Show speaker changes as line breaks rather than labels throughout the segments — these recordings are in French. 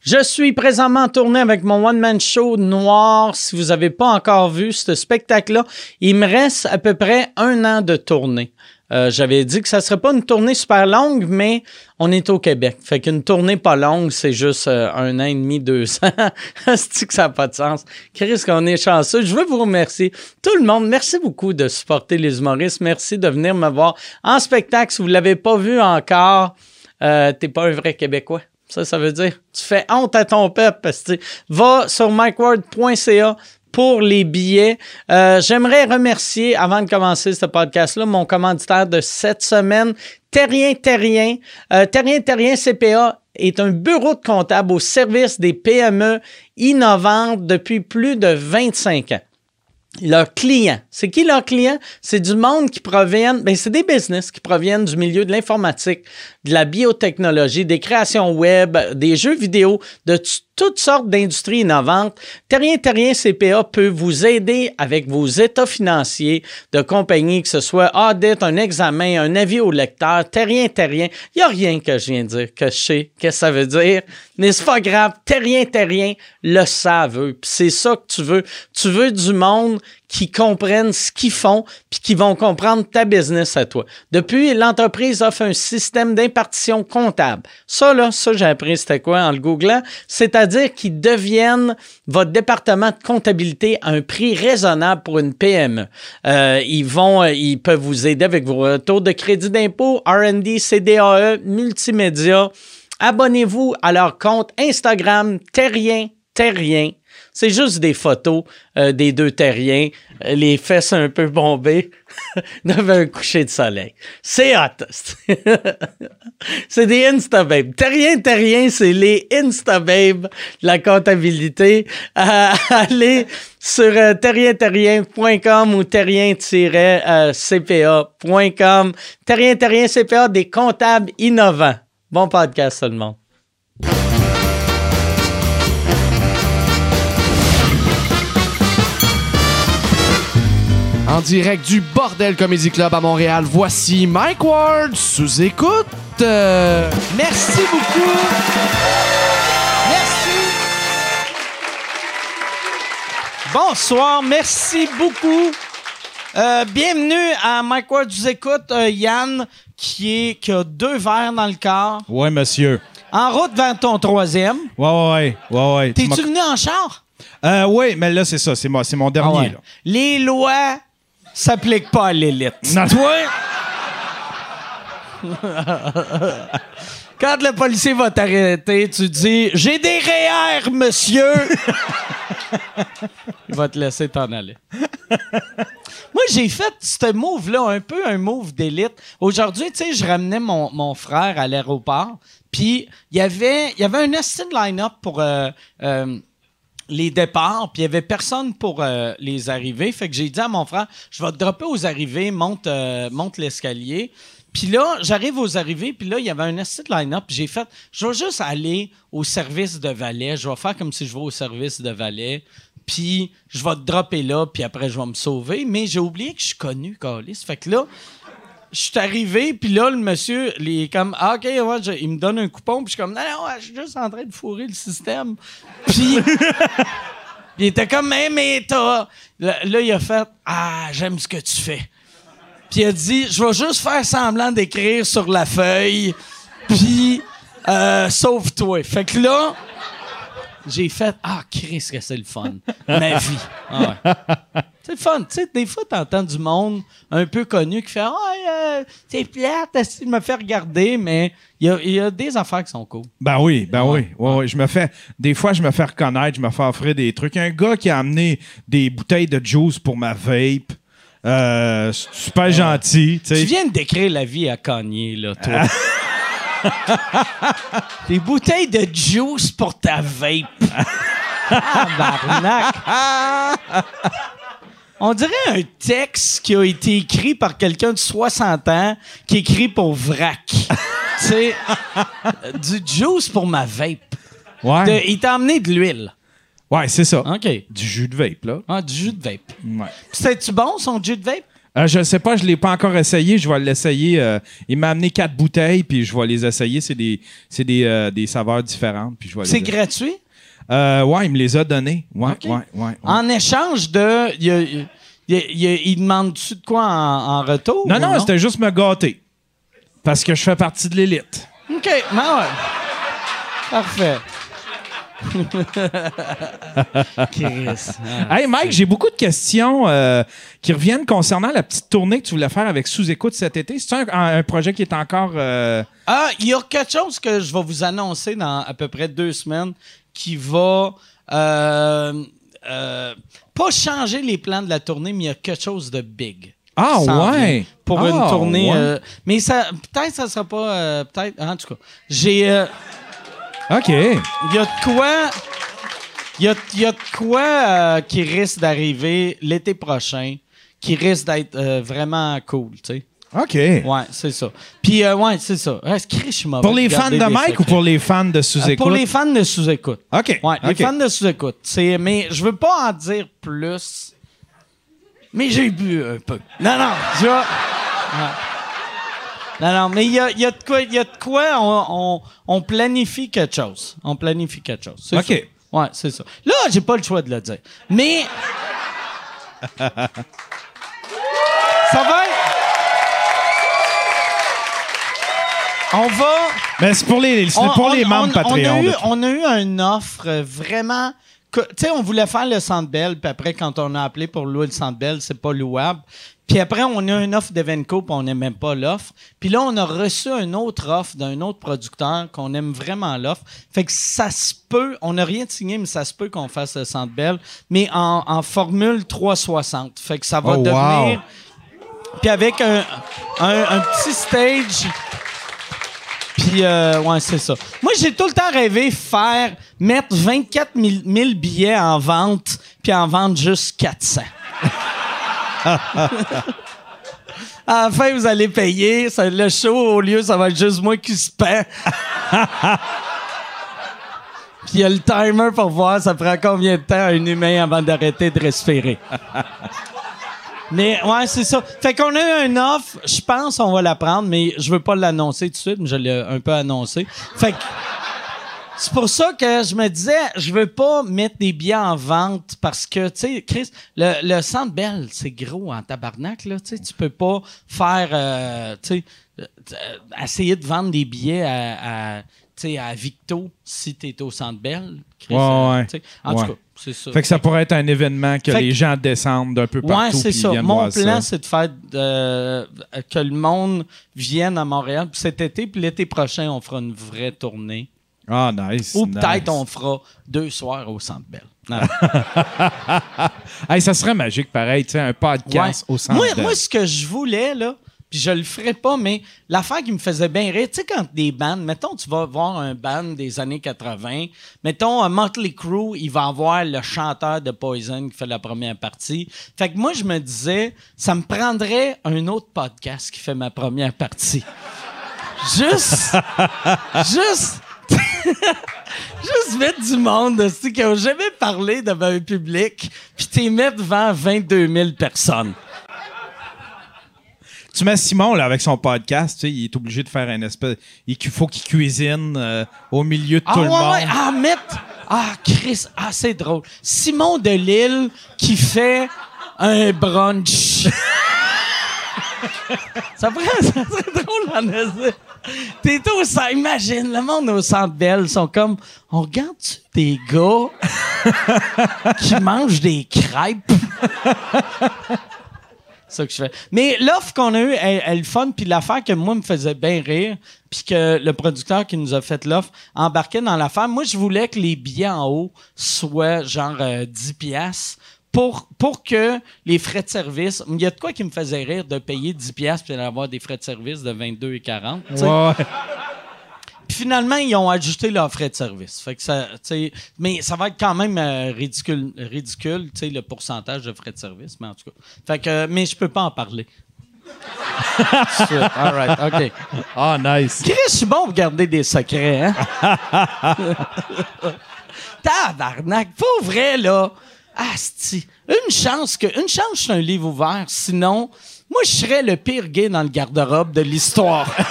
Je suis présentement en tournée avec mon one-man show noir. Si vous n'avez pas encore vu ce spectacle-là, il me reste à peu près un an de tournée. Euh, J'avais dit que ça serait pas une tournée super longue, mais on est au Québec. Fait qu'une tournée pas longue, c'est juste euh, un an et demi, deux ans. cest que ça n'a pas de sens? Chris, qu'on est chanceux. Je veux vous remercier. Tout le monde, merci beaucoup de supporter les humoristes. Merci de venir me voir en spectacle. Si vous ne l'avez pas vu encore, euh, t'es pas un vrai Québécois. Ça, ça veut dire tu fais honte à ton peuple. Parce que, tu sais, va sur mikeward.ca pour les billets. Euh, J'aimerais remercier, avant de commencer ce podcast-là, mon commanditaire de cette semaine, Terrien Terrien. Euh, Terrien Terrien CPA est un bureau de comptable au service des PME innovantes depuis plus de 25 ans leurs clients. C'est qui leurs clients? C'est du monde qui proviennent, ben c'est des business qui proviennent du milieu de l'informatique, de la biotechnologie, des créations web, des jeux vidéo, de toutes sortes d'industries innovantes. Terrien Terrien CPA peut vous aider avec vos états financiers de compagnie, que ce soit audit, un examen, un avis au lecteur, Terrien Terrien. Il n'y a rien que je viens de dire que je sais que ça veut dire, mais c'est pas grave. Terrien Terrien le savent, eux. Puis c'est ça que tu veux. Tu veux du monde qui comprennent ce qu'ils font puis qui vont comprendre ta business à toi. Depuis, l'entreprise offre un système d'impartition comptable. Ça, là, ça, j'ai appris c'était quoi en le googlant. C'est-à-dire qu'ils deviennent votre département de comptabilité à un prix raisonnable pour une PME. Euh, ils vont, ils peuvent vous aider avec vos retours de crédit d'impôt, R&D, CDAE, E, multimédia. Abonnez-vous à leur compte Instagram Terrien Terrien. C'est juste des photos euh, des deux terriens, euh, les fesses un peu bombées, devant un coucher de soleil. C'est hot! c'est des Instababes. Terrien, terrien, c'est les Instababes de la comptabilité. Euh, allez sur euh, terrienterrien.com ou terrien-cpa.com. Terrien, terrien, CPA, des comptables innovants. Bon podcast, tout le monde.
En direct du Bordel Comedy Club à Montréal, voici Mike Ward sous écoute. Euh,
Merci beaucoup. Merci. Bonsoir, merci beaucoup. Euh, bienvenue à Mike Ward vous écoute, euh, Yann, qui, est, qui a deux verres dans le corps.
Ouais, monsieur.
En route vers ton troisième.
Ouais, ouais, ouais. ouais, ouais. Tu m'as-
T'es-tu venu en char? Ah
Euh, ouais, mais là, c'est ça. C'est moi,
Ah
c'est mon dernier. là.
Les lois s'appliquent pas à l'élite.
Non, toi?
Quand le policier va t'arrêter, tu dis « J'ai des REER, monsieur! » Il va te laisser t'en aller. Moi, j'ai fait ce move-là, un peu un move d'élite. Aujourd'hui, tu sais, je ramenais mon, mon frère à l'aéroport, puis il y avait, il y avait un esti de line-up pour... euh, euh, les départs, puis il n'y avait personne pour euh, les arrivées. Fait que j'ai dit à mon frère, je vais te dropper aux arrivées, monte, euh, monte l'escalier. Puis là, j'arrive aux arrivées, puis là, il y avait un assis de line-up, puis j'ai fait, je vais juste aller au service de valet, je vais faire comme si je vais au service de valet, puis je vais te dropper là, puis après, je vais me sauver. Mais j'ai oublié que je suis connu, Carlis. Fait que là, je suis arrivé, puis là, le monsieur, il est comme, Ah, OK, ouais, je- il me donne un coupon, puis je suis comme, non, non, ouais, je suis juste en train de fourrer le système. Puis. Il était comme, mais, mais t'as. Là, là, il a fait, ah, j'aime ce que tu fais. Puis il a dit, je vais juste faire semblant d'écrire sur la feuille, puis euh, sauve-toi. Fait que là, j'ai fait, ah, Chris, que c'est le fun. Ma vie. Ah ouais. C'est le fun. Tu sais, des fois, t'entends du monde un peu connu qui fait, ah, euh, c'est plate, est-ce qu'il me fait regarder, mais il y a, il y a des affaires qui sont cool.
Ben oui, ben oui. Ouais, ouais, Je me fais. Des fois, je me fais reconnaître, je me fais offrir des trucs. Un gars qui a amené des bouteilles de juice pour ma vape. Euh, c'est super gentil. Tu
Tu
sais.
viens de décrire la vie à Kanye, là, toi. Des bouteilles de juice pour ta vape. ah, barnac. On dirait un texte qui a été écrit par quelqu'un de 60 ans qui écrit pour vrac. tu sais, euh, du juice pour ma vape.
Ouais.
De- Hein? il t'a amené de l'huile.
Ouais, c'est ça.
OK.
Du jus de vape, là.
Ah, du jus de vape.
Ouais.
C'était-tu bon, son jus de vape?
Euh, je sais pas, je l'ai pas encore essayé. Je vais l'essayer. euh, il m'a amené quatre bouteilles, puis je vais les essayer. C'est des, c'est des, euh, des saveurs différentes, puis je vais
C'est
les-
gratuit?
Euh, ouais, il me les a données. Ouais, ouais, ouais, ouais.
En échange de. Il, y a- il y a- il y a- il demande-tu de quoi en, en retour?
Non,
ou
non, c'était juste me gâter. Parce que je fais partie de l'élite.
OK, ben ouais. Parfait. Chris.
Hey Mike, j'ai beaucoup de questions euh, qui reviennent concernant la petite tournée que tu voulais faire avec Sous-Écoute cet été. C'est un, un projet qui est encore. euh,
Ah, il y a quelque chose que je vais vous annoncer dans à peu près deux semaines qui va euh, euh, pas changer les plans de la tournée, mais il y a quelque chose de big.
Ah
qui s'en
ouais!
vient Pour
Ah
une tournée.
ouais.
euh, mais ça, peut-être ça sera pas. euh, peut-être. En tout cas, j'ai. euh,
OK.
Il y a de quoi. Il y a, il y a de quoi euh, qui risque d'arriver l'été prochain, qui risque d'être euh, vraiment cool, tu sais.
OK.
Ouais, c'est ça. Puis, euh, ouais, c'est ça. Est-ce que je suis mauvais
Pour les
de
fans de
garder des
Mike ou
secrets?
pour les fans de
Euh,
Sous-Écoute?
Pour les fans de sous-écoute.
OK.
Ouais,
OK.
les fans de sous-écoute. C'est- Mais je veux pas en dire plus. Mais j'ai bu un peu. Non, non, je- Ouais. Non, non, mais il y a, il y a de quoi, il y a de quoi on, on- on planifie quelque chose. On planifie quelque chose. C'est
OK.
ça. Ouais, c'est ça. Là, j'ai pas le choix de le dire. Mais. ça va être. On va.
Mais Ben, c'est pour les, c'est
On-
pour
on-
les membres
on-
Patreon.
On a,
de
eu,
toute
on a eu une offre euh, vraiment. que- Tu sais, on voulait faire le Centre Bell, puis après, quand on a appelé pour louer le Centre Bell, c'est pas louable. Puis après, on a une offre d'Evenco, puis on n'aime même pas l'offre. Puis là, on a reçu une autre offre d'un autre producteur qu'on aime vraiment l'offre. Fait que ça se peut, on n'a rien de signé, mais ça se peut qu'on fasse le Centre Bell, mais en, en formule 360. Fait que ça va
Oh, wow.
devenir... Puis avec un, un- un petit stage... Puis, euh, ouais, c'est ça. Moi, j'ai tout le temps rêvé faire mettre 24 000, billets en vente, puis en vendre juste 400. à la fin, vous allez payer. Ça, le show, au lieu, ça va être juste moi qui se paie. Puis il y a le timer pour voir ça prend combien de temps à un humain avant d'arrêter de respirer. Mais ouais, c'est ça. Fait qu'on a eu une offre, je pense on va la prendre, mais je veux pas l'annoncer tout de suite, mais je l'ai un peu annoncé. Fait que c'est pour ça que je me disais, je veux pas mettre des billets en vente parce que, tu sais, Chris, le, le Centre Bell, c'est gros en tabarnak, là. Tu sais, tu peux pas faire, euh, tu sais, euh, euh, essayer de vendre des billets à, à, tu sais, à Victo si t'es au Centre Bell. Chris,
Ouais,
euh,
ouais.
tu sais. En
Ouais.
tout cas, c'est ça.
Fait que ça pourrait être un événement que
Fait
les
que-
gens descendent d'un peu partout.
Ouais, c'est
puis
ça.
viennent
Mon
voir
plan,
ça.
c'est de faire euh, que le monde vienne à Montréal puis cet été, puis l'été prochain, on fera une vraie tournée.
Ah, nice.
Ou
nice.
peut-être on fera deux soirs au Centre Bell. Non.
Hey, ça serait magique, pareil, tu sais, un podcast
Ouais.
au centre.
moi,
de-
moi, ce que je voulais, là, puis je le ferais pas, mais l'affaire qui me faisait bien rire, tu sais, quand des bands, mettons, tu vas voir un band des années 80, mettons, un Motley Crue, il va avoir le chanteur de Poison qui fait la première partie. Fait que moi, je me disais, ça me prendrait un autre podcast qui fait ma première partie. Juste. juste. Juste mettre du monde aussi, qui n'a jamais parlé devant un public, puis t'es mettre devant 22 000 personnes.
Tu mets Simon, là, avec son podcast, tu sais, il est obligé de faire un espèce. Il cu- faut qu'il cuisine euh, au milieu de
Ah,
tout
ouais,
le monde.
ouais. Ah, mettre. Ah, Chris. Ah, c'est drôle. Simon Delille qui fait un brunch. ça, pourrait, ça serait drôle en essayer. T'es au centre. Imagine, le monde au centre Bell sont comme. On regarde-tu des gars qui mangent des crêpes? C'est ça que je fais. Mais l'offre qu'on a eue, elle, elle est fun, puis l'affaire que moi me faisait bien rire, puis que le producteur qui nous a fait l'offre embarquait dans l'affaire, moi, je voulais que les billets en haut soient genre euh, 10 piastres pour, pour que les frais de service... Il y a de quoi qui me faisait rire de payer 10 piastres puis d'avoir des frais de service de 22 et 40. tu sais.
ah,
Ouais.
Puis finalement, ils ont ajusté leurs frais de service. Fait que ça, tu sais, mais ça va être quand même euh, ridicule, ridicule tu sais, le pourcentage de frais de service. Mais en tout cas, fait que, euh, mais je peux pas en parler. Shit, All right, OK.
Ah, nice.
Chris, je suis bon pour garder des secrets, hein? Tabarnak, pour vrai, là. Asti. Une chance que. Une chance, je suis un livre ouvert. Sinon, moi, Moi, je serais le pire gay dans le garde-robe de l'histoire.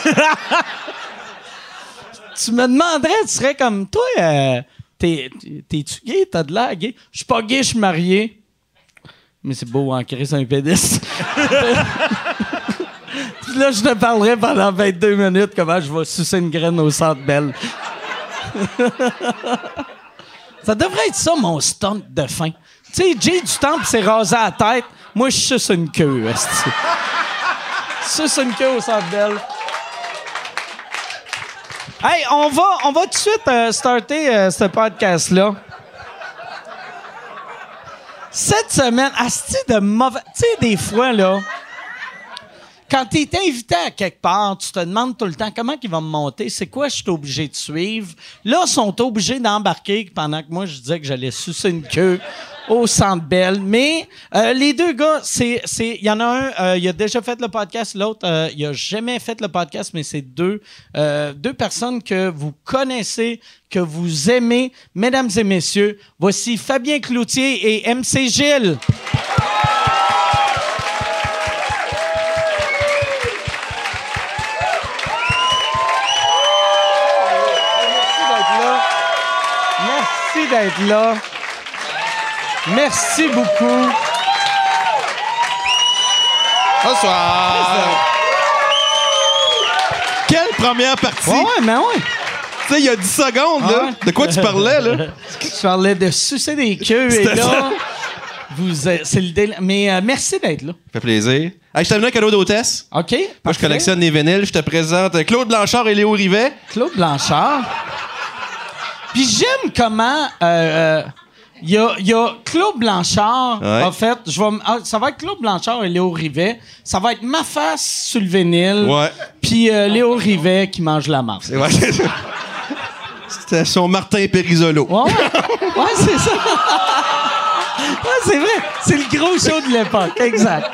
tu me demanderais, tu serais comme, toi, euh, t'es- t'es-tu gay? T'as de l'air gay? Je suis pas gay, je suis marié. Mais c'est beau, en créer un pénis. Puis là, je te parlerai pendant 22 minutes comment je vais sucer une graine au centre belle. ça devrait être ça, mon stunt de fin. Tu sais, Jay du Temple s'est rasé à la tête. Moi, je suce une queue, esti. Suce une queue au centre belle. Hey, on va, on va tout de suite euh, starter euh, ce podcast-là. Cette semaine, asti de mauvais... Tu sais, des fois, là quand tu es invité à quelque part, tu te demandes tout le temps comment ils vont me monter, c'est quoi je suis obligé de suivre. Là, ils sont obligés d'embarquer pendant que moi, je disais que j'allais sucer une queue au Centre Bell. Mais euh, les deux gars, c'est, c'est, il y en a un, euh, il a déjà fait le podcast, l'autre, euh, il a jamais fait le podcast, mais c'est deux, euh, deux personnes que vous connaissez, que vous aimez. Mesdames et messieurs, voici Fabien Cloutier et MC Gilles. Merci d'être là. Merci d'être là. Merci beaucoup.
Bonsoir! Quelle première partie!
Ouais, ouais, mais ouais.
Tu sais, il y a 10 secondes, là.
Ah ouais?
De quoi tu parlais, là?
Je parlais de sucer des queues et
C'était
là,
ça.
vous, euh, c'est le délai. Mais euh, merci d'être là.
Ça fait plaisir. Hey, je t'ai amené un cadeau d'hôtesse.
OK?
Moi, je
parfait.
collectionne les vinyles. Je te présente euh, Claude Blanchard et Léo Rivet.
Claude Blanchard. Puis j'aime comment. euh, euh, Il y, a, il y a Claude Blanchard,
Ouais.
en fait. Je vais, m- ah, ça va être Claude Blanchard et Léo Rivet. Ça va être ma face sur le vinyle.
Ouais.
Puis euh, Léo Rivet qui mange la marque.
Et ouais, c'est ça. C'était son Martin Périsolo.
Ouais, ouais, Ouais, c'est ça. ouais, c'est vrai. C'est le gros show de l'époque. Exact.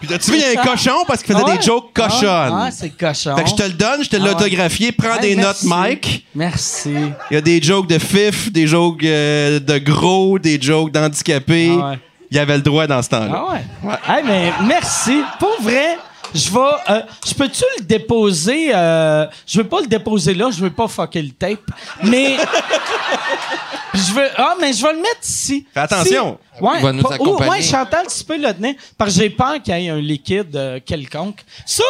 Puis t'as-tu vu, il y a un cochon parce qu'il faisait
Ah ouais?
des jokes cochonnes.
Ah, ah, c'est cochon.
Fait que je te le donne, je te l'ai
Ah ouais.
autographié. Prends
Hey,
des
merci.
notes, Mike.
Merci.
Il y a des jokes de fif, des jokes euh, de gros, des jokes d'handicapés.
Ah ouais.
Il y avait le droit dans ce temps-là.
Ah ouais. Hey, mais merci. Pour vrai, je vais. euh, je peux-tu le déposer? euh, je veux pas le déposer là, je veux pas fucker le tape. Mais. je veux. Ah, mais je vais le mettre ici.
Fais attention.
Si- ouais,
Il va nous
pas- oh,
accompagner.
ouais, Chantal, si tu peux le tenir. Parce que j'ai peur qu'il y ait un liquide euh, quelconque. Ça,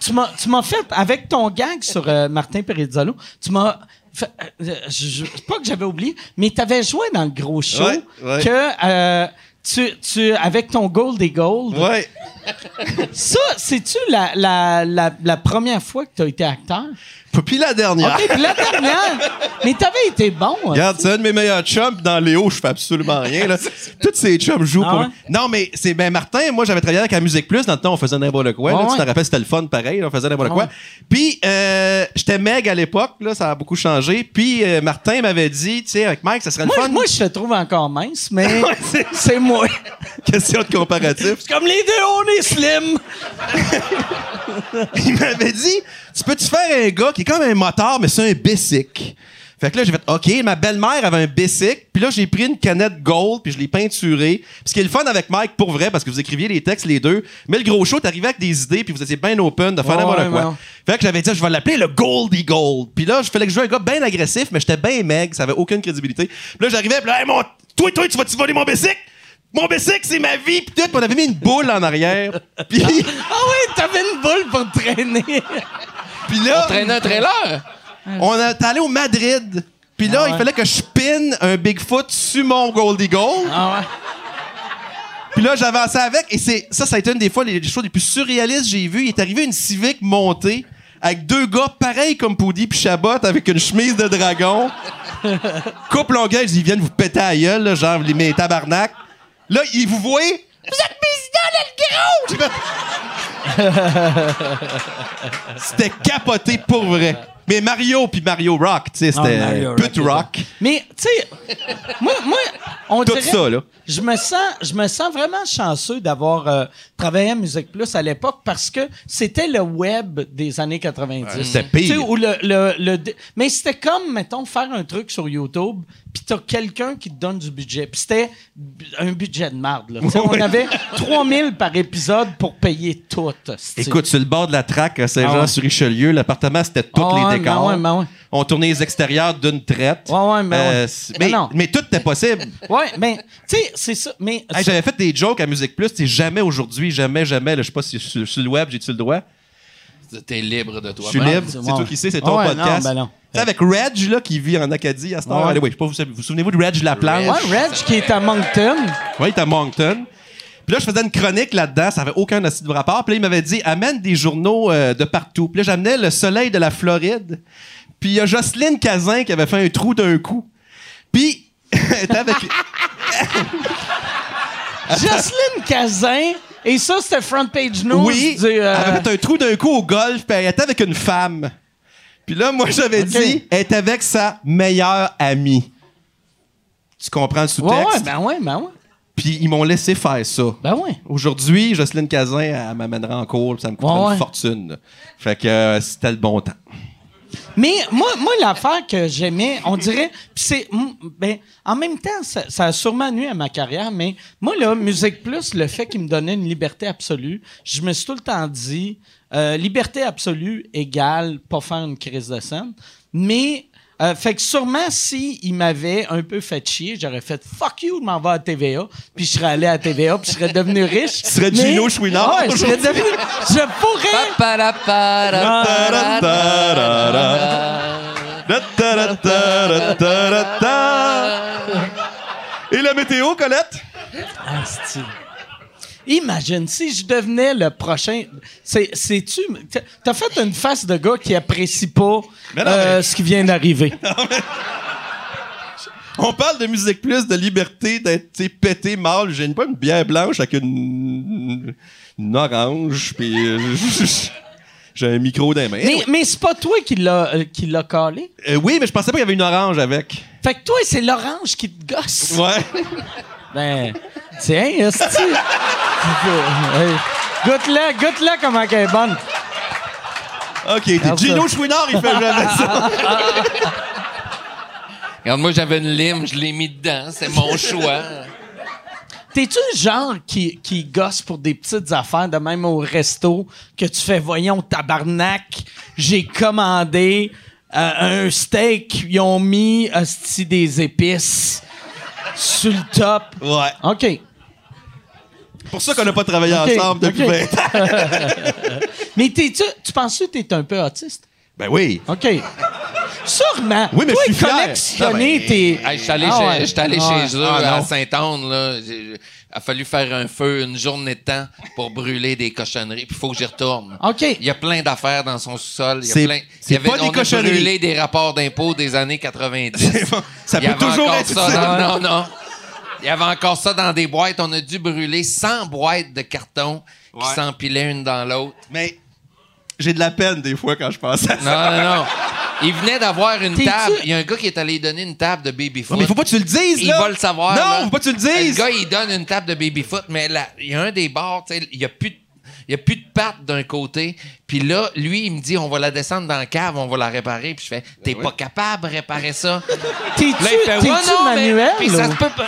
tu m'as, tu m'as fait, avec ton gag sur euh, Martin Perizzolo, tu m'as. fait- euh, je- je- pas que j'avais oublié, mais t'avais joué dans le gros show
Ouais, ouais.
que euh, tu, tu, avec ton Gold et Gold,
Ouais.
ça, c'est-tu la, la, la, la première fois que tu as été acteur?
Puis la dernière.
OK, puis la dernière, mais t'avais été bon. hein.
Regarde, c'est un de mes meilleurs chums. puis Dans Léo, je fais absolument rien. Là. Tous ces chums jouent
Ah
pour.
ouais?
Non, mais c'est ben Martin. Moi, j'avais travaillé avec la musique plus. Dans le temps, on faisait n'importe quoi. là.
Ah ouais?
Tu te rappelles, c'était le fun, pareil. là, on faisait n'importe
Ah
quoi.
ouais.
Puis euh, j'étais meg à l'époque. Là, ça a beaucoup changé. Puis euh, Martin m'avait dit, tu sais, avec Mike, ça serait le
Moi,
fun.
moi, je te trouve encore mince, mais
c'est-
c'est moi.
Question de comparatif.
Comme les deux, on est slim.
il m'avait dit Tu peux-tu faire un gars qui est comme un motard, mais c'est un bicycle? Fait que là, j'ai fait OK, ma belle-mère avait un bicycle, puis là, j'ai pris une canette gold, puis je l'ai peinturée. Puis ce qui est le fun avec Mike, pour vrai, parce que vous écriviez les textes, les deux, mais le gros show, t'arrivais avec des idées, puis vous étiez bien open de faire
Ouais,
n'importe
ouais,
quoi.
ouais.
Fait que j'avais dit, je vais l'appeler le Goldie Gold. Puis là, je fallait que je joue un gars bien agressif, mais j'étais bien meg, ça avait aucune crédibilité. Puis là, j'arrivais, puis là, hey, mon, toi, toi, tu vas-tu voler mon bicycle? Mon bicycle, c'est ma vie, puis tout. Puis on avait mis une boule en arrière. Puis,
Ah oui, t'avais une boule pour te traîner.
puis là.
Traîner un trailer?
On a- t'es allé au Madrid. Puis là,
Ah ouais.
il fallait que je pine un Bigfoot sur mon Goldie Gold.
Ah ouais.
Puis là, j'avançais avec. Et c'est ça, ça a été une des fois les choses les plus surréalistes que j'ai vues. Il est arrivé une Civic montée avec deux gars pareils comme Poudy puis Chabot avec une chemise de dragon. Couple longueuil, ils viennent vous péter à la gueule, là, genre, les mes tabarnak. Là, ils vous voient. Vous êtes mes idoles, le gros! J'ai fait- C'était capoté pour vrai. Mais Mario puis Mario Rock, tu sais, c'était
Ah, Mario
put rock.
Mais, tu sais, moi, moi, on
Tout
dirait-
ça, là.
Je me sens, je me sens vraiment chanceux d'avoir euh, travaillé à Musique Plus à l'époque parce que c'était le web des années 90.
c'était pire.
Tu sais, où le, le- le- mais c'était comme, mettons, faire un truc sur YouTube puis t'as quelqu'un qui te donne du budget. Puis c'était bu- un budget de marde. là. Tu sais, On avait 3000 par épisode pour payer tout. hostie.
Écoute, sur le bord de la traque euh,
Ah
à
ouais.
Saint-Jean-sur-Richelieu, l'appartement, c'était tous
Ah ouais,
les décors.
ben ouais, ben ouais.
On tournait les extérieurs d'une traite. Euh,
Ouais, ouais, ben ouais.
c-
Mais
mais,
non.
mais tout était possible.
Ouais, mais tu sais, c'est ça. Mais
Hey, J'avais fait des jokes à Musique Plus. C'est jamais aujourd'hui, jamais, jamais. là, Je sais pas si sur, sur le web, j'ai-tu le droit?
T'es libre de toi.
Je suis
Ouais,
libre.
c'est-
C'est
ouais.
toi qui sais, c'est ton
Ouais, non,
podcast.
ben non.
C'est avec Reg, là, qui vit en Acadie à cette
Ouais.
heure. Allez, oui, je sais pas, vous, vous souvenez-vous de Reg Laplanche?
ouais, Reg qui est à Moncton.
Oui, il était à Moncton. Puis là, je faisais une chronique là-dedans, ça avait aucun assis de rapport. Puis là, il m'avait dit amène des journaux euh, de partout. Puis là, j'amenais le soleil de la Floride. Puis il y a Jocelyne Cazin qui avait fait un trou d'un coup. Puis elle était avec.
Jocelyne Cazin. Et ça, c'était front page news.
oui,
du, euh,
elle avait fait un trou d'un coup au golf, puis elle était avec une femme. Puis là, moi, j'avais
Ok.
dit elle est avec sa meilleure amie. Tu comprends le
ouais,
sous-texte?
ouais, ben ouais, ben ouais.
Puis ils m'ont laissé faire ça.
Ben ouais.
Aujourd'hui, Jocelyne Cazin, elle m'amènera en cours, puis ça me coûtera
Ouais, ouais.
une fortune. là. Fait que euh, c'était le bon temps.
Mais moi, moi l'affaire que j'aimais, on dirait, pis c'est, mm, ben, en même temps, ça, ça a sûrement nuit à ma carrière, mais moi là, musique plus, le fait qu'il me donnait une liberté absolue, je me suis tout le temps dit, euh, liberté absolue égale pas faire une crise de scène, mais euh, fait que sûrement si il m'avait un peu fait chier, j'aurais fait fuck you, je m'en vais à TVA, puis je serais allé à TVA, puis je serais devenu riche. Tu
serais Gino Chouinard
Ouais, je serais devenu, je pourrais. Ah.
Et la météo, Colette?
Asti. Imagine si je devenais le prochain. C'est, c'est-tu. t'as- T'as fait une face de gars qui apprécie pas
Mais non,
euh,
mais-
ce qui vient d'arriver.
On parle de musique plus, de liberté, d'être tu sais, pété mâle. J'ai une- pas une bière blanche avec une, une orange, puis euh, j'ai un micro dans les mains.
mais, mais c'est pas toi qui l'a, euh, qui l'a calé.
Euh, oui, mais je pensais pas qu'il y avait une orange avec.
Fait que toi, c'est l'orange qui te gosse.
Ouais.
Ben, tiens, esti. Hey, Goûte-la, goûte-la comment elle est bonne.
OK, t'es
Merci.
Gino Chouinard, il fait jamais ça.
Regarde, moi, j'avais une lime, je l'ai mis dedans. C'est mon choix.
T'es-tu le genre qui, qui gosse pour des petites affaires, de même au resto, que tu fais, voyons, tabarnak, j'ai commandé euh, un steak, ils ont mis hostie, des épices sur le top.
Ouais.
OK.
Pour ça qu'on n'a pas travaillé
Ok,
ensemble depuis
ok.
20 ans.
Mais t'es-tu, tu penses que t'es un peu autiste?
Ben oui.
OK. Sûrement.
Oui, mais
Toi,
je suis fier.
collectionner
Non, mais-
tes...
Hey, j'étais allé,
Ah
chez-
ouais.
j'étais allé
Ah ouais.
chez eux
Ah
à
non.
Saint-Anne. là. J'ai- a fallu faire un feu une journée de temps pour brûler des cochonneries. Puis il faut que j'y retourne.
OK.
Il y a plein d'affaires dans son sous-sol. Il y a
C'est-
plein-
c'est
il y avait-
pas des
on a
cochonneries.
brûlé des rapports d'impôts des années 90.
bon. Ça
Il y
peut
avait
toujours
encore
être
ça
utile.
dans- Non, non. Il y avait encore ça dans des boîtes. On a dû brûler 100 boîtes de carton qui
Ouais.
s'empilaient une dans l'autre.
Mais j'ai de la peine des fois quand je pense à ça.
Non, non, non. Il venait d'avoir une
T'es-tu-
table. Il y a un gars qui est allé donner une table de babyfoot.
Non, mais faut pas que tu le dises,
Il
là.
va le savoir.
Non,
là.
faut pas que tu le
Le
dises.
gars, il donne une table de baby-foot, mais là, il y a un des bars, tu sais, il y a plus de il y a plus de pattes d'un côté. Puis là, lui, il me dit, on va la descendre dans la cave, on va la réparer. Puis je fais,
Ben
t'es pas capable de réparer ça.
T'es-tu,
Là, il fait,
t'es-tu
ouais, non, mais-
manuel?
puis ça
ou-
se peut pas.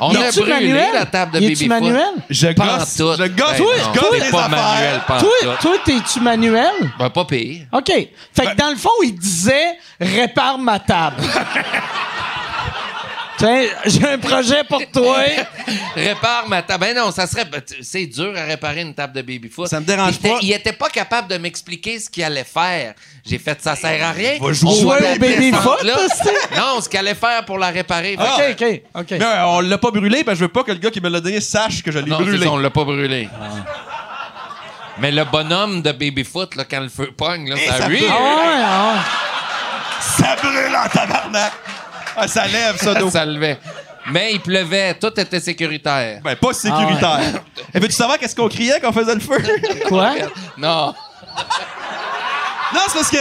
On a
Es-tu
brûlé
manuel?
la table de
Es-tu
baby-foot.
manuel?
Je
Pas en
gosse.
tout.
Je gosse.
Ben
je
non,
gosse
t'es
les
pas
affaires.
manuel, pas en
Toi,
tout.
toi, t'es-tu manuel?
Ben, pas pire.
OK. Fait
Ben-
que dans le fond, il disait répare ma table. Tiens, j'ai un projet pour toi.
Répare ma table. Ben non, ça serait. ben, tu- C'est dur à réparer une table de baby-foot.
Ça me dérange
il était,
pas.
Il était pas capable de m'expliquer ce qu'il allait faire. J'ai fait ça sert à rien.
Va jouer
On
au
la
baby-foot,
descendre, là.
c'est-
Non, ce qu'il allait faire pour la réparer.
OK,
Fait que-
OK, OK.
Ah. Mais euh, on l'a pas brûlé, ben je veux pas que le gars qui me l'a donné sache que je l'ai
Non, c'est
brûlé.
ça, on l'a pas brûlé. Mais le bonhomme de baby-foot, là, quand le feu pogne, là,
Et
ça,
ça
oui.
Ah ouais, ah
Ça brûle en tabarnak. Ah, ça lève, ça, d'eau.
ça levait. Mais il pleuvait, tout était sécuritaire.
Ben, pas sécuritaire. Eh, Veux-tu savoir qu'est-ce qu'on criait quand on faisait le feu?
ouais. Quoi?
Non.
non, c'est parce que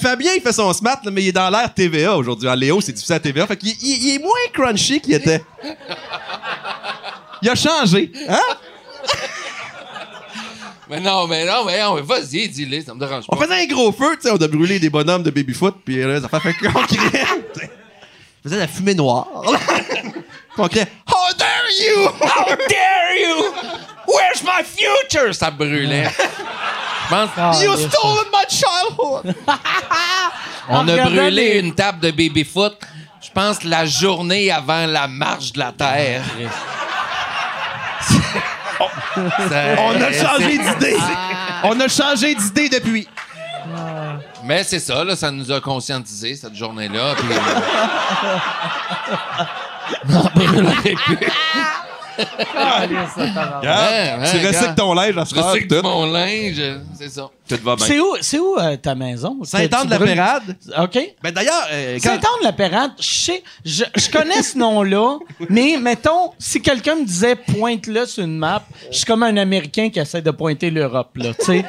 Fabien, il fait son smart, là, mais il est dans l'air TVA aujourd'hui. En Léo, c'est difficile à TVA. Fait qu'il il- il est moins crunchy qu'il était. Il a changé. Hein?
Mais non, mais non, mais non, mais vas-y, dis-le, ça me dérange
On
pas.
euh, faisait un gros feu, tu sais, on a brûlé des bonhommes de baby-foot, puis là, ça fait qu'on criait. faisait de la fumée noire. Puis on criait
Ah,
How dare you!
How dare you! Where's my future? Ça brûlait. Je pense-
Ah,
You stolen my childhood!
on a
regardant
brûlé
les-
une table de baby-foot, je pense, la journée avant la marche de la Terre.
Ah,
C'est-
On a changé d'idée! On a changé d'idée depuis!
Mais c'est ça, là, ça nous a conscientisés, cette journée-là. puis,
Ah,
euh, on brûlerait plus.
Ah,
Hein, hein,
tu recycles
gars.
ton linge à ce
Je
soir,
recycle
tout.
mon linge, c'est ça.
Tout va bien.
C'est où, c'est où euh, ta maison?
Saint-Anne-de-la-Pérade.
OK.
Ben d'ailleurs, euh, quand-
Saint-Anne-de-la-Pérade, je sais, je, je connais ce nom-là, mais mettons, si quelqu'un me disait pointe-le sur une map, je suis comme un Américain qui essaie de pointer l'Europe, là, tu sais.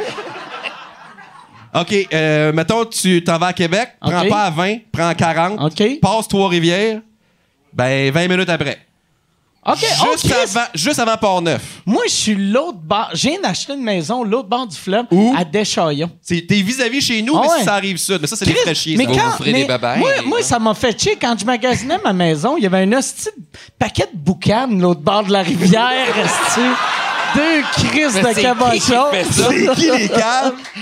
OK, euh, mettons, tu t'en vas à Québec, prends
OK.
pas à 20, prends 40,
OK.
passe Trois-Rivières, ben 20 minutes après.
OK, oh,
juste,
Chris,
avant, juste avant Port-Neuf.
moi, je suis l'autre bord. J'ai acheté une maison l'autre bord du fleuve
Où?
à Deschaillons.
C'est- T'es vis-à-vis chez nous,
Ah
mais
ouais.
si ça arrive sud. Mais ça, c'est des
Chris,
fraîchis.
mais
ça.
vous
quand-
offrir
mais
des babères,
moi,
les
moi,
gars.
ça m'a fait chier. Quand je magasinais ma maison, il y avait un hostie de paquet de boucan de l'autre bord de la rivière, hostie. Deux crises
Mais
de
c'est qui qui fait ça?
cabochon.
C'est qui les caves?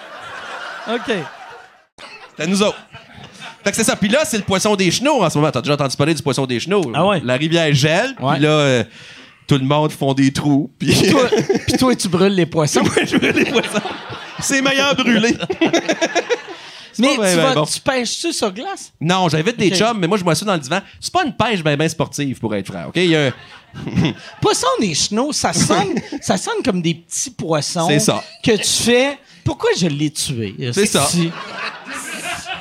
OK.
C'est à nous autres. Fait que c'est ça. Puis là, c'est le poisson des chenaux en ce moment. T'as déjà entendu parler du poisson des chenaux.
Ah ouais.
La rivière gèle,
Ouais.
puis là, euh, tout le monde font des trous. Puis
Toi- Puis toi, tu brûles les poissons.
Ouais, je brûle les poissons. C'est meilleur brûlé.
Mais
pas
tu,
ben,
vas-
bon.
tu pêches-tu sur glace?
Non, j'invite des
Ok.
chums, mais moi, je m'assois dans le divan. C'est pas une pêche ben ben sportive, pour être frère, OK? Il y a un-
Poisson des chenaux, ça sonne, ça sonne comme des petits poissons.
C'est ça.
Que tu fais. Pourquoi je l'ai tué?
C'est ça.
Si.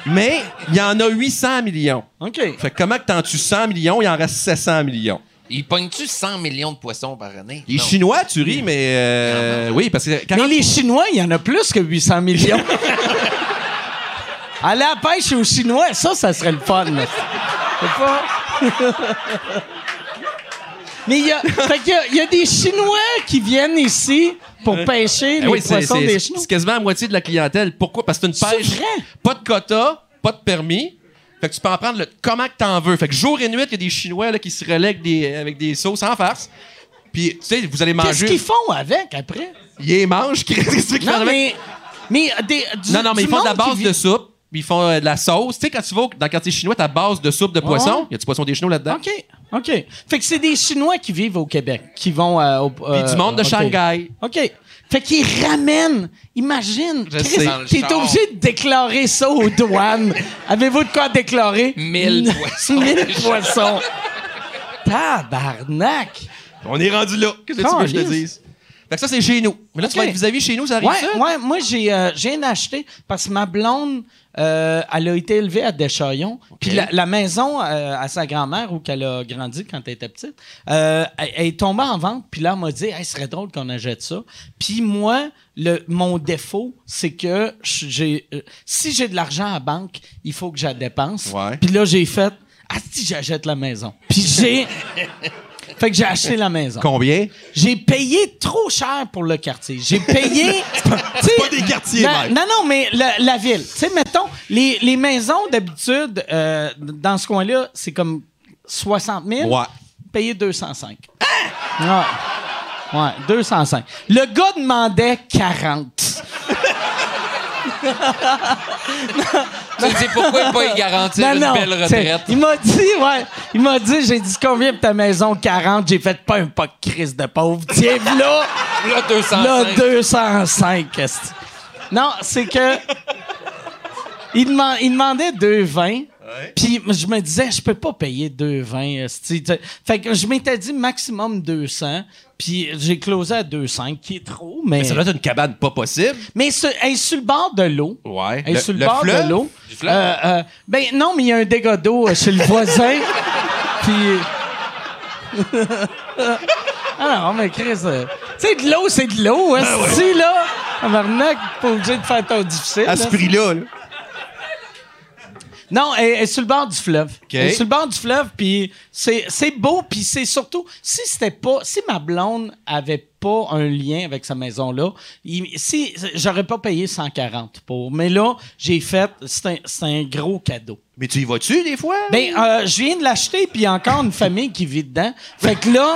Mais il y en a 800 millions.
OK.
Fait que comment que t'en tues 100 millions, il en reste 700 millions.
Ils pognent-tu 100 millions de poissons par année?
Les
Non.
Chinois, tu ris, mais... euh, oui, parce que... quand-
Mais les Chinois, il y en a plus que 800 millions. Aller à la pêche aux Chinois, ça, ça serait le fun. là. C'est pas- Mais il y, a, fait qu'il y a- il y a des Chinois qui viennent ici pour pêcher
Eh
les
oui, c'est-
poissons
c'est
des Chinois.
c'est quasiment à moitié de la clientèle. Pourquoi? Parce que c'est
C'est
une pêche.
vrai?
Pas de quota, pas de permis. Fait que tu peux en prendre le, comment que t'en veux. Fait que jour et nuit, il y a des Chinois là, qui se relèguent des, avec des sauces en farce. Puis, tu sais, vous allez
Qu'est-ce
manger.
qu'ils font avec après?
Ils les mangent. Qu'est-ce qu'ils font
Non,
avec?
mais. Mais, euh, des, du-
non, non, mais
du
ils font de la
monde qui
base
vit-
de soupe. puis Ils font euh, de la sauce. Tu sais, quand tu vas au- dans le quartier chinois, ta base de soupe de poisson.
Ouais.
Il y a du poisson des chinois là-dedans.
OK, OK. Fait que c'est des Chinois qui vivent au Québec, qui vont. euh, au,
Puis du monde de
OK.
Shanghai.
OK. Fait qu'ils ramènent. Imagine.
Je
Chris,
sais. Dans le
T'es
char.
obligé de déclarer ça aux douanes. Avez-vous de quoi déclarer?
1000 poissons.
1000 poissons. Tabarnak.
On est rendu là. Qu'est-ce que tu veux que je te
Caliste.
dise? Fait que ça, c'est chez nous. Mais là,
OK.
tu vas être vis-à-vis chez nous, ça arrive
Ouais,
ça?
ouais, moi, j'ai euh, j'ai rien acheté parce que ma blonde, euh, elle a été élevée à Deschaillons. Puis la, la maison euh, à sa grand-mère, où qu'elle a grandi quand elle était petite, euh, elle, elle est tombée en vente. Puis là, elle m'a dit, hey, ce serait drôle qu'on achète ça. Puis moi, le, mon défaut, c'est que j'ai euh, si j'ai de l'argent à banque, il faut que je la dépense.
Ouais.
Puis là, j'ai fait, ah, si j'achète la maison. Puis j'ai. fait que j'ai acheté la maison.
Combien?
J'ai payé trop cher pour le quartier. J'ai payé. C'est
pas des quartiers,
Non,
Mike.
non, non, mais la, la ville. Tu sais, mettons, les, les maisons d'habitude, euh, dans ce coin-là, c'est comme 60 000.
Ouais.
Payé 205. Hein? Ouais. Ouais, 205. Le gars demandait 40.
Tu sais pourquoi pas y garantir
Non,
une
non,
belle
t'sais,
retraite?
Il m'a dit, ouais. Il m'a dit, j'ai dit combien pour ta maison? 40. J'ai fait pas un pas de crise de pauvre. Tiens, là.
Là, 200.
Là, 205. esti. Non, c'est que. Il, deman- il demandait 2,20. Puis je me disais, je peux pas payer 2,20. esti. Tu sais, Fait que je m'étais dit maximum 200. Puis j'ai closé à 2,5, qui est trop, mais.
Mais ça doit être une cabane pas possible.
Mais ce- elle est sur le bord de l'eau.
Ouais.
Elle est
Le-
sur le,
le
bord
fleuve?
de l'eau.
Du fleuve?
Euh, euh, ben non, mais il y a un dégât d'eau euh, chez le voisin. Puis. euh, ah non, mais Chris. euh, tu sais, de l'eau, c'est de l'eau.
Ben
hein, Si, là, Marnac, pas obligé de faire ton difficile.
À ce
là.
prix-là, là.
Non, elle, elle est sur le bord du fleuve. Elle est sur le bord du fleuve, puis c'est, c'est beau, puis c'est surtout, si c'était pas, si ma blonde avait pas un lien avec sa maison-là, il- si, j'aurais pas payé 140 pour. Mais là, j'ai fait, c'est un, c'est un gros cadeau.
Mais tu y vas-tu des fois?
Ben, euh, je viens de l'acheter, puis il y a encore une famille qui vit dedans. Fait que là,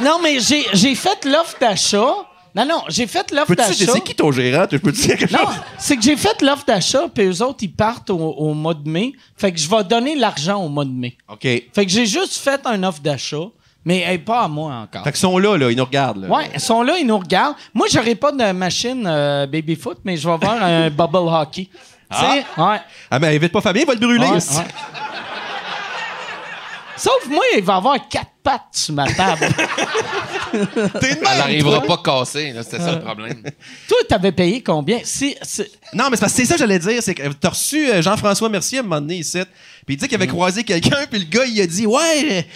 non, mais j'ai, j'ai fait l'offre d'achat. Non, non, j'ai fait l'offre
Peux-tu
d'achat.
c'est qui ton gérant? Tu peux te dire quelque
Non,
chose?
c'est que j'ai fait l'offre d'achat, puis eux autres, ils partent au, au mois de mai. Fait que je vais donner l'argent au mois de mai.
OK. Fait
Fait que j'ai juste fait un offre d'achat, mais elle est pas à moi encore.
qu'ils sont là, là. Ils nous regardent, là.
Ouais, ils sont là, ils nous regardent. Moi, j'aurai pas de machine euh, baby foot, mais je vais avoir un bubble hockey. Tu sais, ouais.
Ah, mais invite pas Fabien, il va le brûler.
ouais,
ici.
ouais. Sauf moi, il va avoir quatre pattes sur ma table.
T'es de même,
Elle n'arrivera
toi.
pas cassée, là, c'était ça le problème.
Toi, t'avais payé combien? Si, si-
Non, mais c'est parce que c'est ça que j'allais dire. C'est que t'as reçu euh, Jean-François Mercier à un moment donné ici. Puis il dit qu'il
Mm.
avait croisé quelqu'un, puis le gars, il a dit Ouais,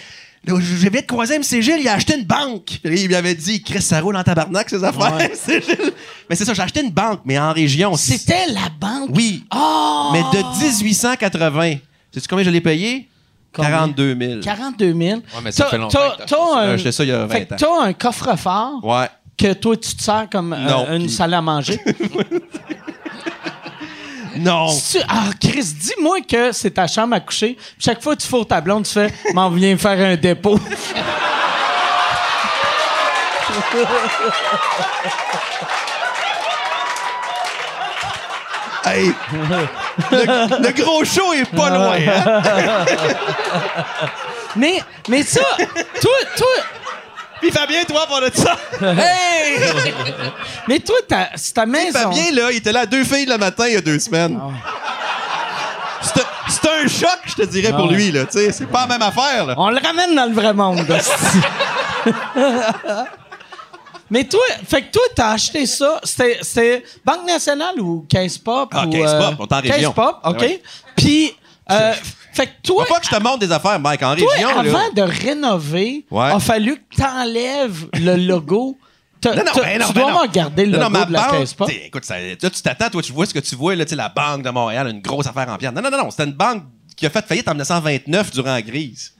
euh, là, je viens de croiser M. Gilles, il a acheté une banque. Puis il lui avait dit Chris, ça roule en tabarnak, ces affaires,
Ouais.
M. Gilles. Mais c'est ça, j'ai acheté une banque, mais en région.
c'était la banque.
Oui.
Oh!
Mais de 1880. Sais-tu combien je l'ai payé?
Combien?
42 000.
42 000.
Euh, mais ça
T'as-
fait longtemps
t'as-
que t'as
t'as
ça.
un-
J'ai acheté ça il y a
fait
20
que
ans.
t'as un coffre-fort
Ouais.
que toi, tu te sers comme euh,
Non,
une
puis-
salle à manger.
Non.
Si tu- Ah, Chris, dis-moi que c'est ta chambre à coucher. puis Chaque fois que tu fous ta blonde, tu fais « M'en viens faire un dépôt.
Hey. le, le gros show est pas loin, hein? »
Mais, mais ça, toi, toi,
Puis Fabien, toi, on a dit ça.
hey!
mais toi, ta, c'est ta maison.
Fabien, là, il était là à deux filles le matin il y a deux semaines.
Ah
C'est c'est un choc, je te dirais, pour
Ah ouais. Ah
lui, là. Tu sais, c'est pas la même affaire, là.
On le ramène dans le vrai monde. hostie. mais toi, fait que toi, t'as acheté ça. C'était- C'était Banque Nationale ou 15 Pop?
Ah,
ou,
15 Pop, on est en région. Ah
15 Pop, OK.
Ouais.
Puis, euh, fait que toi,
Faut pas que je te montre des affaires, Mike, en
toi,
région,
avant
là.
de rénover, il
Ouais.
a fallu que t'enlèves le logo. T'as-
Non, non,
t'as-
ben non,
tu
ben
dois
non.
avoir gardé le
Non,
logo
non, ma
de la
banque,
15 Pop.
t'sais, Écoute, ça- là, tu t'attends, toi, tu vois ce que tu vois, là, tu sais, la Banque de Montréal, une grosse affaire en pierre. Non, non, non, non, c'était une banque qui a fait faillite en 1929 durant la grise.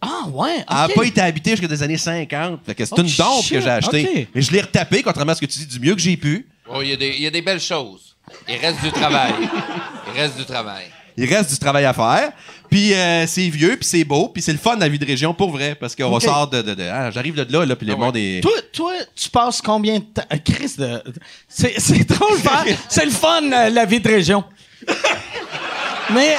Ah, ouais.
Elle n'a
ok.
pas été habitée jusqu'aux années 50. Fait que c'est
Oh,
une dompe
shit,
que j'ai achetée.
ok.
Mais je l'ai retapée, contrairement à ce que tu dis, du mieux que j'ai pu.
Oh, il y, a des- il y a des belles choses. Il reste du travail. Il reste du travail.
Il reste du travail à faire. Puis euh, c'est vieux, puis c'est beau, puis c'est le fun la vie de région pour vrai. Parce qu'on
Ok.
ressort de. de, de- ah, J'arrive de là, là puis le monde est.
Toi, toi, tu passes combien de temps. euh, Chris, de- c'est, c'est trop le fun. C'est le fun, euh, la vie de région. Mais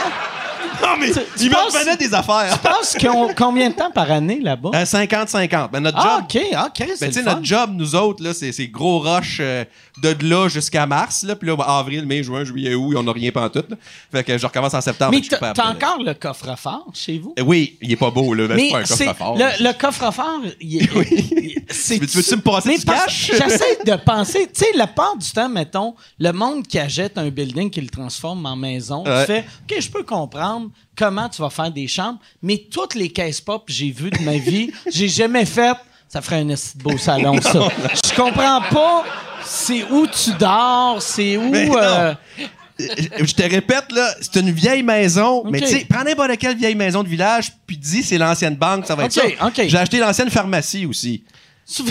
Non, mais
Tu- tu
il m'en
penses-
revenait des affaires.
tu passes qu'on- combien de temps par année là-bas?
Euh, 50-50. Ben, notre
ah,
job.
OK, ah, Chris,
Ben,
c'est
tu sais,
le fun.
notre job, nous autres, là, c'est c'est gros rush euh, de de là jusqu'à mars. Là, puis là, avril, mai, juin, juillet, août, on n'a rien pantoute. tout. Fait que je recommence en septembre.
Mais
fait que je suis
t'as,
pas
t'as
après, là.
encore le coffre-fort chez vous?
Eh Oui, il est pas beau, là. Ben,
Mais
c'est pas un
c'est-
coffre fort.
le, le coffre-fort, il est- il- c'est
Tu veux- tu veux-tu me passer
Mais
du
parce-
cash?
J'essaie de penser, tu sais, la part du temps, mettons, le monde qui achète un building, qui le transforme en maison,
Ouais.
tu fais, OK, je peux comprendre comment tu vas faire des chambres, mais toutes les caisses pop que j'ai vues de ma vie, j'ai jamais fait, ça ferait un esti de beau salon, ça. Je comprends pas, c'est où tu dors, c'est où.
Mais
euh,
non. je je te répète, là, c'est une vieille maison, mais
Ok.
tu sais, prends n'importe quelle vieille maison de village, puis dis c'est l'ancienne banque, ça va être
Ok,
ça.
ok.
J'ai acheté l'ancienne pharmacie aussi.
tu-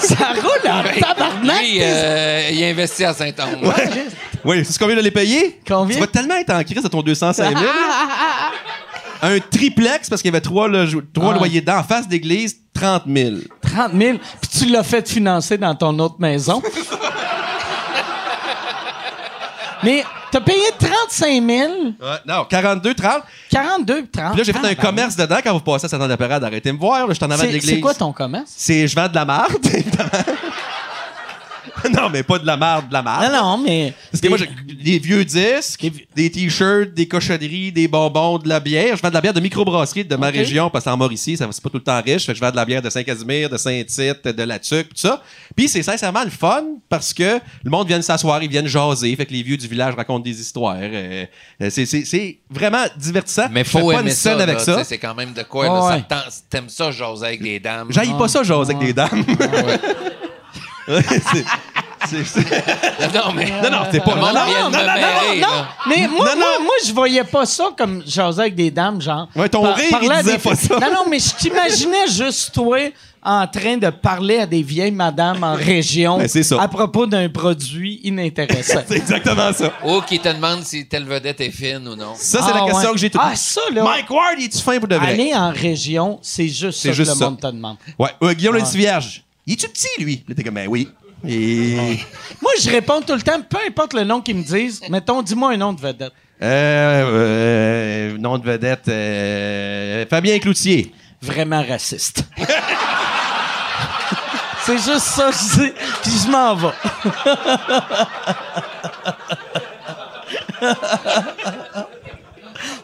ça roule en tabarnak.
Lui, euh, il investit à Saint-Anne.
Oui, c'est combien de les payer?
Combien?
Tu vas tellement être en crise de ton 205 000. Un triplex, parce qu'il y avait trois, loge- trois
Ah.
loyers dedans, en face d'église, 30 000.
30 000, puis tu l'as fait financer dans ton autre maison. Mais t'as payé 35 000,
non, 42, 30.
42, 30.
Puis là, j'ai fait
Ah,
un
ben
commerce dedans quand vous passez à saint anne de parade Arrêtez de me voir, là, je suis en
oui.
avant de
C'est
l'église.
c'est quoi ton commerce?
C'est je vends de la marde, évidemment. non, mais pas de la merde, de la merde.
Non, non, mais.
Parce Ah, que moi, j'ai des vieux disques, des t-shirts, des cochonneries, des bonbons, de la bière. Je vends de la bière de microbrasserie de ma
Ok.
région, parce qu'en Mauricie, ça, c'est pas tout le temps riche. Fait que je vends de la bière de Saint-Casimir, de Saint-Tite, de la Tuque, tout ça. Puis c'est sincèrement le fun, parce que le monde vient s'asseoir, ils viennent jaser. Fait que les vieux du village racontent des histoires. Euh, c'est, c'est- c'est vraiment divertissant.
Mais
Je fais
faut
pas
aimer
une scène
ça.
avec
là,
ça.
tu sais, C'est quand même de quoi.
Ouais,
là,
ouais.
ça te tente- T'aimes ça, j'ose avec les dames.
J'aille pas ça jaser avec des dames. Ouais, c'est- c'est- c'est-
Non, mais.
Non, non, t'es pas...
Le monde
non, non,
vient de me
Non,
mêler,
non,
là.
mais moi,
Non, non.
moi, moi, je voyais pas ça comme jaser avec des dames, genre.
Ouais, ton rire, il
parler à
disait
des-
pas ça.
Non, non, mais je t'imaginais juste toi en train de parler à des vieilles madames en région
Ben, c'est ça.
à propos d'un produit inintéressant.
c'est exactement ça.
Ou Oh, qui te demande si telle vedette est fine ou non.
Ça, c'est
Ah,
la question
ouais.
que j'ai tout.
Ah, ça, là.
Mike Ward, est tu fin pour de vrai?
Aller en région, c'est juste ça
C'est juste
que le
ça.
monde te demande.
Ouais. Euh, Guillaume le
Ouais.
petit vierge. Il est-tu petit, lui? Là, t'es comme, ben oui. Et...
Moi, je réponds tout le temps, peu importe le nom qu'ils me disent. Mettons, dis-moi un nom de vedette.
Euh, euh, nom de vedette, euh, Fabien Cloutier.
Vraiment raciste. c'est juste ça, que je dis, puis je m'en vais.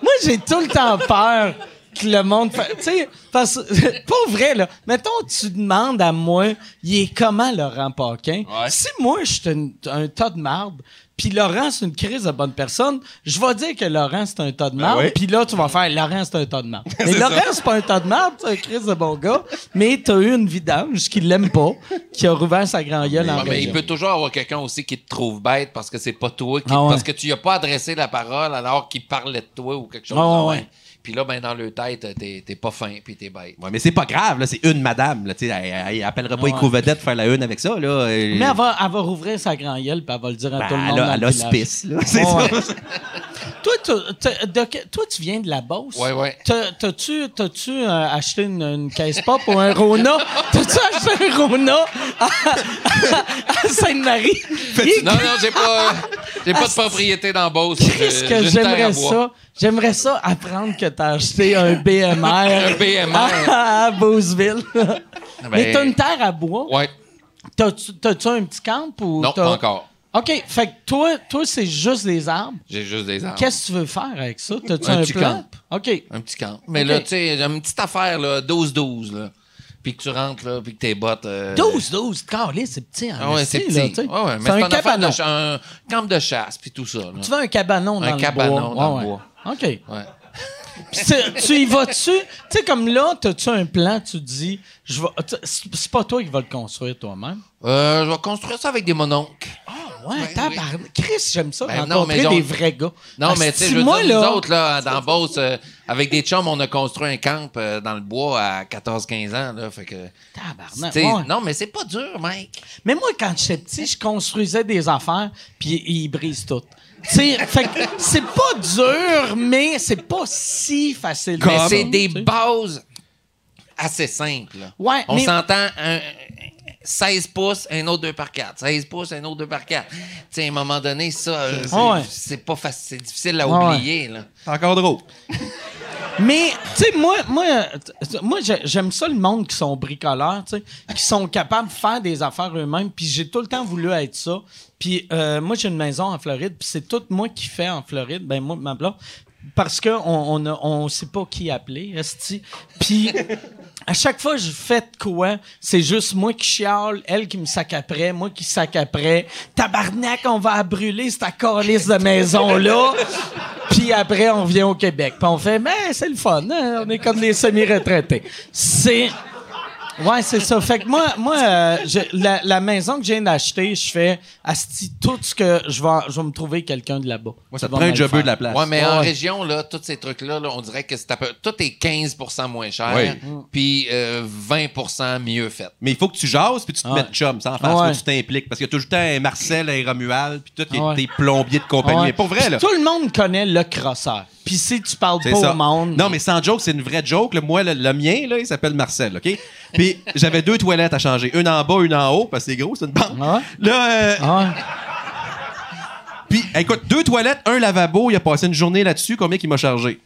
Moi, j'ai tout le temps peur que le monde. fa- Tu sais, parce pour vrai, là, mettons, tu demandes à moi, il est comment Laurent Paquin? Si moi, je suis une- un tas de marde, puis Laurent, c'est une crise de bonne personne, je vais dire que Laurent, c'est un
Ben
tas de marde,
oui.
puis là, tu vas faire Laurent, c'est un tas de marde. Mais Laurent, c'est pas un tas de marde, c'est un crise de bon gars, mais t'as eu une vidange qui l'aime pas, qui a rouvert sa grand gueule en
Ouais, Ah, mais il
région.
peut toujours avoir quelqu'un aussi qui te trouve bête parce que c'est pas toi, qui,
Ah ouais.
parce que tu lui as pas adressé la parole alors qu'il parlait de toi ou quelque chose.
Ah
de
ouais.
même. Puis là, ben, dans le tête, t'es t'es pas fin puis t'es bête.
Ouais, mais c'est pas grave, là, c'est une madame. Là, tu sais, elle, elle- elle appellera pas éco-vedette faire la une avec ça. Là, Euh,
Mais elle va, elle va rouvrir sa grand gueule, puis elle va le dire à
ben,
tout le monde.
elle
dans
a-
le
elle a
village.
hospice, là. C'est
Ouais.
ça.
Toi, t'as- t'as- de que- toi, tu viens de la Beauce.
Ouais, ouais.
T'as- T'as-tu t'as-tu, euh, acheté une, une caisse pop ou un Rona? T'as-tu acheté un Rona à, à- à Sainte-Marie? Et
Non, non, j'ai pas, j'ai pas de propriété dans Beauce.
Qu'est-ce
J'ai
que
une terre à
j'aimerais
bois.
ça? J'aimerais ça apprendre que t'as acheté un BMR,
Un BMR.
à, à Beauceville. Mais
Ben,
t'as une terre à bois.
Ouais,
T'as-tu t'as-tu un petit camp ou
non,
t'as-
pas encore.
OK, fait que toi, toi c'est juste des arbres.
J'ai juste des arbres.
Qu'est-ce que tu veux faire avec ça? T'as-tu
Ah. Un
un,
petit
plan? OK.
Un petit camp. Mais
Ok.
là, tu sais, une petite affaire, là, 12-12, là. Puis que tu rentres, là, puis que tes bottes. euh,
12, 12, calé, c'est petit. en
Ah ouais, c'est
esti,
petit.
là, tu sais.
Ouais, ouais, mais
c'est
c'est
un
une affaire de
cabanon.
ch- un camp de chasse, puis tout ça. là.
Tu veux un cabanon dans
Un
le
cabanon
bois.
dans
Ouais,
le
ouais.
bois.
OK.
Ouais.
Puis tu- tu y vas-tu? Tu sais, comme là, t'as-tu un plan, tu dis, je vais- tu- c'est c'est pas toi qui vas le construire toi-même.
Euh, je vais construire ça avec des mononcles.
Ouais,
Ben
tabarnak. Chris, j'aime ça,
Ben non,
rencontrer
mais on-
des vrais gars.
Non, mais
Asti,
tu sais, je veux
Ah, moi,
dire, nous
là-
autres, là, dans Beauce, euh, avec des chums, on a construit un camp euh, dans le bois à 14-15 ans, là, fait que...
Tabarnak,
tu sais,
ouais.
Non, mais c'est pas dur, Mike.
Mais moi, quand j'étais petit, je construisais des affaires, puis ils brisent tout. Tu sais, fait que c'est pas dur, mais c'est pas si facile.
mais c'est des
Tu sais.
bases assez simples. là.
Ouais,
on
mais-
s'entend un 16 pouces, un autre 2 par 4. 16 pouces, un autre 2 par 4. Tu sais, à un moment donné, ça, euh, c'est
Ouais.
c'est pas facile, c'est difficile à
Ouais.
oublier. Là.
C'est encore drôle.
Mais, tu sais, moi, moi, t- moi j'ai- j'aime ça le monde qui sont bricoleurs, tu sais, qui sont capables de faire des affaires eux-mêmes. Puis j'ai tout le temps voulu être ça. Puis euh, moi, j'ai une maison en Floride, puis c'est tout moi qui fais en Floride, ben moi, ma blonde, parce qu'on on, a- on sait pas qui appeler, esti. Puis à chaque fois, je fais de quoi, c'est juste moi qui chiale, elle qui me sac après, moi qui sac après. Tabarnak, on va la brûler cette calice de maison-là. Puis après, on vient au Québec. Puis on fait, mais c'est le fun, hein? on est comme des semi-retraités. C'est. Ouais, c'est ça. Fait que moi, moi euh, je- la, la maison que je viens d'acheter, je fais asti, tout ce que je vais, je vais me trouver quelqu'un de là-bas.
Ça te
va
prend un
mal
jobeux
faire.
de la place.
Ouais, mais en
Ouais.
région, là, tous ces trucs-là, là, on dirait que c'est à peu... Tout est 15 moins cher, puis euh, 20 mieux fait.
Mais il faut que tu jases puis tu te
Ouais.
mettes chum, ça en face,
Ouais.
faut que tu t'impliques. Parce qu'il y a toujours le temps un Marcel, un Romuald, puis tous les-
Ouais.
tes plombiers de compagnie.
Ouais.
Ben, Mais Pour vrai,
Puis
là.
Tout le monde connaît le crosseur. Puis si tu parles
C'est
pas
ça.
au monde.
Non, mais sans joke, c'est une vraie joke. là. Moi, le, le mien, là, il s'appelle Marcel, OK? Puis j'avais deux toilettes à changer. Une en bas, une en haut, parce que c'est gros, c'est une banque.
Ah.
Là, euh,
Ah,
puis écoute, deux toilettes, un lavabo, il a passé une journée là-dessus, combien il m'a chargé?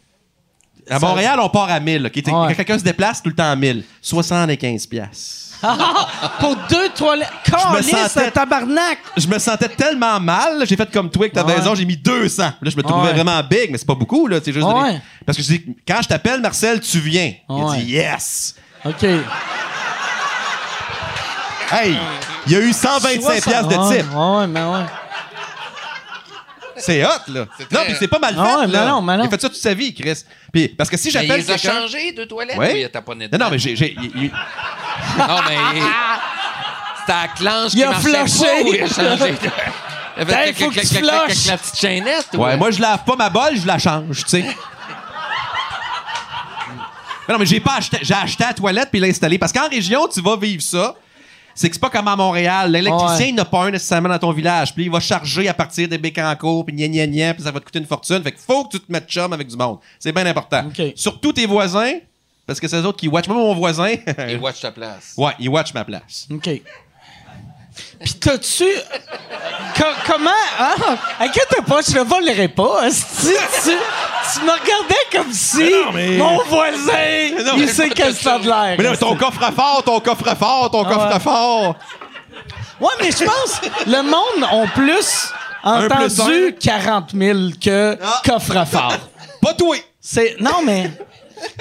Ça- Ah
À Montréal, on part à 1000, OK? T'sais,
Ouais.
Quand quelqu'un se déplace, tout le temps à 1000. 75 piastres.
Ah, Pour deux toilettes. Calisse,
sentais-
le tabarnak! Ah
Je me sentais tellement mal, j'ai fait comme toi que t'as
Ouais. Ah
raison, j'ai mis 200. Là, je me trouvais
Ouais. Ah
vraiment big, mais c'est pas beaucoup, là. C'est juste
Ouais. Ah
donné- Parce que je dis, quand je t'appelle, Marcel, tu viens.
Ouais.
Il dit, yes!
OK.
Hey! Il y a eu 125
Soixante-
piastres de
Ouais,
type.
Ouais, ouais, mais ouais.
C'est hot, là. Non,
C'est très-
puis c'est pas mal fait,
Ah ouais, mais
là.
non, mais non.
Il a fait ça toute sa vie, Chris. Puis, parce que si
Mais il
j'appelle
les a
quelqu'un...
changés, deux toilettes?
Ouais.
ou il a tamponné
Non, non,
dedans?
mais j'ai... j'ai- il- il-
Non, mais. C'était la clanche qui
Il a
marchait pas
flashé.
ou il a changé. Il avait
Hey,
clac,
faut
clac,
que tu
clac, clac,
flushes.
clac, la petite chaînette. ou-
Ouais, moi, je lave pas ma balle, je la change, tu sais. mais non, mais j'ai pas acheté... J'ai acheté la toilette puis l'installé. Parce qu'en région, tu vas vivre ça. C'est que c'est pas comme à Montréal. L'électricien,
Ouais.
il n'a pas un nécessairement dans ton village. Puis il va charger à partir des becs en cours, puis gna gna gna, puis ça va te coûter une fortune. Fait que faut que tu te mettes chum avec du monde. C'est bien important.
OK.
Surtout tes voisins, parce que c'est eux autres qui watchent. Moi, mon voisin...
Il watch ta place.
Ouais, il watch ma place.
OK. Puis t'as-tu... Co- comment... Ah, inquiète pas, je ne volerai pas. Si tu, tu me regardais comme si mon voisin,
non,
il
mais-
sait qu'est-ce que ça a de l'air.
Mais là, ton coffre à fort, ton coffre à fort, ton coffre à fort.
Ah Ouais, mais je pense le monde ont plus
Un plus un.
entendu 40 000 que
Ah.
coffre à fort.
Pas toi.
C'est non mais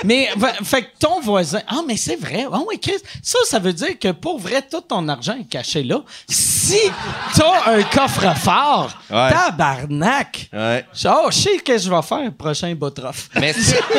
mais fa- fait que ton voisin ah mais c'est vrai ah oui Chris ça ça veut dire que pour vrai tout ton argent est caché là si t'as un coffre fort
Ouais.
tabarnak
Ouais.
Je- oh je sais qu'est-ce que je vais faire prochain botrof
Mais c'est.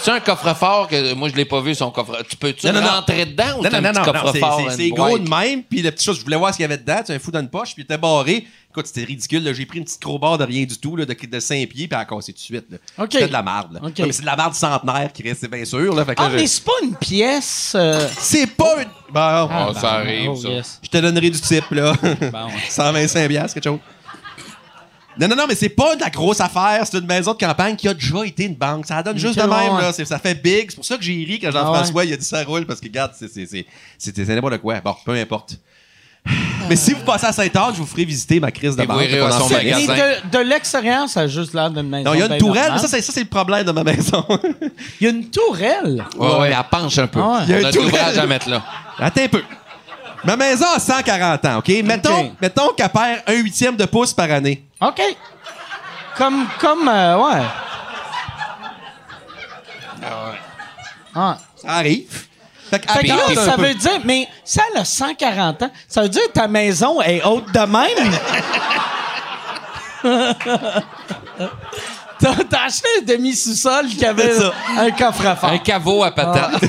C'est un coffre-fort que moi je l'ai pas vu son coffre. Tu peux tu
Non, non, non.
rentrer dedans ou
Non,
t'as
non, non, non, non,
un petit
c'est-
coffre-fort
c'est-
and
c'est gros
break?
de même. Puis la petite chose, je voulais voir ce qu'il y avait dedans. Tu as un fou dans une poche, puis il était barré. Écoute, c'était ridicule. là. J'ai pris une petite crowbar de rien du tout, là, de, de 5 pieds, puis elle a cassé tout de suite. là.
OK.
C'était de la merde. là.
OK.
Non, mais c'est de la merde centenaire qui reste, c'est bien sûr. Là, Fait que
ah
là,
mais
je-
c'est pas une pièce euh,
C'est pas une. Bon,
Ah, ça arrive,
oh,
ça.
yes.
je te donnerai du type, là. 125 piastres, quelque chose. Non, non, non, mais c'est pas de la grosse affaire. C'est une maison de campagne qui a déjà été une banque. Ça la donne juste de
Ok, ouais,
même,
ouais.
là. C'est- Ça fait big. C'est pour ça que j'ai ri
Ah
quand Jean-François, il a dit ça roule, parce que, regarde, c'est- c'est- c'est c'est- c'est n'importe quoi. Bon, peu importe. Mais si vous passez à Saint-Anne, je vous ferai visiter ma crise de
Et vous
banque.
irez
pendant
à son
six
Mais
magasin.
minutes.
de, de l'extérieur ça a juste l'air d'une maison
Non, il y a une
bien
tourelle, mais
normale.
ça, c'est ça, c'est le problème de ma maison.
il y a une tourelle
Ouais, ouais, elle penche un peu.
Ah ouais.
Il y a
On
un
a de
tourelle.
l'ouvrage à mettre là.
Attends un peu. Ma maison a 140 ans, OK? Mettons,
OK.
mettons qu'elle perd un huitième de pouce par année.
ok comme comme euh, ouais ah.
Ça arrive. Fait que,
Fait que
elle perd
là,
un
Ah, ça
peu.
veut dire, mais ça, elle a 140 ans. Ça veut dire que ta maison est haute de même. T'as t'as acheté un demi-sous-sol qui avait
C'est ça.
un coffre à
Un
faire.
caveau à patates.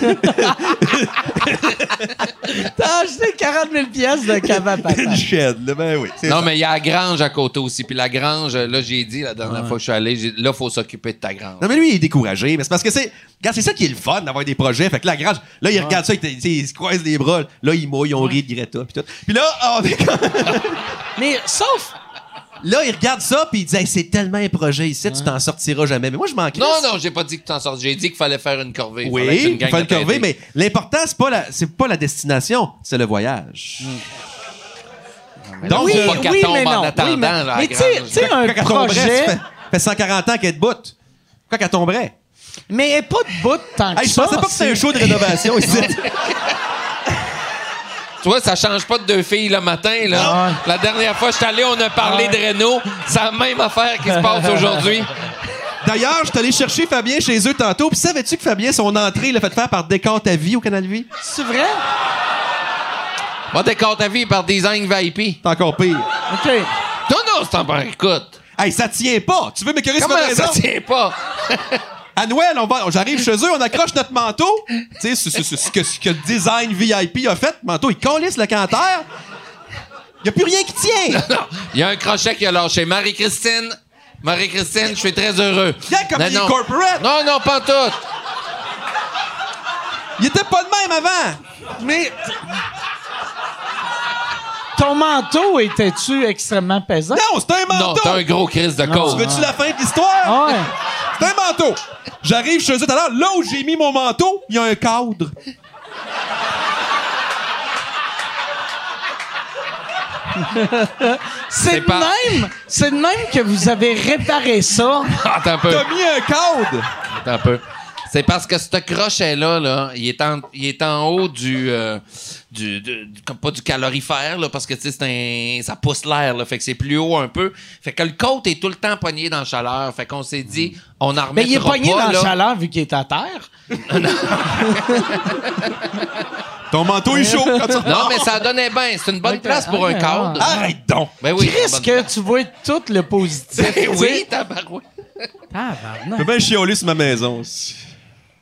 T'as acheté 40 000 pièces de cave à patates.
Une chaîne, là, ben oui. c'est
Non,
ça.
mais il y a la grange à côté aussi. Puis la grange, euh, là, j'ai dit la dernière fois que je suis allé, j'ai dit, là, faut s'occuper de ta grange.
Non, mais lui, il est découragé. Mais c'est parce que c'est. Regarde, c'est ça qui est le fun d'avoir des projets. Fait que là, la grange, là, il regarde ça, il, t- il se croise les bras. Là, il mouille, on rit de Greta. Puis tout. Puis là, on est comme-
Mais sauf,
là, il regarde ça, puis il dit, Hey, c'est tellement un projet ici, tu t'en sortiras jamais. Mais moi, je m'en crisse.
Non, non, j'ai pas dit que t'en sortes. J'ai dit qu'il fallait faire une corvée. Il fallait être
Oui, il
gang
faut
de
le corvée,
PD.
mais l'important, c'est pas la, c'est pas la destination, c'est le voyage. Donc,
oui,
faut
euh,
pas qu'elle
oui,
tombe
mais
en
non.
attendant,
Oui, mais-
là, à
mais
la
tu sais-
grange.
tu sais, un
quand elle tomberait, ça
projet,
fait, fait 140 ans qu'elle est debout. Quand elle tomberait.
mais elle est pas de bout tant que
Hey, je
ça.
pensais pas que c'était un show de rénovation ici.
Tu vois, ça change pas de deux filles le matin, là.
Ah ouais.
La dernière fois, je suis allé, on a parlé de Renault. C'est la même affaire qui se passe aujourd'hui.
D'ailleurs, je suis allé chercher Fabien chez eux tantôt. Puis savais-tu que Fabien, son entrée, l'a fait faire par Décor ta vie au Canal Vie?
C'est vrai?
Va décor ta vie par Design VIP.
C'est encore pire.
OK.
Non, non, c'est en bas. Écoute.
Hey, ça tient pas! Tu veux m'écœurer sur ma
Comment
raison?
ça tient pas?
À Noël, on va, j'arrive chez eux, on accroche notre manteau. Tu sais, ce, ce- ce- ce que, ce que le design VIP a fait, le manteau, il colisse le canter. Il a plus rien qui tient!
Non, il y a un crochet qui a lâché. Marie-Christine, Marie-Christine, je suis très heureux.
Regarde comme il est
non.
corporate.
Non, non, pas en tout.
Il était pas de même avant!
Mais... Ton manteau était-tu extrêmement pesant?
Non, c'est un
Non,
manteau!
t'as un gros crise de
Tu
cause.
veux-tu la fin de l'histoire?
Ah ouais.
C'est un manteau! J'arrive chez eux tout à l'heure, là où j'ai mis mon manteau, il y a un cadre.
C'est de
pas-
même, c'est de même que vous avez réparé ça.
Attends un peu,
T'as mis un cadre!
attends un peu. C'est parce que ce crochet-là, là, il, est en, il est en haut du, euh, du, du- du- comme pas du calorifère, là, parce que tu sais, c'est un- ça pousse l'air, là, fait que c'est plus haut un peu. Fait que le côte est tout le temps pogné dans la chaleur. Fait qu'on s'est dit, on en
Mais il est
remettra
pogné
pas,
dans la
là.
chaleur vu qu'il est à terre.
Ton manteau est chaud quand tu
Non, mais ça donnait bien. C'est une bonne
Ok,
place pour
ok,
un cadre.
ouais.
Arrête donc!
Ben oui. c'est
Qu'est-ce
une bonne
Ah, que tu vois tout le positif?
place. oui, tabarouette.
Je peux bien chialer sur ma maison. si.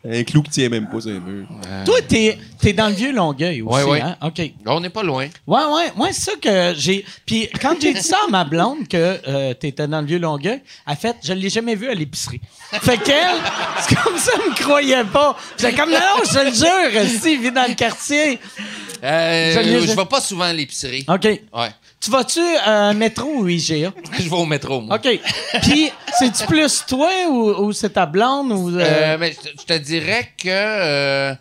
Un clou qui tient même pas sur les murs.
Euh, Toi, t'es es dans le vieux Longueuil aussi,
Ouais, ouais.
hein? OK.
On n'est pas loin.
Ouais, ouais, moi, c'est ça que j'ai. Puis quand j'ai dit ça à ma blonde que euh, t'étais dans le vieux Longueuil, elle fait, je l'ai jamais vu à l'épicerie. Fait qu'elle, c'est comme ça, elle me croyait pas. J'étais comme, non, non, je te le jure, si, il vit dans le quartier.
Euh,
Je l'ai- Ah.
je vais pas souvent à l'épicerie.
OK.
Ouais.
Tu vas-tu euh, métro ou IGA?
Je vais au métro, moi.
OK. Puis, c'est-tu plus toi ou, ou c'est ta blonde ou. euh,
Euh, mais je te- je te dirais que euh,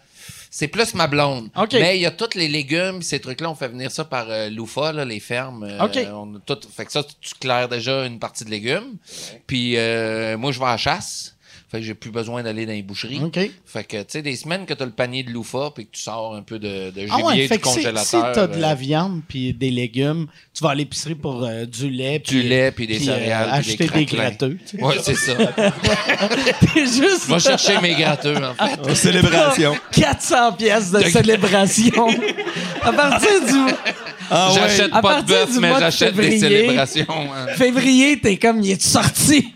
c'est plus ma blonde.
OK.
Mais il y a tous les légumes, ces trucs-là, on fait venir ça par euh, Loufa, là, les fermes. Euh,
OK.
On a tout, fait que ça, tu- tu claires déjà une partie de légumes. Puis euh, moi, je vais à la chasse. Fait que j'ai plus besoin d'aller dans les boucheries.
OK.
Fait que, tu sais, des semaines que t'as le panier de Loufa puis que tu sors un peu de, de
Ah
gibier,
ouais, fait
du
que si,
congélateur.
si t'as de
euh,
la viande puis des légumes, tu vas à l'épicerie pour euh, du lait.
du lait, puis des
puis, euh,
céréales, puis
acheter des
craquelins.
gratteux. tu sais.
Ouais, c'est ça.
T'es juste.
Moi, chercher mes gratteux, en fait.
Une célébration.
400 pièces de célébration. à partir du
Ah ouais.
j'achète
À
pas de
partir
bœuf,
du
mais
mois de
j'achète des
février.
célébrations. hein.
février, t'es comme, il est sorti.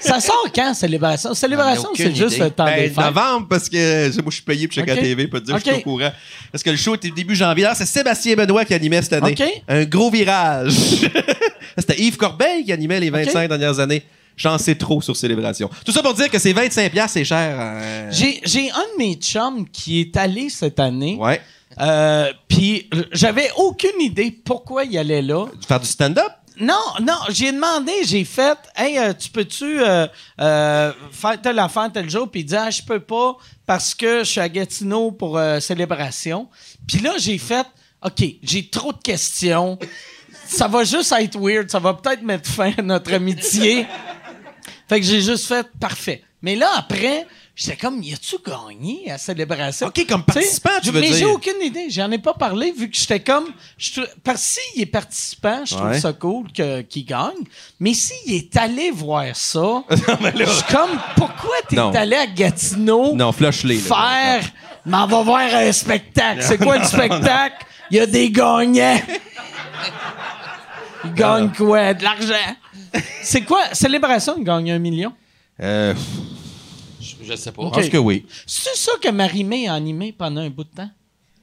Ça sort quand, célébration? Célébration,
J'en ai aucune
c'est juste
idée.
le temps des
Ben,
fêtes.
novembre, parce que c'est- moi, je suis payé pour checker
Ok.
la TV, pas te dire que je
Ok.
suis au courant. Parce que le show était début janvier. Alors, C'est Sébastien Benoît qui animait cette année.
Ok.
Un gros virage. C'était Yves Corbeil qui animait les 25
Ok.
dernières années. J'en sais trop sur Célébration. Tout ça pour dire que c'est 25$, piastres, c'est cher. euh,
J'ai j'ai un de mes chums qui est allé cette année.
Ouais.
Euh, Puis euh, j'avais aucune idée pourquoi il allait là.
Faire du stand-up?
Non, non, j'ai demandé, j'ai fait, hey, euh, tu peux-tu euh, euh, faire telle affaire tel jour? Puis il dit, ah, je peux pas parce que je suis à Gatineau pour euh, célébration. Puis là, j'ai fait, OK, j'ai trop de questions. Ça va juste être weird, ça va peut-être mettre fin à notre amitié. Fait que j'ai juste fait, parfait. Mais là, après, j'étais comme, y a-tu gagné à célébration?
OK, comme
Tu sais,
participant, tu veux
Mais j'ai
dire.
aucune idée. J'en ai pas parlé vu que j'étais comme. je trou- Parce que s'il est participant, je trouve
Ouais.
ça cool que- qu'il gagne. Mais s'il est allé voir ça, je suis comme pourquoi t'es
Non.
allé à Gatineau
Non, flush-les. là.
faire Mais on va voir un spectacle. C'est quoi le spectacle? Il y a des gagnants. Ils gagnent quoi? De l'argent. C'est quoi? Célébration, ils gagnent un million.
Euh, pff,
Je, je sais pas.
Je pense que oui.
C'est ça que Marie-Mé a animé pendant un bout de temps?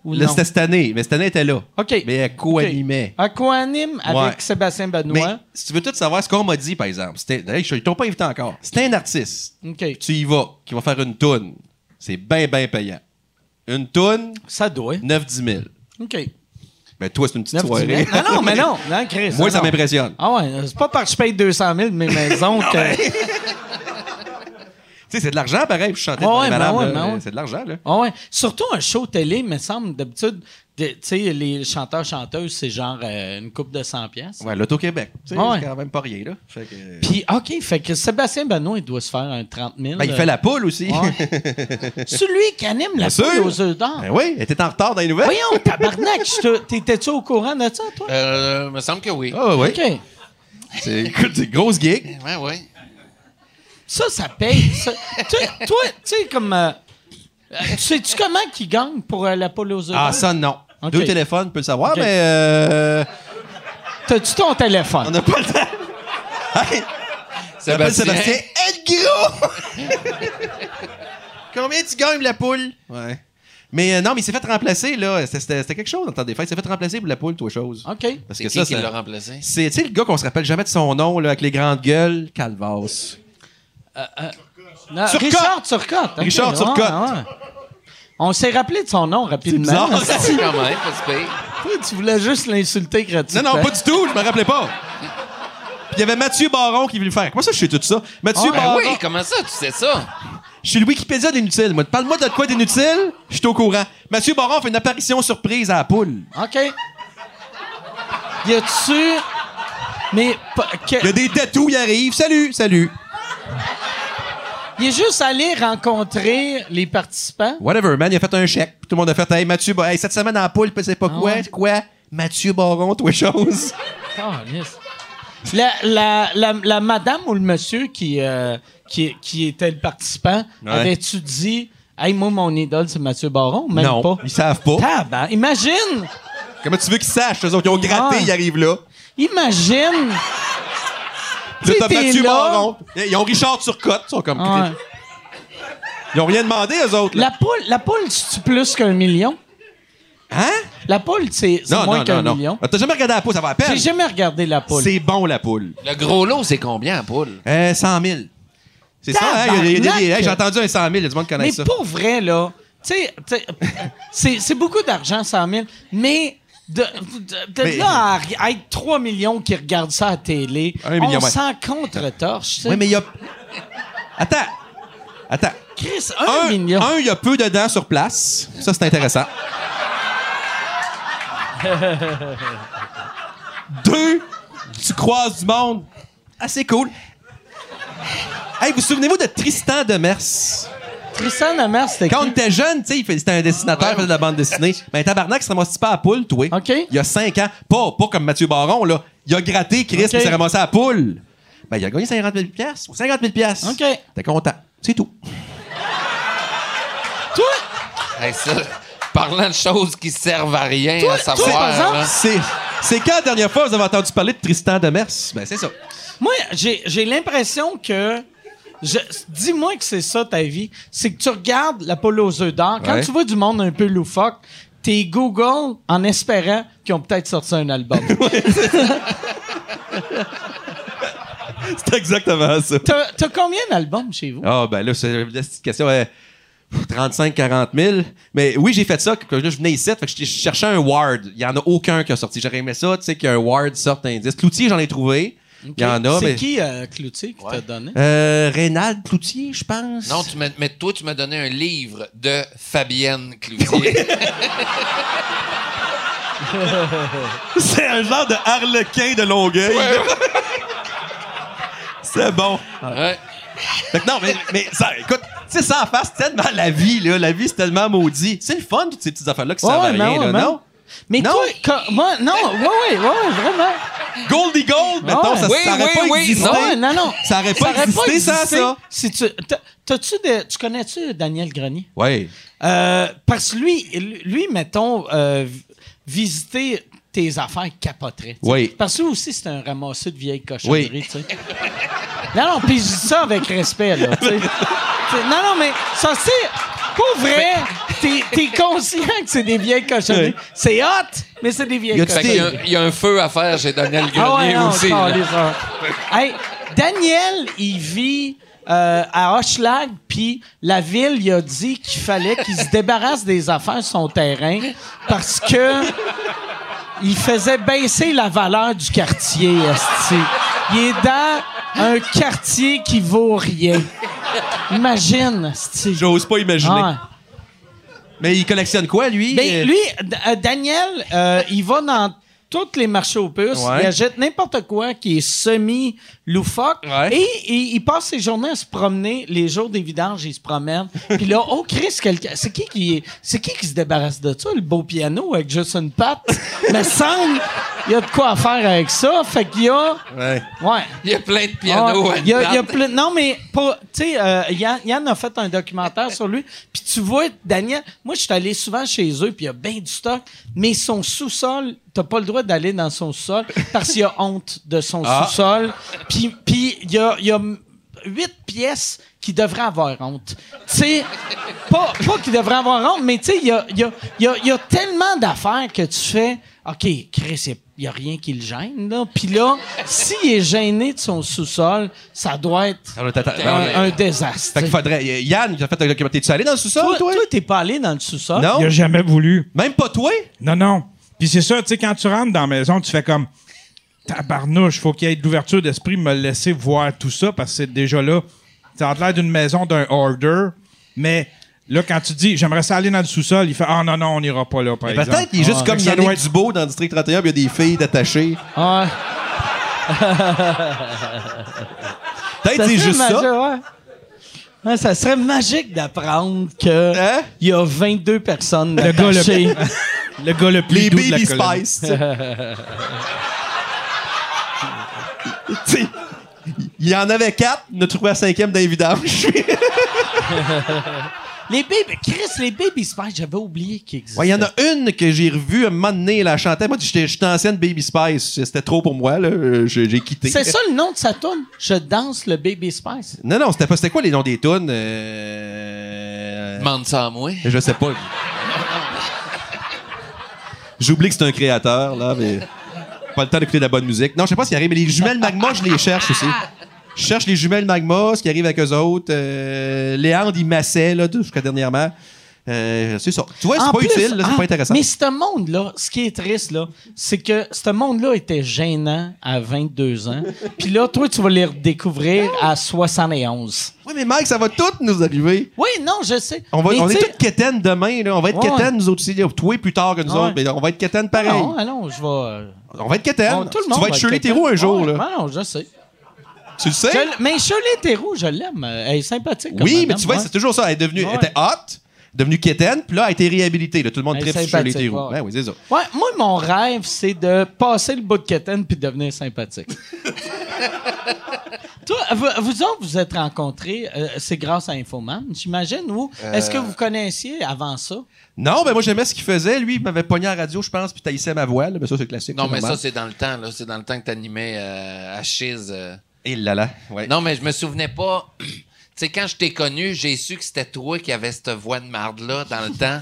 Ou
Là,
non?
c'était cette année, mais cette année elle était là.
OK.
Mais elle co-animait.
Un co-anime avec
Ouais.
Sébastien
Mais
Benoît.
si tu veux tout savoir, ce qu'on m'a dit, par exemple, c'était. d'ailleurs, Ils t'ont pas invité encore. C'était un artiste.
OK.
Tu y vas, qui va faire une toune. C'est bien, bien payant. Une toune,
Ça doit.
9-10 000.
OK.
Mais toi, c'est une petite
Neuf
soirée.
dix mille. Non, non, mais non. non Chris,
Moi,
non,
ça
non.
m'impressionne.
Ah ouais, c'est pas parce que je paye 200 000 de mes euh, maisons que...
Tu sais, c'est de l'argent, pareil, pour chanter
Ouais,
devant
ouais,
les
ben
madames,
ouais,
là.
ben ouais.
C'est de l'argent, là.
Ah ouais. Surtout un show télé, me semble, d'habitude, de- tu sais, les chanteurs-chanteuses, c'est genre euh, une coupe de 100 pièces.
Ouais, l'Auto-Québec. Tu sais,
Ouais, ouais.
c'est quand même pas rien, là. Fait que-
Puis, OK, fait que Sébastien Benoît, il doit se faire un 30 000.
Ben, il fait la poule aussi.
C'est lui qui anime la
Bien sûr.
poule aux œufs d'or.
Ben oui, elle était en retard dans les nouvelles.
Voyons, tabarnak, je te- t'étais-tu au courant de ça, toi?
Euh, me semble que oui.
Ah oui.
OK.
C'est, écoute, c'est une grosse gig.
Ah.
Ouais, ouais.
Ça, ça paye. ça. Tu- toi, tu sais, comme. euh, euh, Sais-tu comment qu'ils gagnent pour euh, la poule aux œufs
Ah,
d'or?
ça, non.
Ok.
Deux téléphones, peut le savoir,
Ok.
mais euh,
T'as-tu ton
on
téléphone?
n'a pas le temps. Hey, t'appelles
Sébastien.
Sébastien, être gros! Combien tu gagnes la poule? Ouais. Mais euh, non, mais il s'est fait remplacer, là. C'était- C'était c'était quelque chose, dans des fêtes. Il s'est fait remplacer pour la poule, toi, chose.
OK.
Parce
C'est
que
qui
ça,
qui
ça-
l'a remplacé?
c'est, tu sais, le gars qu'on se rappelle jamais de son nom, là, avec les grandes gueules, Calvas.
Non,
Turcotte.
Richard Turcotte. ok,
Richard
ouais,
Turcotte.
ouais. On s'est rappelé de son nom rapidement.
bizarre.
Ah, c'est quand même, pas si pire.
Toi, tu voulais juste l'insulter
Non,
gratuitement.
non, pas du tout, je me rappelais pas. Puis il y avait Mathieu Baron qui voulait le faire. Comment ça, je sais tout ça? Mathieu
Ah,
Ben
Baron.
oui, comment ça, tu sais ça?
Je suis le Wikipédia d'inutile. Moi, Parle-moi de quoi d'inutile, je suis au courant. Mathieu Baron fait une apparition surprise à la poule.
OK. Y a-tu. Mais. pa- que-
Il y a des tatous, il arrive. Salut, salut.
Y Il est juste allé rencontrer les participants.
Whatever, man, il a fait un chèque. Puis Tout le monde a fait Hey, Mathieu, bah, hey, cette semaine en poule, c'est pas
Ah
quoi,
ouais?
quoi? Mathieu Baron, toi, chose.
Calisse. La, la, la, la madame ou le monsieur qui, euh, qui, qui était le participant,
Ouais.
avais-tu dit Hey, moi, mon idole, c'est Mathieu Baron? Même
non,
pas.
ils savent pas.
Tabarnak. Imagine!
Comment tu veux qu'ils sachent? Eux autres, ils ont gratté,
Ah.
ils arrivent là.
Imagine!
Là, t'as
T'es
Mathieu
là. Ah
Baron. Ils ont Richard Turcotte, ils sont comme.
Ouais.
Ils ont rien demandé, eux autres.
La
là.
poule, la poule, c'est-tu plus qu'un million?
Hein?
La poule, c'est c'est
Non,
moins
non,
qu'un
non,
million.
non. Ah, T'as jamais regardé la poule, ça va à peine.
J'ai jamais regardé la poule.
C'est bon, la poule.
Le gros lot, c'est combien, en poule?
Euh, 100 000. C'est ça, hein? Il y a des- des-
Tabarnak!
hey, J'ai entendu un 100 000, il y a du monde qui connaît
Mais
ça.
pour vrai, là, tu sais, tu sais, c'est c'est beaucoup d'argent, 100 000, mais de, de- de
Mais-
là à, à être 3 millions qui regardent ça à la télé,
Un million,
on
ouais.
s'en contre-torche. tu sais.
Oui, mais il y a. Attends. Attends.
Chris,
Un,
1 million.
un, il y a peu de dents sur place. Ça, c'est intéressant. Deux, tu croises du monde. Ah, c'est cool. Hey, vous souvenez-vous de Tristan Demers?
Tristan Amers, c'était
Quand on
qui?
était jeune, tu sais, il fait- c'était un dessinateur, il faisait de la bande dessinée. Ben, tabarnak, il se ramassait pas à la poule, toi.
OK.
Il y a cinq ans. Pas, pas comme Mathieu Baron, là. Il a gratté Chris,
OK.
puis il s'est ramassé à la poule. Ben, il a gagné 50 000 piastres, ou 50 000 piastres.
OK.
T'es content. C'est tout.
Toi,
Hey, ça, parlant de choses qui servent à rien à
toi,
savoir.
par exemple,
hein.
C'est, c'est quand la dernière fois vous avez entendu parler de Tristan Demers? Ben, c'est ça.
moi, j'ai j'ai l'impression que. je- Dis-moi que c'est ça ta vie. C'est que tu regardes la poule aux œufs d'or. Quand
Ouais.
tu vois du monde un peu loufoque, t'es Google en espérant qu'ils ont peut-être sorti un album.
C'est exactement ça.
T'as t'as combien d'albums chez vous?
Ah, ben là, c'est la petite question. euh, 35, 40 000. Mais oui, j'ai fait ça. que- que là, je venais ici, fait que je cherchais un Ward. Il n'y en a aucun qui a sorti. J'aurais aimé ça, tu sais, qu'un Ward sorte un disque. Cloutier, j'en ai trouvé. Il y en a,
C'est
mais.
qui, euh, Cloutier, qui t'a donné?
Euh, Reynald Cloutier, je pense.
Non, tu m'as- mais toi, tu m'as donné un livre de Fabienne Cloutier.
C'est un genre de harlequin de Longueuil. c'est bon.
Ouais.
Fait que non, mais, mais ça, écoute, tu sais, ça en face, c'est tellement la vie, là. La vie, c'est tellement maudit. C'est le fun, toutes ces petites affaires-là qui
Ouais,
servent à
ouais,
rien,
mais ouais,
là,
mais-
non?
Mais
Non.
toi, quand- moi, non, ouais, ouais, ouais, ouais, vraiment.
Goldie Gold, mettons,
Ouais.
ça,
Oui,
ça aurait
oui,
pas
oui,
existé.
non,
Ouais, non, non.
Ça aurait pas
aurait
existé sans ça.
Si tu, t'as- t'as-tu des- tu connais-tu Daniel Grenier?
Ouais.
Euh, parce que lui, lui mettons, euh, vi- visiter tes affaires capoterait. tu sais.
Oui.
Parce que lui aussi, c'est un ramassé de vieilles cochonneries, tu sais. Non, non, puis je dis ça avec respect, là, tu sais. Tu sais, Non, non, mais ça, c'est... Pour vrai, t'es- t'es conscient que c'est des vieilles cochonneries. C'est hot, mais c'est des
Y
vieilles
a-tu
Fait
cochonneries.
qu'il y a- il y a un feu à faire chez Daniel Grenier
Ah ouais, non,
aussi.
on
là.
calisse, hein. Hey, Daniel, il vit euh, à Hochelag, puis la ville, il a dit qu'il fallait qu'il se débarrasse des affaires de son terrain parce que il faisait baisser la valeur du quartier, esti. Il est dans un quartier qui vaut rien. Imagine, esti.
J'ose pas imaginer.
Ah ouais.
Mais il collectionne quoi, lui?
Ben,
Euh,
lui, D- euh, Daniel, euh, il va dans tous les marchés aux puces,
Ouais.
il achète n'importe quoi qui est semi-loufoque,
Ouais.
et, il- il passe ses journées à se promener, les jours des vidanges, il se promène, puis là, oh Chris, quelqu'un- c'est qui qui, c'est qui qui se débarrasse de ça, le beau piano avec juste une patte? Mais semble, il y a de quoi à faire avec ça, fait qu'il y a...
Ouais.
Ouais.
Il y a plein de pianos.
Ah,
à
il y a- il y a
date.
plein- non, mais pas- tu sais, euh, Yann, Yann a fait un documentaire sur lui. Puis tu vois, Daniel, moi, je suis allé souvent chez eux, puis il y a bien du stock, mais son sous-sol, t'as pas le droit d'aller dans son sous-sol parce qu'il a honte de son
Ah.
sous-sol. Puis puis il y a, il y a huit pièces qui devraient avoir honte. Tu sais, pas, pas qu'ils devraient avoir honte, mais tu sais, il y a, il y a- il y a- il y a tellement d'affaires que tu fais. OK, Chris, il n'y a rien qui le gêne, là. Puis là, s'il est gêné de son sous-sol, ça doit être
Ah, là, t'attends.
un,
Ben,
un
on-
désastre.
Fait qu'il faudrait. euh, Yann, il a fait un documentaire. Tu es allé dans le sous-sol,
toi,
toi?
toi, t'es pas allé dans le sous-sol.
Non?
Il a jamais voulu.
Même pas toi?
Non, non. Puis c'est ça, tu sais, quand tu rentres dans la maison, tu fais comme tabarnouche, faut qu'il y ait de l'ouverture d'esprit, me laisser voir tout ça, parce que c'est déjà là. Ça a l'air d'une maison, d'un order, mais là, quand tu dis j'aimerais ça aller dans le sous-sol, il fait ah non, non, on n'ira pas là, par exemple.
Peut-être qu'il est juste
Ah,
comme
fait que ça
Yannick
doit être-
Dubo dans District 31, puis il y a des filles détachées.
Ah, Ouais.
Peut-être c'est
Ça,
juste
imagine,
ça.
ouais. Ouais, ça serait magique d'apprendre que
Hein?
il y a 22 personnes
Le gars
attachées.
le, le gars le plus
Les
doux de la
Baby
colonie.
Spice. tu sais. Tu sais, Il y en avait quatre, il en a trouvé un cinquième d'un vidange.
Les baby, Chris, les baby spice, j'avais oublié qu'ils existaient.
Ouais, il y en a une que j'ai revue un moment donné, elle chantait. Moi, j'étais j'étais ancienne Baby Spice. C'était trop pour moi, là. Euh, J'ai j'ai quitté.
C'est ça le nom de sa tune. Je danse le baby spice.
Non, non, c'était pas. C'était quoi les noms des tunes? Euh...
Demande ça à moi.
Je sais pas. J'oublie que c'est un créateur, là, mais pas le temps d'écouter de la bonne musique. Non, je sais pas ce qui arrive, mais les jumelles magma, je les cherche aussi. Je cherche les jumelles magma, ce qui arrive avec eux autres. Euh, Léandre, il massait, là, jusqu'à dernièrement. Euh, c'est ça. Tu vois, c'est
En
pas
plus-
utile, là, c'est
ah,
pas intéressant.
Mais ce monde-là, ce qui est triste, là, c'est que ce monde-là était gênant à 22 ans. Puis là, toi, tu vas les redécouvrir à 71.
Oui, mais Mike, ça va tout nous arriver.
Oui, non, je sais.
On, va,
Mais
on
tu
est
sais-
toutes quétaines demain, là. On va être
Ouais,
quétaines, nous autres aussi. là. Toi, plus tard que nous
Ouais.
autres, mais on va être quétaines pareil.
Non, Ah, allons, je vais. euh,
On va être quétaines.
bon, tout le
Ben, tu
monde
vas être Shirley
capable.
Theroux un jour,
Ouais,
là.
ouais, Non, je sais.
Tu le sais?
Je l- mais Shirley Theroux, je l'aime. Elle est sympathique. comme
Oui, mais
madame,
tu vois,
ouais.
c'est toujours ça. Elle est devenue,
Ouais.
elle était hot, devenue quétaine, puis là, elle a été réhabilitée. Là, tout le monde
Elle est
tripe sur les
sympathique,
Theroux.
ouais.
Ben oui, c'est ça.
Ouais, moi, mon rêve, c'est de passer le bout de quétaine puis de devenir sympathique. Toi, vous, vous autres, vous êtes rencontrés, euh, c'est grâce à Infoman, j'imagine, ou
Euh.
est-ce que vous connaissiez avant ça?
Non, ben moi, j'aimais ce qu'il faisait. Lui, il m'avait pogné en radio, je pense, puis taillissait ma voix. là. Mais ça, c'est classique.
Non, mais ça,
normal.
c'est dans le temps, là. C'est dans le temps que t'animais euh, à Chiz. euh.
Et Eh là, là. Ouais.
Non, mais je me souvenais pas. Tu sais, quand je t'ai connu, j'ai su que c'était toi qui avais cette voix de marde-là dans le temps.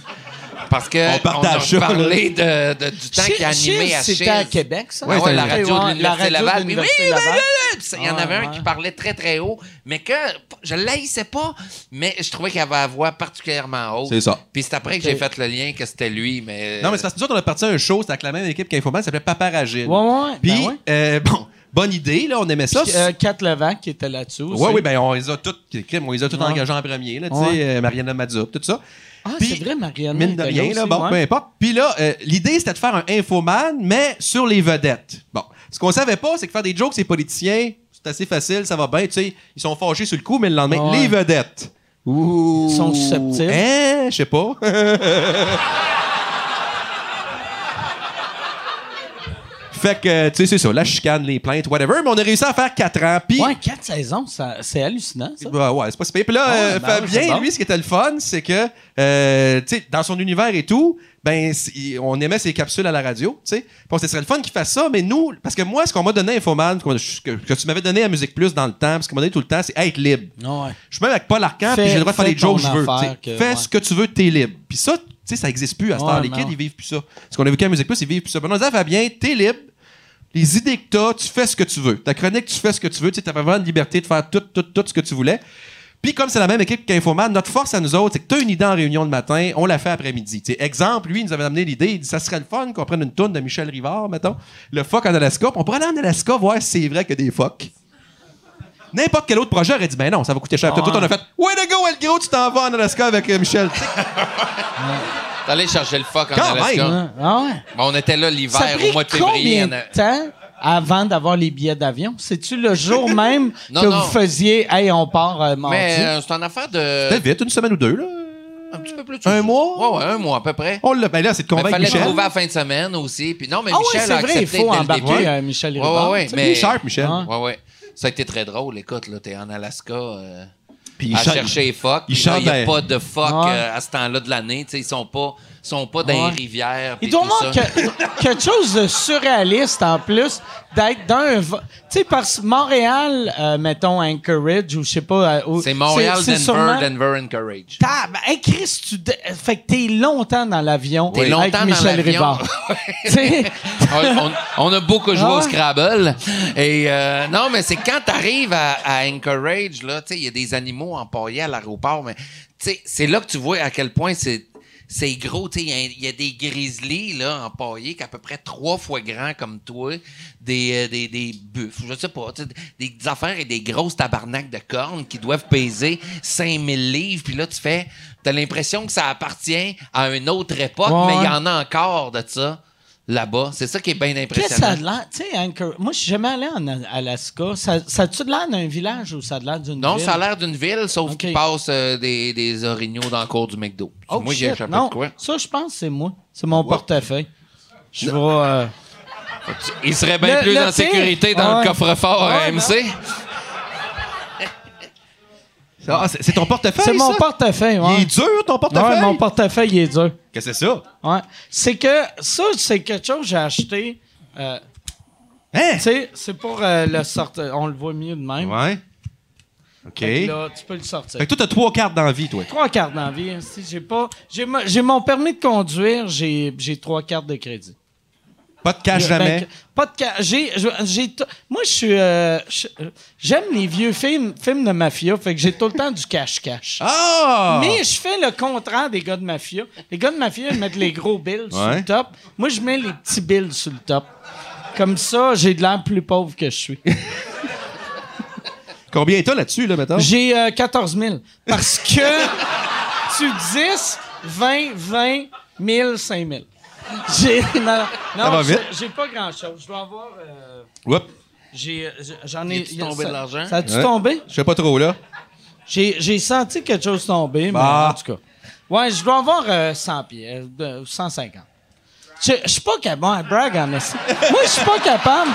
Parce
On
que
partage ça,
a
là.
parlé de, de- du temps
Chi-
qu'il a animé
Chiz,
à Chiz.
C'était à Québec, ça?
Ouais,
Ah
c'était la
ok,
radio
ouais,
de
radio
l'Université Laval.
de
Puis oui,
l'Université
ben,
Laval.
ben, ben, il y en
Ouais,
avait un
ouais.
qui parlait très, très haut, mais que je l'haïssais pas, mais je trouvais qu'il avait la voix particulièrement haute.
C'est ça.
Puis c'est après que j'ai fait le lien que c'était lui, mais...
Non, mais c'est parce que nous autres, on a parti à un show, c'était avec la même équipe qu'Infoman, ça s'appelait Paparagine.
Ouais, ouais,
Puis,
ben ouais.
euh, bon, bonne idée, là, on aimait ça.
Puis, euh, Kat Levent qui était là-dessus.
Oui,
aussi.
oui, ben on les a tous, crime, on les a tous
Ouais.
engagés en premier, là, tu sais,
Ouais.
euh, Mariana Mazzup, tout ça.
Ah,
ben, Puis,
c'est vrai, Marianne.
Mine de
était
rien,
aussi,
là, bon,
ouais.
peu importe. Puis là, euh, l'idée, c'était de faire un infoman, mais sur les vedettes. Bon, ce qu'on savait pas, c'est que faire des jokes, c'est politiciens, c'est assez facile, ça va bien, tu sais, ils sont fâchés sur le coup, mais le lendemain,
Ouais.
les vedettes. Ouh.
Ils sont susceptibles.
Hein, je sais pas. fait que, tu sais, c'est ça, la chicane, les plaintes, whatever, mais on a réussi à faire 4 ans, puis...
Ouais, quatre saisons, ça- c'est hallucinant, Hein, ça.
Bah ouais, c'est pas si pire. Puis là,
Ah ouais,
euh,
ben ouais,
Fabien,
c'est bon.
lui, ce qui était le fun, c'est que, euh, tu sais, dans son univers et tout, ben, c'est- il- on aimait ses capsules à la radio, tu sais. Puis on s'est dit, ce serait le fun qu'il fasse ça, mais nous, parce que moi, ce qu'on m'a donné à Infoman, qu'on- que, que tu m'avais donné à Musique Plus dans le temps, parce qu'on m'a donné tout le temps, c'est être libre.
Ouais.
Je suis même avec Paul Arcand,
Fais-
puis j'ai le droit de faire
fais
les jokes que
ton
je veux. tu sais.
affaire que-
fais
ouais.
ce que tu veux, t'es libre. Puis ça, tu sais, ça existe plus à ce
Ouais,
temps. Les
non.
kids, ils vivent plus ça. Ce qu'on a vécu à Musique Plus, ils vivent plus ça. Ben, on disait à Fabien, t'es libre. Les idées que t'as, tu fais ce que tu veux. Ta chronique, tu fais ce que tu veux. Tu sais, t'as vraiment la liberté de faire tout, tout, tout ce que tu voulais. Puis comme c'est la même équipe qu'Infoman, notre force à nous autres, c'est que t'as une idée en réunion le matin, on la fait après-midi. Tu sais, exemple, lui, il nous avait amené l'idée, il dit ça serait le fun qu'on prenne une tourne de Michel Rivard, mettons, le fuck en Alaska, Puis on pourrait aller en Alaska voir si c'est vrai que des fucks. N'importe quel autre projet aurait dit ben non, ça va coûter cher. Puis Tout, on a fait Way to go, El Gros, tu t'en vas en Alaska avec euh, Michel. Tu sais,
T'allais euh, chercher le fuck en
Quand
Alaska.
même. hein.
Ah, ah ouais.
Mais on était là
Ça
l'hiver
a pris
au mois de février.
combien
en-
de temps avant d'avoir les billets d'avion? C'est-tu le jour même
Non,
que
non.
vous faisiez « Hey, on part euh, mardi
Mais euh, c'est en affaire de.
Peut-être vite, une semaine ou deux, là.
Un petit peu plus.
Un
je-
mois?
Ouais, ouais, un mois à peu près.
On l'a. Ben là, c'est de
Il
convaincre
fallait
Michel.
trouver à la fin de semaine aussi. Puis non, mais
Ah ouais,
Michel
c'est
a
vrai, il
accepté
faut
dès le
embarquer
début.
euh, Michel
Ouais,
Rivard.
ouais, ouais,
C'est
mais.
bien sharp, Michel.
Hein?
Ouais, ouais. Ça a été très drôle. Écoute, là, t'es en Alaska. euh,
Puis il
à
chante-
chercher les fuck.
il
puis là,
chante
Il n'y a
dans-
pas de fuck
Ouais.
euh, à ce temps-là de l'année. Tu sais, ils sont pas, sont pas dans
Ouais.
les rivières.
Il
puis
doit y
tout
avoir
ça.
que- quelque chose de surréaliste en plus d'être dans un. va- Tu sais, parce que Montréal, euh, mettons Anchorage ou je sais pas. euh, où-
C'est Montréal,
c'est-
Denver,
c'est sûrement-
Denver and Courage.
Tab, hey Chris, tu de- fait que t'es longtemps dans l'avion
T'es
avec
longtemps dans
Michel
l'avion.
Rivard. Tu sais,
on, on- on a beaucoup joué
Ah ouais?
au Scrabble. Et euh, non, mais c'est quand t'arrives à, à Anchorage, là, tu sais, il y a des animaux empaillés à l'aéroport, mais tu sais, c'est là que tu vois à quel point c'est. C'est gros, tu sais, il y a- il y, a des grizzlies, là, empaillés, qu'à peu près trois fois grands comme toi, des, euh, des, des buffles, je sais pas, tu sais, des, des affaires et des grosses tabarnaks de cornes qui doivent peser 5000 livres, puis là, tu fais, t'as l'impression que ça appartient à une autre époque,
Ouais.
mais il y en a encore de ça. là-bas. C'est ça qui est bien
Qu'est-ce que ça a
impressionnant.
de l'air? Tu sais, Anchor- moi, je suis jamais allé en A- Alaska. Ça, ça a-tu de l'air d'un village ou ça a de l'air d'une
Non,
ville?
ça a l'air d'une ville, sauf
Ok.
qu'il passe euh, des, des orignaux dans le cours du McDo.
Oh,
moi, j'ai
shit,
échappé
non.
de quoi?
Ça, je pense que c'est moi. C'est mon portefeuille. Je vais... euh,
Il serait bien
Le-
plus
le
en
pire-
sécurité dans
Ouais.
le coffre-fort à
Ouais, non.
AMC.
Ah, c'est c'est ton portefeuille,
C'est mon
ça?
portefeuille, ouais.
Il est dur, ton portefeuille?
Ouais, mon portefeuille, il est dur.
Qu'est-ce que c'est ça?
Ouais. C'est que ça, c'est quelque chose que j'ai acheté. euh,
Hein?
tu sais, c'est pour euh, le sortir. On le voit mieux de même.
Ouais. OK.
Fait que
Fait
là, tu peux le sortir.
que toi, t'as trois cartes dans la vie, toi.
Trois cartes d'envie. hein, si j'ai pas, j'ai, mo- j'ai mon permis de conduire, j'ai, j'ai trois cartes de crédit.
Pas de cash
Ben,
jamais.
que- pas de ca- j'ai, je- j'ai t- Moi, je suis. euh, je- euh, j'aime les vieux films, films de mafia, fait que j'ai tout le temps du cash-cash.
Ah!
Mais je fais le contraire des gars de mafia. Les gars de mafia, ils mettent les gros bills sur
Ouais.
le top. Moi, je mets les petits bills sur le top. Comme ça, j'ai de l'air plus pauvre que je suis.
Combien t'as là-dessus, là, maintenant?
J'ai euh, 14 000. Parce que tu 10, 20, 20, 1000, 5 000. J'ai, non, non,
va
j'ai-
vite.
j'ai pas grand-chose. Je dois avoir... euh,
Oups.
j'ai, euh, j'en ai...
est tombé
ça-
de l'argent?
Ça a-tu
Ouais.
tombé?
Je sais pas trop, là.
J'ai, j'ai senti quelque chose tomber, mais en
Bah.
tout cas. Ouais, je dois avoir euh, 100 pieds, euh, de- 150. Je je suis pas capable. Bon, brague en esti. Moi, je suis pas capable.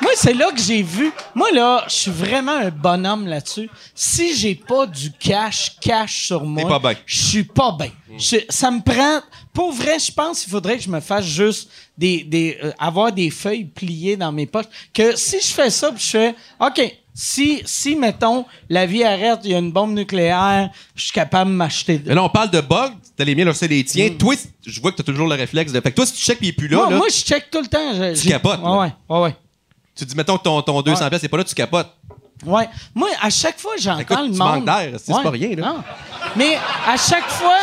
Moi, c'est là que j'ai vu. Moi, là, je suis vraiment un bonhomme là-dessus. Si j'ai pas du cash, cash sur moi,
pas bien.
je suis pas bien.
Mm.
Je- Ça me prend. Pour vrai, je pense qu'il faudrait que je me fasse juste des, des euh, avoir des feuilles pliées dans mes poches. Que si je fais ça, puis je fais OK. Si, si, mettons, la vie arrête, il y a une bombe nucléaire, je suis capable de m'acheter.
Mais là, on parle de bug. T'as les miens, là, c'est les
Mm.
tiens. Toi, c- je vois que t'as toujours le réflexe. De... Fait que toi, si tu checkes puis il est plus là,
moi,
là
moi, je check tout le temps. Je-
Tu
j'ai-
capotes, là.
Ouais, ouais, ouais, ouais.
tu dis, mettons, que ton, ton 200
Ouais.
pièces c'est pas là, tu capotes.
Ouais. Moi, à chaque fois,
Écoute,
j'entends le
tu
monde.
manques d'air, c'est- c'est
Ouais.
pas rien, là.
Non. Mais à chaque fois,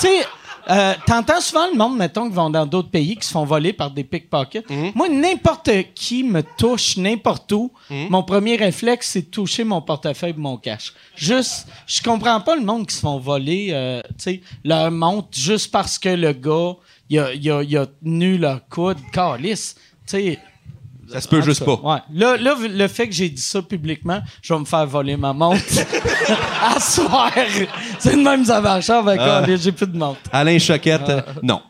tu sais, euh, t'entends souvent le monde, mettons, qui vont dans d'autres pays, qui se font voler par des pickpockets.
Mhm.
Moi, n'importe qui me touche, n'importe où,
Mhm.
mon premier réflexe, c'est de toucher mon portefeuille et mon cash. Juste, je comprends pas le monde qui se font voler, euh, tu sais, leur montre juste parce que le gars, il a, il a, il a tenu leur coude. Calice, tu sais...
Ça se peut
Ah,
En
juste
tout cas,
pas.
Ouais. Là, là, le fait que j'ai dit ça publiquement, je vais me faire voler ma montre. à soir. C'est de même avant-char, ben,
Ah.
câlisse, j'ai plus de montre.
Alain Choquette, euh, non.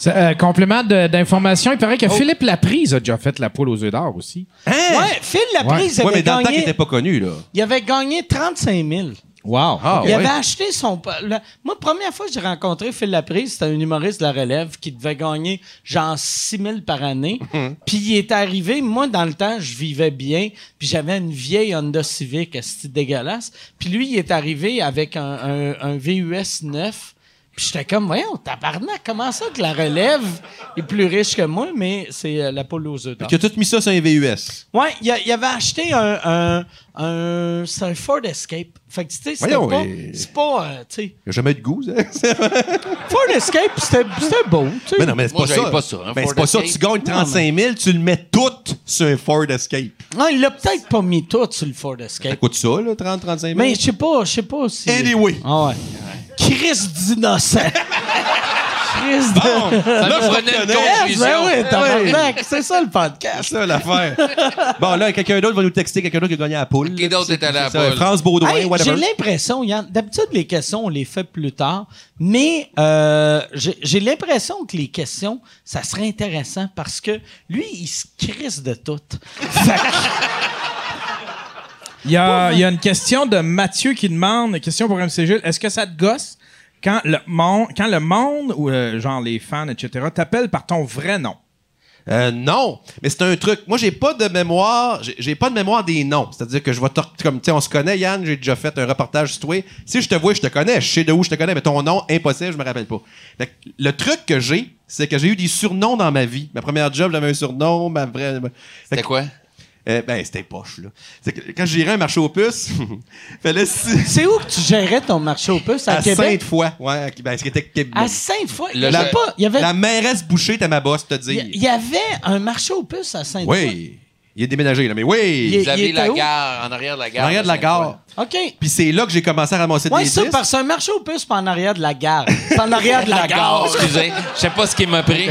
Ça, euh, complément de- d'information, il paraît
Oh.
que Philippe Laprise a déjà fait la poule aux œufs d'or aussi.
Ouais, Phil Laprise
Eh. Ouais,
avait,
mais dans le temps qu'il
gagné,
était pas connu, là.
il avait gagné 35 000.
Wow.
Ah,
il
ouais.
avait acheté son. le- moi, première fois que j'ai rencontré Phil Laprise, c'était un humoriste de la relève qui devait gagner genre 6 000 par année.
Mhm.
Puis il est arrivé, moi, dans le temps, je vivais bien. Puis j'avais une vieille Honda Civic, c'était dégueulasse. Puis lui, il est arrivé avec un, un- un VUS 9. Puis j'étais comme, voyons, tabarnak, comment ça que la relève est plus riche que moi, mais c'est euh, la poule aux
Ah.
œufs d'or.
Qui a tout mis ça sur un VUS.
Ouais, il, a- il avait acheté un, un, un, c'est un Ford Escape. Fait que, tu sais, c'était
Voyons,
pas,
et-
c'est pas, euh, tu sais,
Il a jamais eu de hein? goût, ça.
Ford Escape, c'était c'était beau, tu sais.
Mais non, mais c'est
Moi,
pas
j'avais
ça.
pas ça, hein,
Ben,
Ford
c'est pas ça.
Escape.
Tu gagnes 35 000, tu le mets tout sur un Ford Escape.
Non, il l'a peut-être pas mis tout sur le Ford
Ça
Escape.
coûte ça, là, 30, 35 000?
Mais je sais pas, je sais pas si...
Anyway.
Ah ouais. Chris d'innocent. Chris de...
Bon, là,
nous
je
prenait une
reconnais.
con-
Yes, ben oui, tabarnak, c'est ça le
C'est
podcast.
ça, l'affaire. bon, là, quelqu'un d'autre va nous texter, quelqu'un d'autre qui a gagné à la poule.
Qui d'autre est allé à la
C'est ça,
poule?
France Baudouin,
Hey, j'ai
whatever.
l'impression, Yann, d'habitude, les questions, on les fait plus tard, mais euh, j'ai j'ai l'impression que les questions, ça serait intéressant parce que lui, il se crisse de tout. Fait que-
Il y, a, il y a une question de Mathieu qui demande, une question pour MC Gilles, est-ce que ça te gosse quand le monde, quand le monde ou euh, genre les fans, etc., t'appellent par ton vrai nom?
Euh, non, mais c'est un truc. Moi, j'ai pas de mémoire. J'ai, j'ai pas de mémoire des noms. C'est-à-dire que je vais te re- comme tu sais, on se connaît, Yann. J'ai déjà fait un reportage sur toi. Si je te vois, je te connais. Je sais de où je te connais, mais ton nom, impossible, je me rappelle pas. Fait que le truc que j'ai, c'est que j'ai eu des surnoms dans ma vie. Ma première job, j'avais un surnom. Ma vraie. Fait
C'était
que-
quoi?
Euh, ben, c'était poche là. C'est que quand j'irais à un marché aux puces, fallait si-
C'est où que tu gérais ton marché aux puces? À,
à
Québec?
sainte fois, ouais, à- ben, ce qui était Québec.
À Sainte-Foy? Il y
Le-
avait
la-
pas- il y avait-
La mairesse Boucher, t'as ma boss, te
il
dire.
y- il y avait un marché aux puces à Sainte-Foy.
Oui. Il est déménagé, là, mais oui!
Il
Vous avez
était
la
où?
gare, en arrière de la
En
gare.
arrière de la gare.
OK.
Puis c'est là que j'ai commencé à ramasser
Ouais,
des
c'est ça,
disques.
parce que un marché aux puces, c'est en arrière de la gare. C'est en arrière de la
Gare,
gare.
excusez. Je sais pas ce qui m'a pris.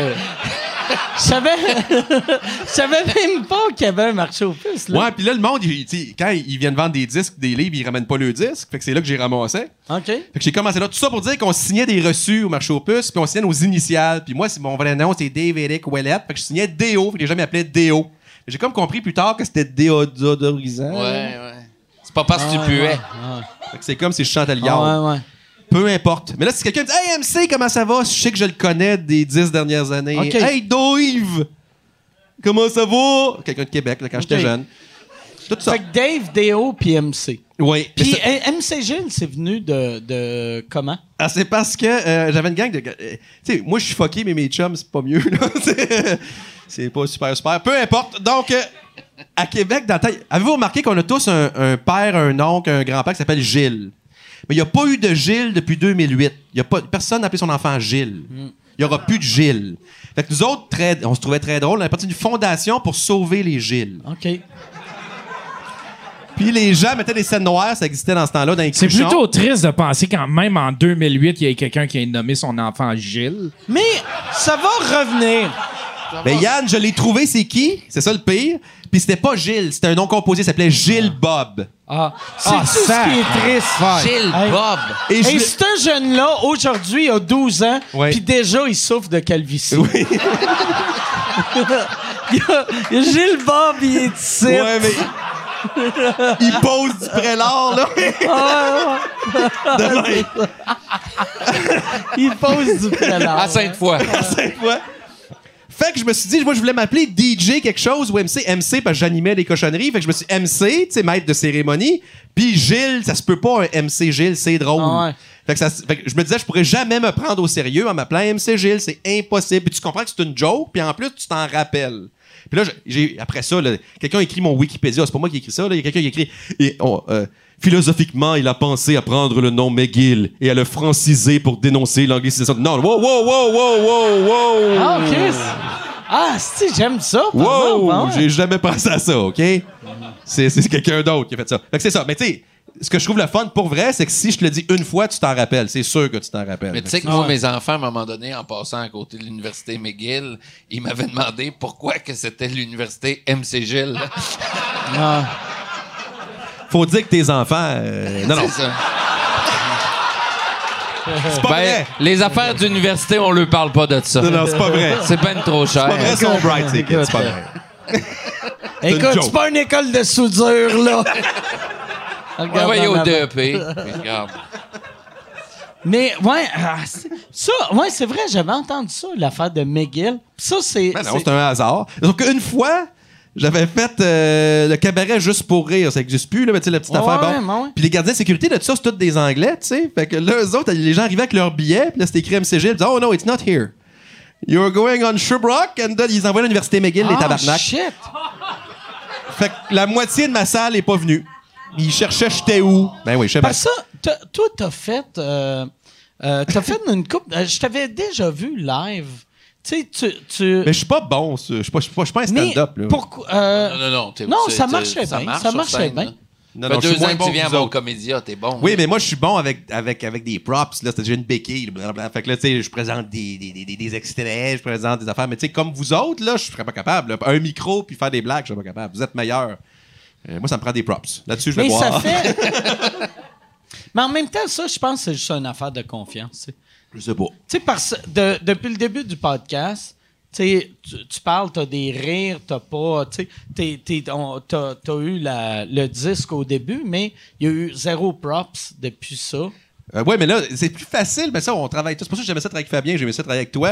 Je savais, je savais même pas qu'il y avait un marché aux puces. Là.
Ouais, puis là, le monde, il- tu sais, quand ils viennent vendre des disques, des livres, ils ramènent pas le disque. Fait que c'est là que j'ai ramassé.
OK.
Fait que j'ai commencé là. Tout ça pour dire qu'on signait des reçus au marché aux puces, puis on signait nos initiales. Puis moi, c'est mon vrai nom, c'est Dave Eric Ouellette. Fait que je signais D.O. Fait que les gens m'appelaient D.O. J'ai comme compris plus tard que c'était déodorisant.
Ouais, ouais. C'est pas parce que tu
Ouais,
puais.
Fait que c'est comme si je chantais le
Ah Ouais,
yard.
ouais. ouais.
Peu importe. Mais là, si quelqu'un me dit Hey MC, comment ça va Je sais que je le connais des dix dernières années.
Ok.
Hey Dave Comment ça va Quelqu'un de Québec, là, quand j'étais
Ok.
jeune. Tout ça.
Fait que Dave, Déo, puis MC.
Oui.
Puis
Mais c'est-
eh, MC Gilles, c'est venu de, de comment?
ah, c'est parce que euh, j'avais une gang de. gars- euh, tu sais, moi, je suis fucké, mais mes chums, c'est pas mieux. là. C'est- c'est pas super, super. Peu importe. Donc, euh, à Québec, dans le temps, avez-vous remarqué qu'on a tous un, un père, un oncle, un grand-père qui s'appelle Gilles? Mais il n'y a pas eu de Gilles depuis 2008. Il y a pas, personne n'a appelé son enfant Gilles. Il n'y aura plus de Gilles. Fait que nous autres, très, on se trouvait très drôle. On a parti d'une fondation pour sauver les Gilles.
OK.
Puis les gens mettaient des scènes noires, ça existait dans ce temps-là, dans les
C'est
couchons.
plutôt triste de penser quand même en 2008, il y a quelqu'un qui a nommé son enfant Gilles.
Mais ça va revenir.
Ben Yann, je l'ai trouvé, c'est qui? C'est ça le pire. Puis c'était pas Gilles, c'était un nom composé, ça s'appelait Gilles Bob.
Ah, c'est
Ah,
tout ce
ça.
qui est triste.
Gilles
Hey.
Bob.
Et je
Et
l'ai-
ce jeune-là, aujourd'hui, il a 12 ans,
Ouais.
puis déjà, il souffre de calvitie.
Oui.
il, y a, il y a Gilles Bob, il est ici.
Ouais, mais. Il pose du prélat, là.
Ah,
Demain,
il pose du prélat.
À Sainte-Foy.
cinq fois. Fait que je me suis dit, moi, je voulais m'appeler DJ quelque chose ou MC. MC, parce que j'animais des cochonneries. Fait que je me suis dit, MC, tu sais, maître de cérémonie. Puis Gilles, ça se peut pas, un MC Gilles, c'est drôle.
Ah ouais.
Fait que, ça, se- fait que je me disais, je pourrais jamais me prendre au sérieux en m'appelant MC Gilles, c'est impossible. Puis tu comprends que c'est une joke, puis en plus, tu t'en rappelles. Puis là, je- j'ai, après ça, là, quelqu'un a écrit mon Wikipédia, c'est pas moi qui ai écrit ça, là. il y a quelqu'un qui a écrit et, on, euh, Philosophiquement, il a pensé à prendre le nom McGill et à le franciser pour dénoncer l'anglicisation. Non, wow, wow, wow, wow, wow, wow!
Ah, Chris. Ah, si, j'aime ça. par
Wow!
exemple, hein, ouais.
J'ai jamais pensé à ça, OK? C'est, c'est quelqu'un d'autre qui a fait ça. Fait que c'est ça. Mais tu sais, ce que je trouve le fun pour vrai, c'est que si je te le dis une fois, tu t'en rappelles. C'est sûr que tu t'en rappelles.
Mais tu sais que moi, mes enfants, à un moment donné, en passant à côté de l'université McGill, ils m'avaient demandé pourquoi que c'était l'université MC Gilles.
Ah.
Faut dire que tes enfants. euh, non, non,
C'est ça.
c'est pas
Ben,
vrai.
les affaires d'université, on leur parle pas de ça.
Non, non, c'est pas vrai.
C'est ben trop cher.
C'est pas vrai, son bright ticket. C'est pas vrai. une
Écoute,
joke.
c'est pas une école de soudure, là.
Ouais,
Regarde
ouais,
en
au E
avant.
DEP. Puis regarde.
Mais, ouais, ah, c'est- ça, ouais, c'est vrai, j'avais entendu ça, l'affaire de McGill. Ça, c'est.
Ben non,
c'est-
c'est un hasard. Donc, une fois, j'avais fait euh, le cabaret juste pour rire. Ça n'existe plus, là, mais tu sais, la petite
Ouais,
affaire.
ouais,
bon.
ouais.
Puis les gardiens de sécurité, de ça, c'est tous des Anglais, tu sais. Fait que là, eux autres, les gens arrivaient avec leurs billets, puis là, c'était écrit MCG. Ils disaient, oh no, it's not here. You're going on Sherbrooke. And then, ils envoient à l'université McGill, les
Ah,
tabarnak.
shit.
Fait que la moitié de ma salle est pas venue. Ils cherchaient, j'étais où. Ben oui, je sais pas.
Parce que ça, t'as- toi, t'as fait. euh, euh, t'as fait une coupe. euh, Je t'avais déjà vu live. Tu sais, tu. tu-
Mais je suis pas bon, ça. je suis pas, je suis pas, je suis pas un
mais
stand-up. là.
pourquoi.
Non,
euh,
non, non. t'es-
Non,
t'es-
ça
t'es-
marchait bien,
marche
ça
sur
marchait
scène,
bien.
là.
Non,
Fait
non, je suis
Ben, deux
moins
ans que
bon
tu viens
que
à
vous
mon
autres.
comédia, t'es bon.
Oui, mais moi, je suis bon avec, avec, avec des props. Là, c'est-à-dire une béquille. blablabla. Fait que là, tu sais, je présente des, des, des, des extraits, je présente des affaires. Mais tu sais, comme vous autres, là, je serais pas capable. là. Un micro puis faire des blagues, je serais pas capable. Vous êtes meilleurs. Euh, moi, ça me prend des props. Là-dessus, je vais
mais
voir.
ça fait. mais en même temps, ça, je pense que c'est juste une affaire de confiance. tu sais.
Je sais pas.
Tu sais, parce de- depuis le début du podcast, tu sais, tu, tu parles, t'as des rires, t'as pas. Tu sais, t'es- t'es- on- t'as t'as eu la- le disque au début, mais il y a eu zéro props depuis ça.
Euh, ouais, mais là, c'est plus facile, mais ça, on travaille tous. C'est pour ça que j'aimais ça travailler avec Fabien, j'aimais ça travailler avec toi.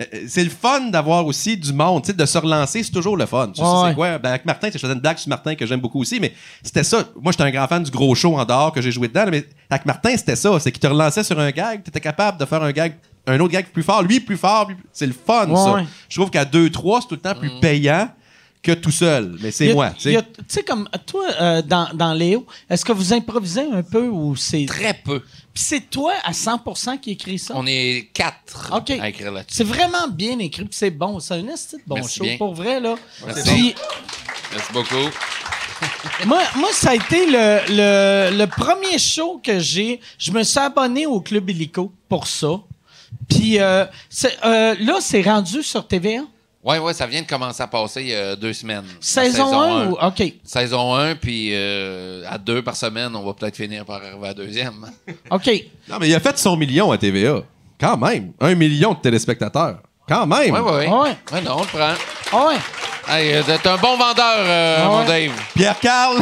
Euh, euh, c'est le fun d'avoir aussi du monde, tu sais, de se relancer, c'est toujours le fun. Tu sais,
Ouais, ouais.
c'est quoi? Ben, avec Martin, tu sais, je faisais une blague sur Martin que j'aime beaucoup aussi, mais c'était ça. Moi, j'étais un grand fan du gros show en dehors que j'ai joué dedans, là, mais avec Martin, c'était ça. C'est qu'il te relançait sur un gag, tu étais capable de faire un gag, un autre gag plus fort, lui plus fort. lui plus- C'est le fun,
Ouais,
ça.
ouais.
Je trouve qu'à 2-3, c'est tout le temps plus
Mm.
payant que tout seul. Mais
Il y
c'est
a-
moi, tu
il y
sais.
a- Tu sais, comme toi, euh, dans, dans Léo, est-ce que vous improvisez un peu ou c'est.
Très peu.
Puis c'est toi à 100 qui écris ça?
On est quatre
OK.
à écrire là-dessus.
C'est vraiment bien écrit, puis c'est bon. C'est un esti de bon
Merci
show.
bien.
Pour vrai, là.
Merci.
Puis,
Merci beaucoup.
moi, moi, ça a été le, le- le premier show que j'ai. Je me suis abonné au Club Illico pour ça. Puis euh, c'est- euh, là, c'est rendu sur TVA.
Ouais, ouais, ça vient de commencer à passer il y a deux semaines. La
Saison, 1
un.
ou. OK.
Saison 1, puis euh, à deux par semaine, on va peut-être finir par arriver à la deuxième.
OK.
Non, mais il a fait son million à TVA. Quand même. Un million de téléspectateurs. Quand même.
Ouais, ouais, ouais.
Ouais.
Ouais, non, on le prend.
Ah ouais.
Hey, euh, t'es un bon vendeur, euh,
Ah
mon
ouais.
Dave.
Pierre Carl.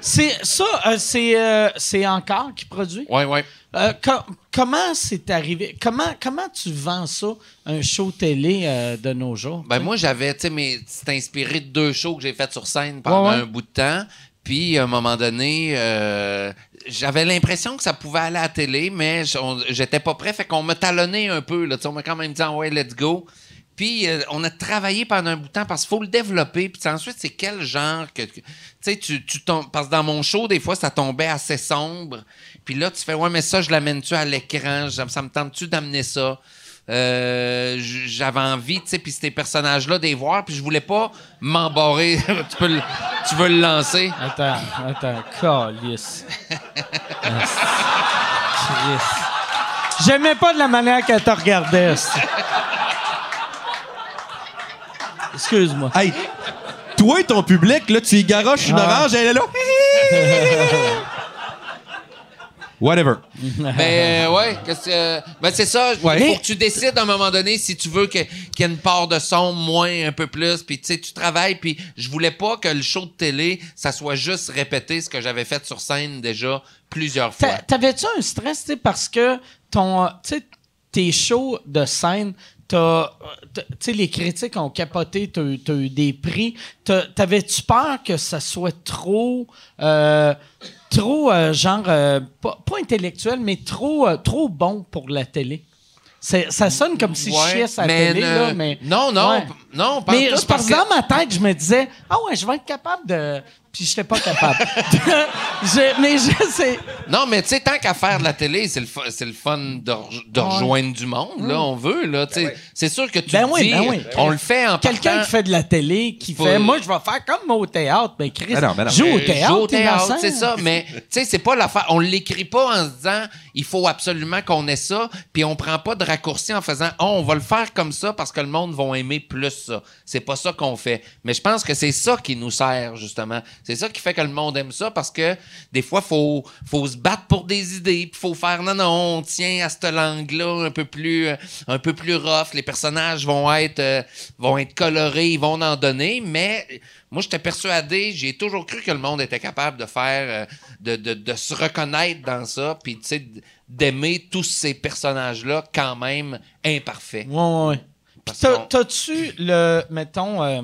C'est, ça, euh, c'est, euh, c'est encore qui produit.
Ouais, ouais.
Euh, co- comment c'est arrivé? Comment, comment tu vends ça, un show télé euh, de nos jours?
Ben moi, j'avais, tu sais, mais c'est inspiré de deux shows que j'ai fait sur scène pendant
Ouais, ouais.
un bout de temps. Puis, à un moment donné, euh, j'avais l'impression que ça pouvait aller à la télé, mais j- on- j'étais pas prêt. Fait qu'on m'a talonné un peu. Là, Tu sais, on m'a quand même dit, Ah ouais, let's go. Puis, euh, on a travaillé pendant un bout de temps parce qu'il faut le développer. Puis, tu sais, ensuite, c'est quel genre que. que- Tu sais, tu, tu tombes. Parce que dans mon show, des fois, ça tombait assez sombre. Puis là, tu fais, ouais, mais ça, je l'amène-tu à l'écran? Ça, ça me tente-tu d'amener ça? Euh, j- j'avais envie, tu sais, puis ces personnages-là, de les voir, puis je voulais pas m'embarrer. tu, peux le, tu veux le lancer?
Attends, attends, calice. Calice. J'aimais pas de la manière qu'elle te regardait. esti. Excuse-moi.
Hey, toi et ton public, là, tu y garoches une
Ah.
orange, elle est là. Whatever.
Mais euh, ouais, qu'est-ce que, euh, ben, c'est ça. Il
Mais-
faut que tu décides à un moment donné si tu veux que- qu'il y ait une part de son moins, un peu plus. Puis tu sais, tu travailles. Puis je voulais pas que le show de télé, ça soit juste répéter ce que j'avais fait sur scène déjà plusieurs fois.
T'a- T'avais-tu un stress, tu sais, parce que ton, euh, tu sais, tes shows de scène, t'as, euh, t'as- tu sais, les critiques ont capoté, t'as eu- t'as eu des prix. T'as- T'avais-tu peur que ça soit trop, euh, trop, euh, genre, euh, pas, pas intellectuel, mais trop, euh, trop bon pour la télé? C'est- ça sonne comme si
Ouais,
je chiais à la
mais
télé,
ne-
là, mais...
non, non,
Ouais.
p- non, pas en
Mais
tout,
je- par
parce que-
exemple, dans ma tête, je me disais, ah ouais, je vais être capable de... Puis je n'étais pas capable. Je- mais je sais...
Non, mais tu sais, tant qu'à faire de la télé, c'est le, fu- c'est le fun de, re- de rejoindre du monde, là, on veut, là, tu sais. C'est sûr que tu
Mm. Ben
te
oui,
dis,
ben oui.
on le fait en
Quelqu'un
partant.
qui fait de la télé, qui
Faut-
fait, moi, je vais faire comme moi au théâtre, mais Chris,
Ben non, ben non.
joue au
Euh,
théâtre,
joue au théâtre,
innocent.
c'est ça, mais tu sais, c'est pas l'affaire. On l'écrit pas en se disant, il faut absolument qu'on ait ça, puis on prend pas de raccourci en faisant, oh, on va le faire comme ça parce que le monde va aimer plus ça. C'est pas ça qu'on fait. Mais je pense que c'est ça qui nous sert, justement. C'est ça qui fait que le monde aime ça parce que des fois, faut, faut se battre pour des idées, puis faut faire, non, non, on tient à cette langue-là un peu plus, euh, un peu plus rough. Les personnages vont être, euh, vont être colorés, ils vont en donner, mais moi, j'étais persuadé, j'ai toujours cru que le monde était capable de faire, euh, de, de- de se reconnaître dans ça, puis tu sais, d'aimer tous ces personnages-là quand même imparfaits.
Ouais, ouais, ouais. Puis
Parce
t'as-
qu'on-
t'as-tu le, mettons, euh,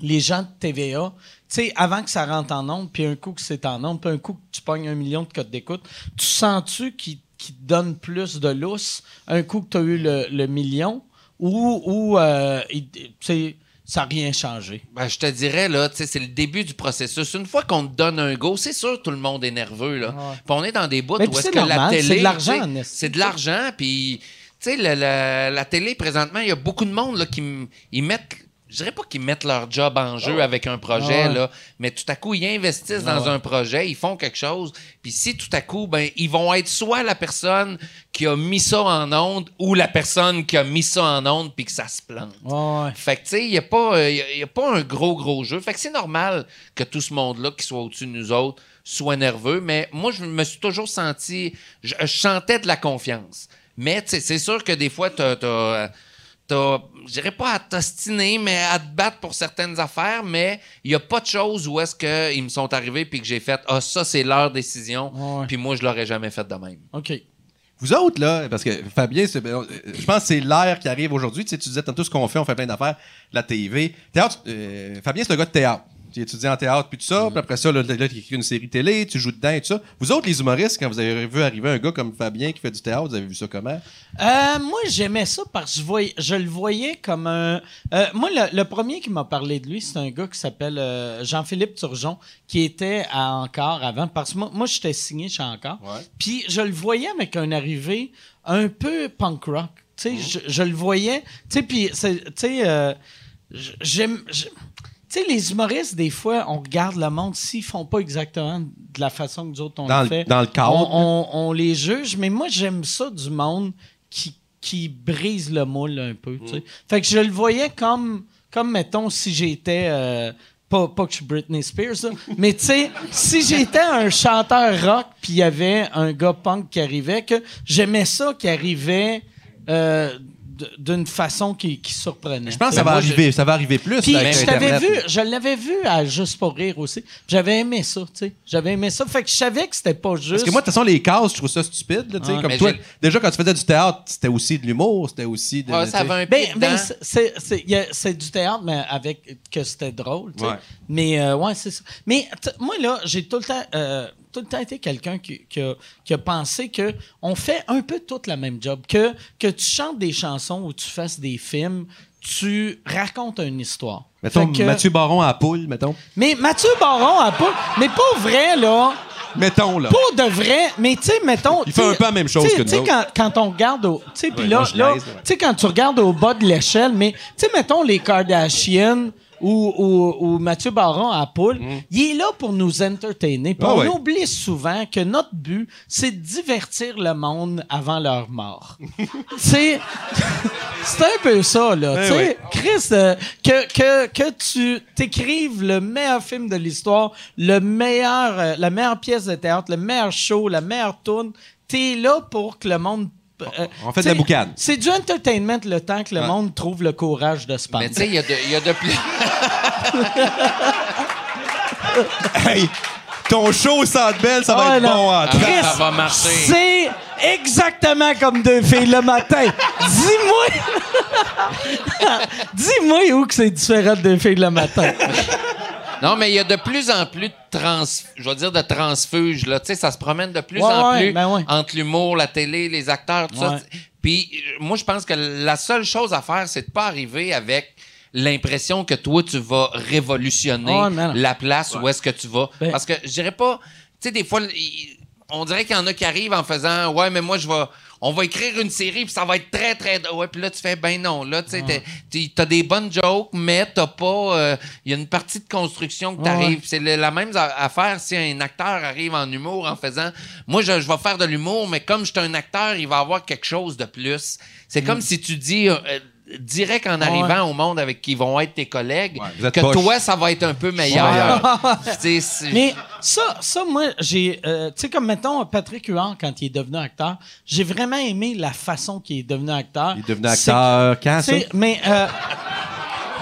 les gens de TVA, tu sais, avant que ça rentre en nombre, puis un coup que c'est en nombre, puis un coup que tu pognes un million de codes d'écoute, tu sens-tu qu'ils qu'ils te donnent plus de lousse un coup que tu as eu le, le million ou, ou euh, il- tu sais, ça n'a rien changé?
Ben, je te dirais, là, tu sais, c'est le début du processus. Une fois qu'on te donne un go, c'est sûr tout le monde est nerveux, là. Puis on est dans des bouts
Mais
où
puis
est-ce
c'est
que la
normal,
télé...
c'est de l'argent,
tu sais,
en esti.
C'est de l'argent, puis... Tu sais, le- le- la télé, présentement, il y a beaucoup de monde là, qui m- ils mettent... Je dirais pas qu'ils mettent leur job en jeu avec un projet,
Ah ouais.
là, mais tout à coup, ils investissent dans un projet, ils font quelque chose, puis si tout à coup, ben, ils vont être soit la personne qui a mis ça en onde ou la personne qui a mis ça en onde puis que ça se plante.
Ouais, ouais.
Fait que, tu sais, il n'y a, pas, euh, y a- y a pas un gros, gros jeu. Fait que c'est normal que tout ce monde-là qui soit au-dessus de nous autres soit nerveux. Mais moi, je me suis toujours senti. Je, je chantais de la confiance. Mais, tu sais, c'est sûr que des fois, t'as. t'as, euh, t'as- Je dirais pas à t'ostiner, mais à te battre pour certaines affaires. Mais il n'y a pas de choses où est-ce qu'ils me sont arrivés puis que j'ai fait Ah, ça, c'est leur décision.
Ouais.
Puis moi, je l'aurais jamais fait de même.
OK.
Vous autres, là, parce que Fabien, c'est- euh, je pense que c'est l'ère qui arrive aujourd'hui. Tu, sais, tu disais tantôt ce qu'on fait, on fait plein d'affaires, la TV. Théâtre, euh, Fabien, c'est le gars de théâtre. Tu étudies en théâtre, puis tout ça. Puis après ça, là, là, tu écris une série télé, tu joues dedans et tout ça. Vous autres, les humoristes, quand vous avez vu arriver un gars comme Fabien qui fait du théâtre, vous avez vu ça comment?
Euh, moi, j'aimais ça parce que je, voyais- je le voyais comme un. euh, moi, le, le premier qui m'a parlé de lui, c'est un gars qui s'appelle euh, Jean-Philippe Turgeon, qui était à Encore avant. Parce que moi, moi, j'étais signé chez Encore. Puis je le voyais avec un arrivé un peu punk rock. Tu sais, je, je le voyais. Tu sais, puis, c'est- tu sais, euh, j- j'aime. j'- Tu sais, les humoristes, des fois, on regarde le monde, s'ils font pas exactement de la façon que nous autres, on
Dans
le
le-
fait.
dans le cadre.
On, on- on les juge, mais moi, j'aime ça du monde qui, qui brise le moule un peu.
Mm.
tu sais. Fait que je le voyais comme, comme mettons, si j'étais. euh, pas, pas que je suis Britney Spears, là, mais tu sais, si j'étais un chanteur rock puis il y avait un gars punk qui arrivait, que j'aimais ça qui arrivait euh, d- d'une façon qui, qui surprenait.
Ben, Je pense que ça va
Moi, je-
arriver, ça va arriver plus.
Puis
avec
je t'avais vu,
Internet.
je l'avais vu à Juste pour rire aussi. J'avais aimé ça, tu sais. J'avais aimé ça. Fait que je savais que c'était pas juste.
Parce que moi, de toute façon, les cases, je trouve ça stupide. là, tu sais,
Ouais.
comme
Mais
toi,
j'ai-
déjà, quand tu faisais du théâtre, c'était aussi de l'humour, c'était aussi de.
Ouais, ça
tu sais.
avait un pied
ben, ben,
dedans.
c'est- c'est- c'est il y a- c'est du théâtre, mais avec que c'était drôle, tu sais.
Ouais.
Mais euh, ouais, c'est ça. Mais t- moi, là, j'ai tout le temps. euh, tout le temps été quelqu'un qui, qui a, qui a pensé que on fait un peu toute la même job. Que, que tu chantes des chansons ou tu fasses des films, tu racontes une histoire.
Mettons,
Fait que-
Mathieu Baron à poule, mettons.
Mais Mathieu Baron a pas. Mais pas vrai, là.
Mettons, là.
Pour de vrai, mais tu sais, mettons.
Il fait
tu sais,
un peu la même chose
tu sais-
que nous
Tu sais,
autres.
quand, quand on regarde au. Tu sais, puis
Ouais,
là,
moi, je
là,
niaise,
tu
ouais.
sais, quand tu regardes au bas de l'échelle, mais tu sais, mettons les Kardashian ou, ou, ou Mathieu Baron à la poule, il est là pour nous entertainer. Puis
Mhm. Ah
on
ouais.
oublie souvent que notre but, c'est de divertir le monde avant leur mort. c'est. C'est un peu ça, là.
Ben
tu sais, Chris, euh, que, que, que tu t'écrives le meilleur film de l'histoire, le meilleur, euh, la meilleure pièce de théâtre, le meilleur show, la meilleure tourne, t'es là pour que le monde. euh,
On fait
tu
de
sais,
la boucane.
C'est du entertainment le temps que le
Ouais.
monde trouve le courage de se
Mais
pendre.
tu sais, il y a de, il y a de plus.
Hey, ton show au Centre Bell, ça va
Ouais,
être
là.
bon. hein.
Ah,
Chris,
ça va marcher.
C'est exactement comme deux filles le matin. Dis-moi. Dis-moi où que c'est différent de deux filles le matin.
Non, mais il y a de plus en plus de trans, je vais dire de transfuges là. Tu sais, ça se promène de plus
Ouais,
en
ouais,
plus
ben ouais.
entre l'humour, la télé, les acteurs, tout
Ouais.
ça. Puis euh, moi, je pense que la seule chose à faire, c'est de pas arriver avec l'impression que toi tu vas révolutionner
Ouais, mais non.
la place où est-ce que tu vas.
Ben-
Parce que je dirais pas, tu sais, des fois, il- on dirait qu'il y en a qui arrivent en faisant, ouais, mais moi je vais. On va écrire une série, puis ça va être très, très... Ouais, puis là, tu fais, ben non, là, tu sais, t'es- t'es- t'as des bonnes jokes, mais t'as pas... euh, Il y a une partie de construction que t'arrives.
Ouais.
C'est le- la même a- affaire si un acteur arrive en humour en faisant, moi, je, je vais faire de l'humour, mais comme je suis un acteur, il va avoir quelque chose de plus. C'est
Mm.
comme si tu dis... euh, euh, direct en arrivant au monde avec qui vont être tes collègues,
Ouais, vous êtes
que
poche.
toi, ça va être un peu meilleur. Tu sais, c'est-
Mais ça, ça moi, j'ai. euh, tu sais, comme mettons Patrick Huard, quand il est devenu acteur, j'ai vraiment aimé la façon qu'il est devenu acteur.
Il est devenu acteur quand, ça?
C'est- Mais. euh,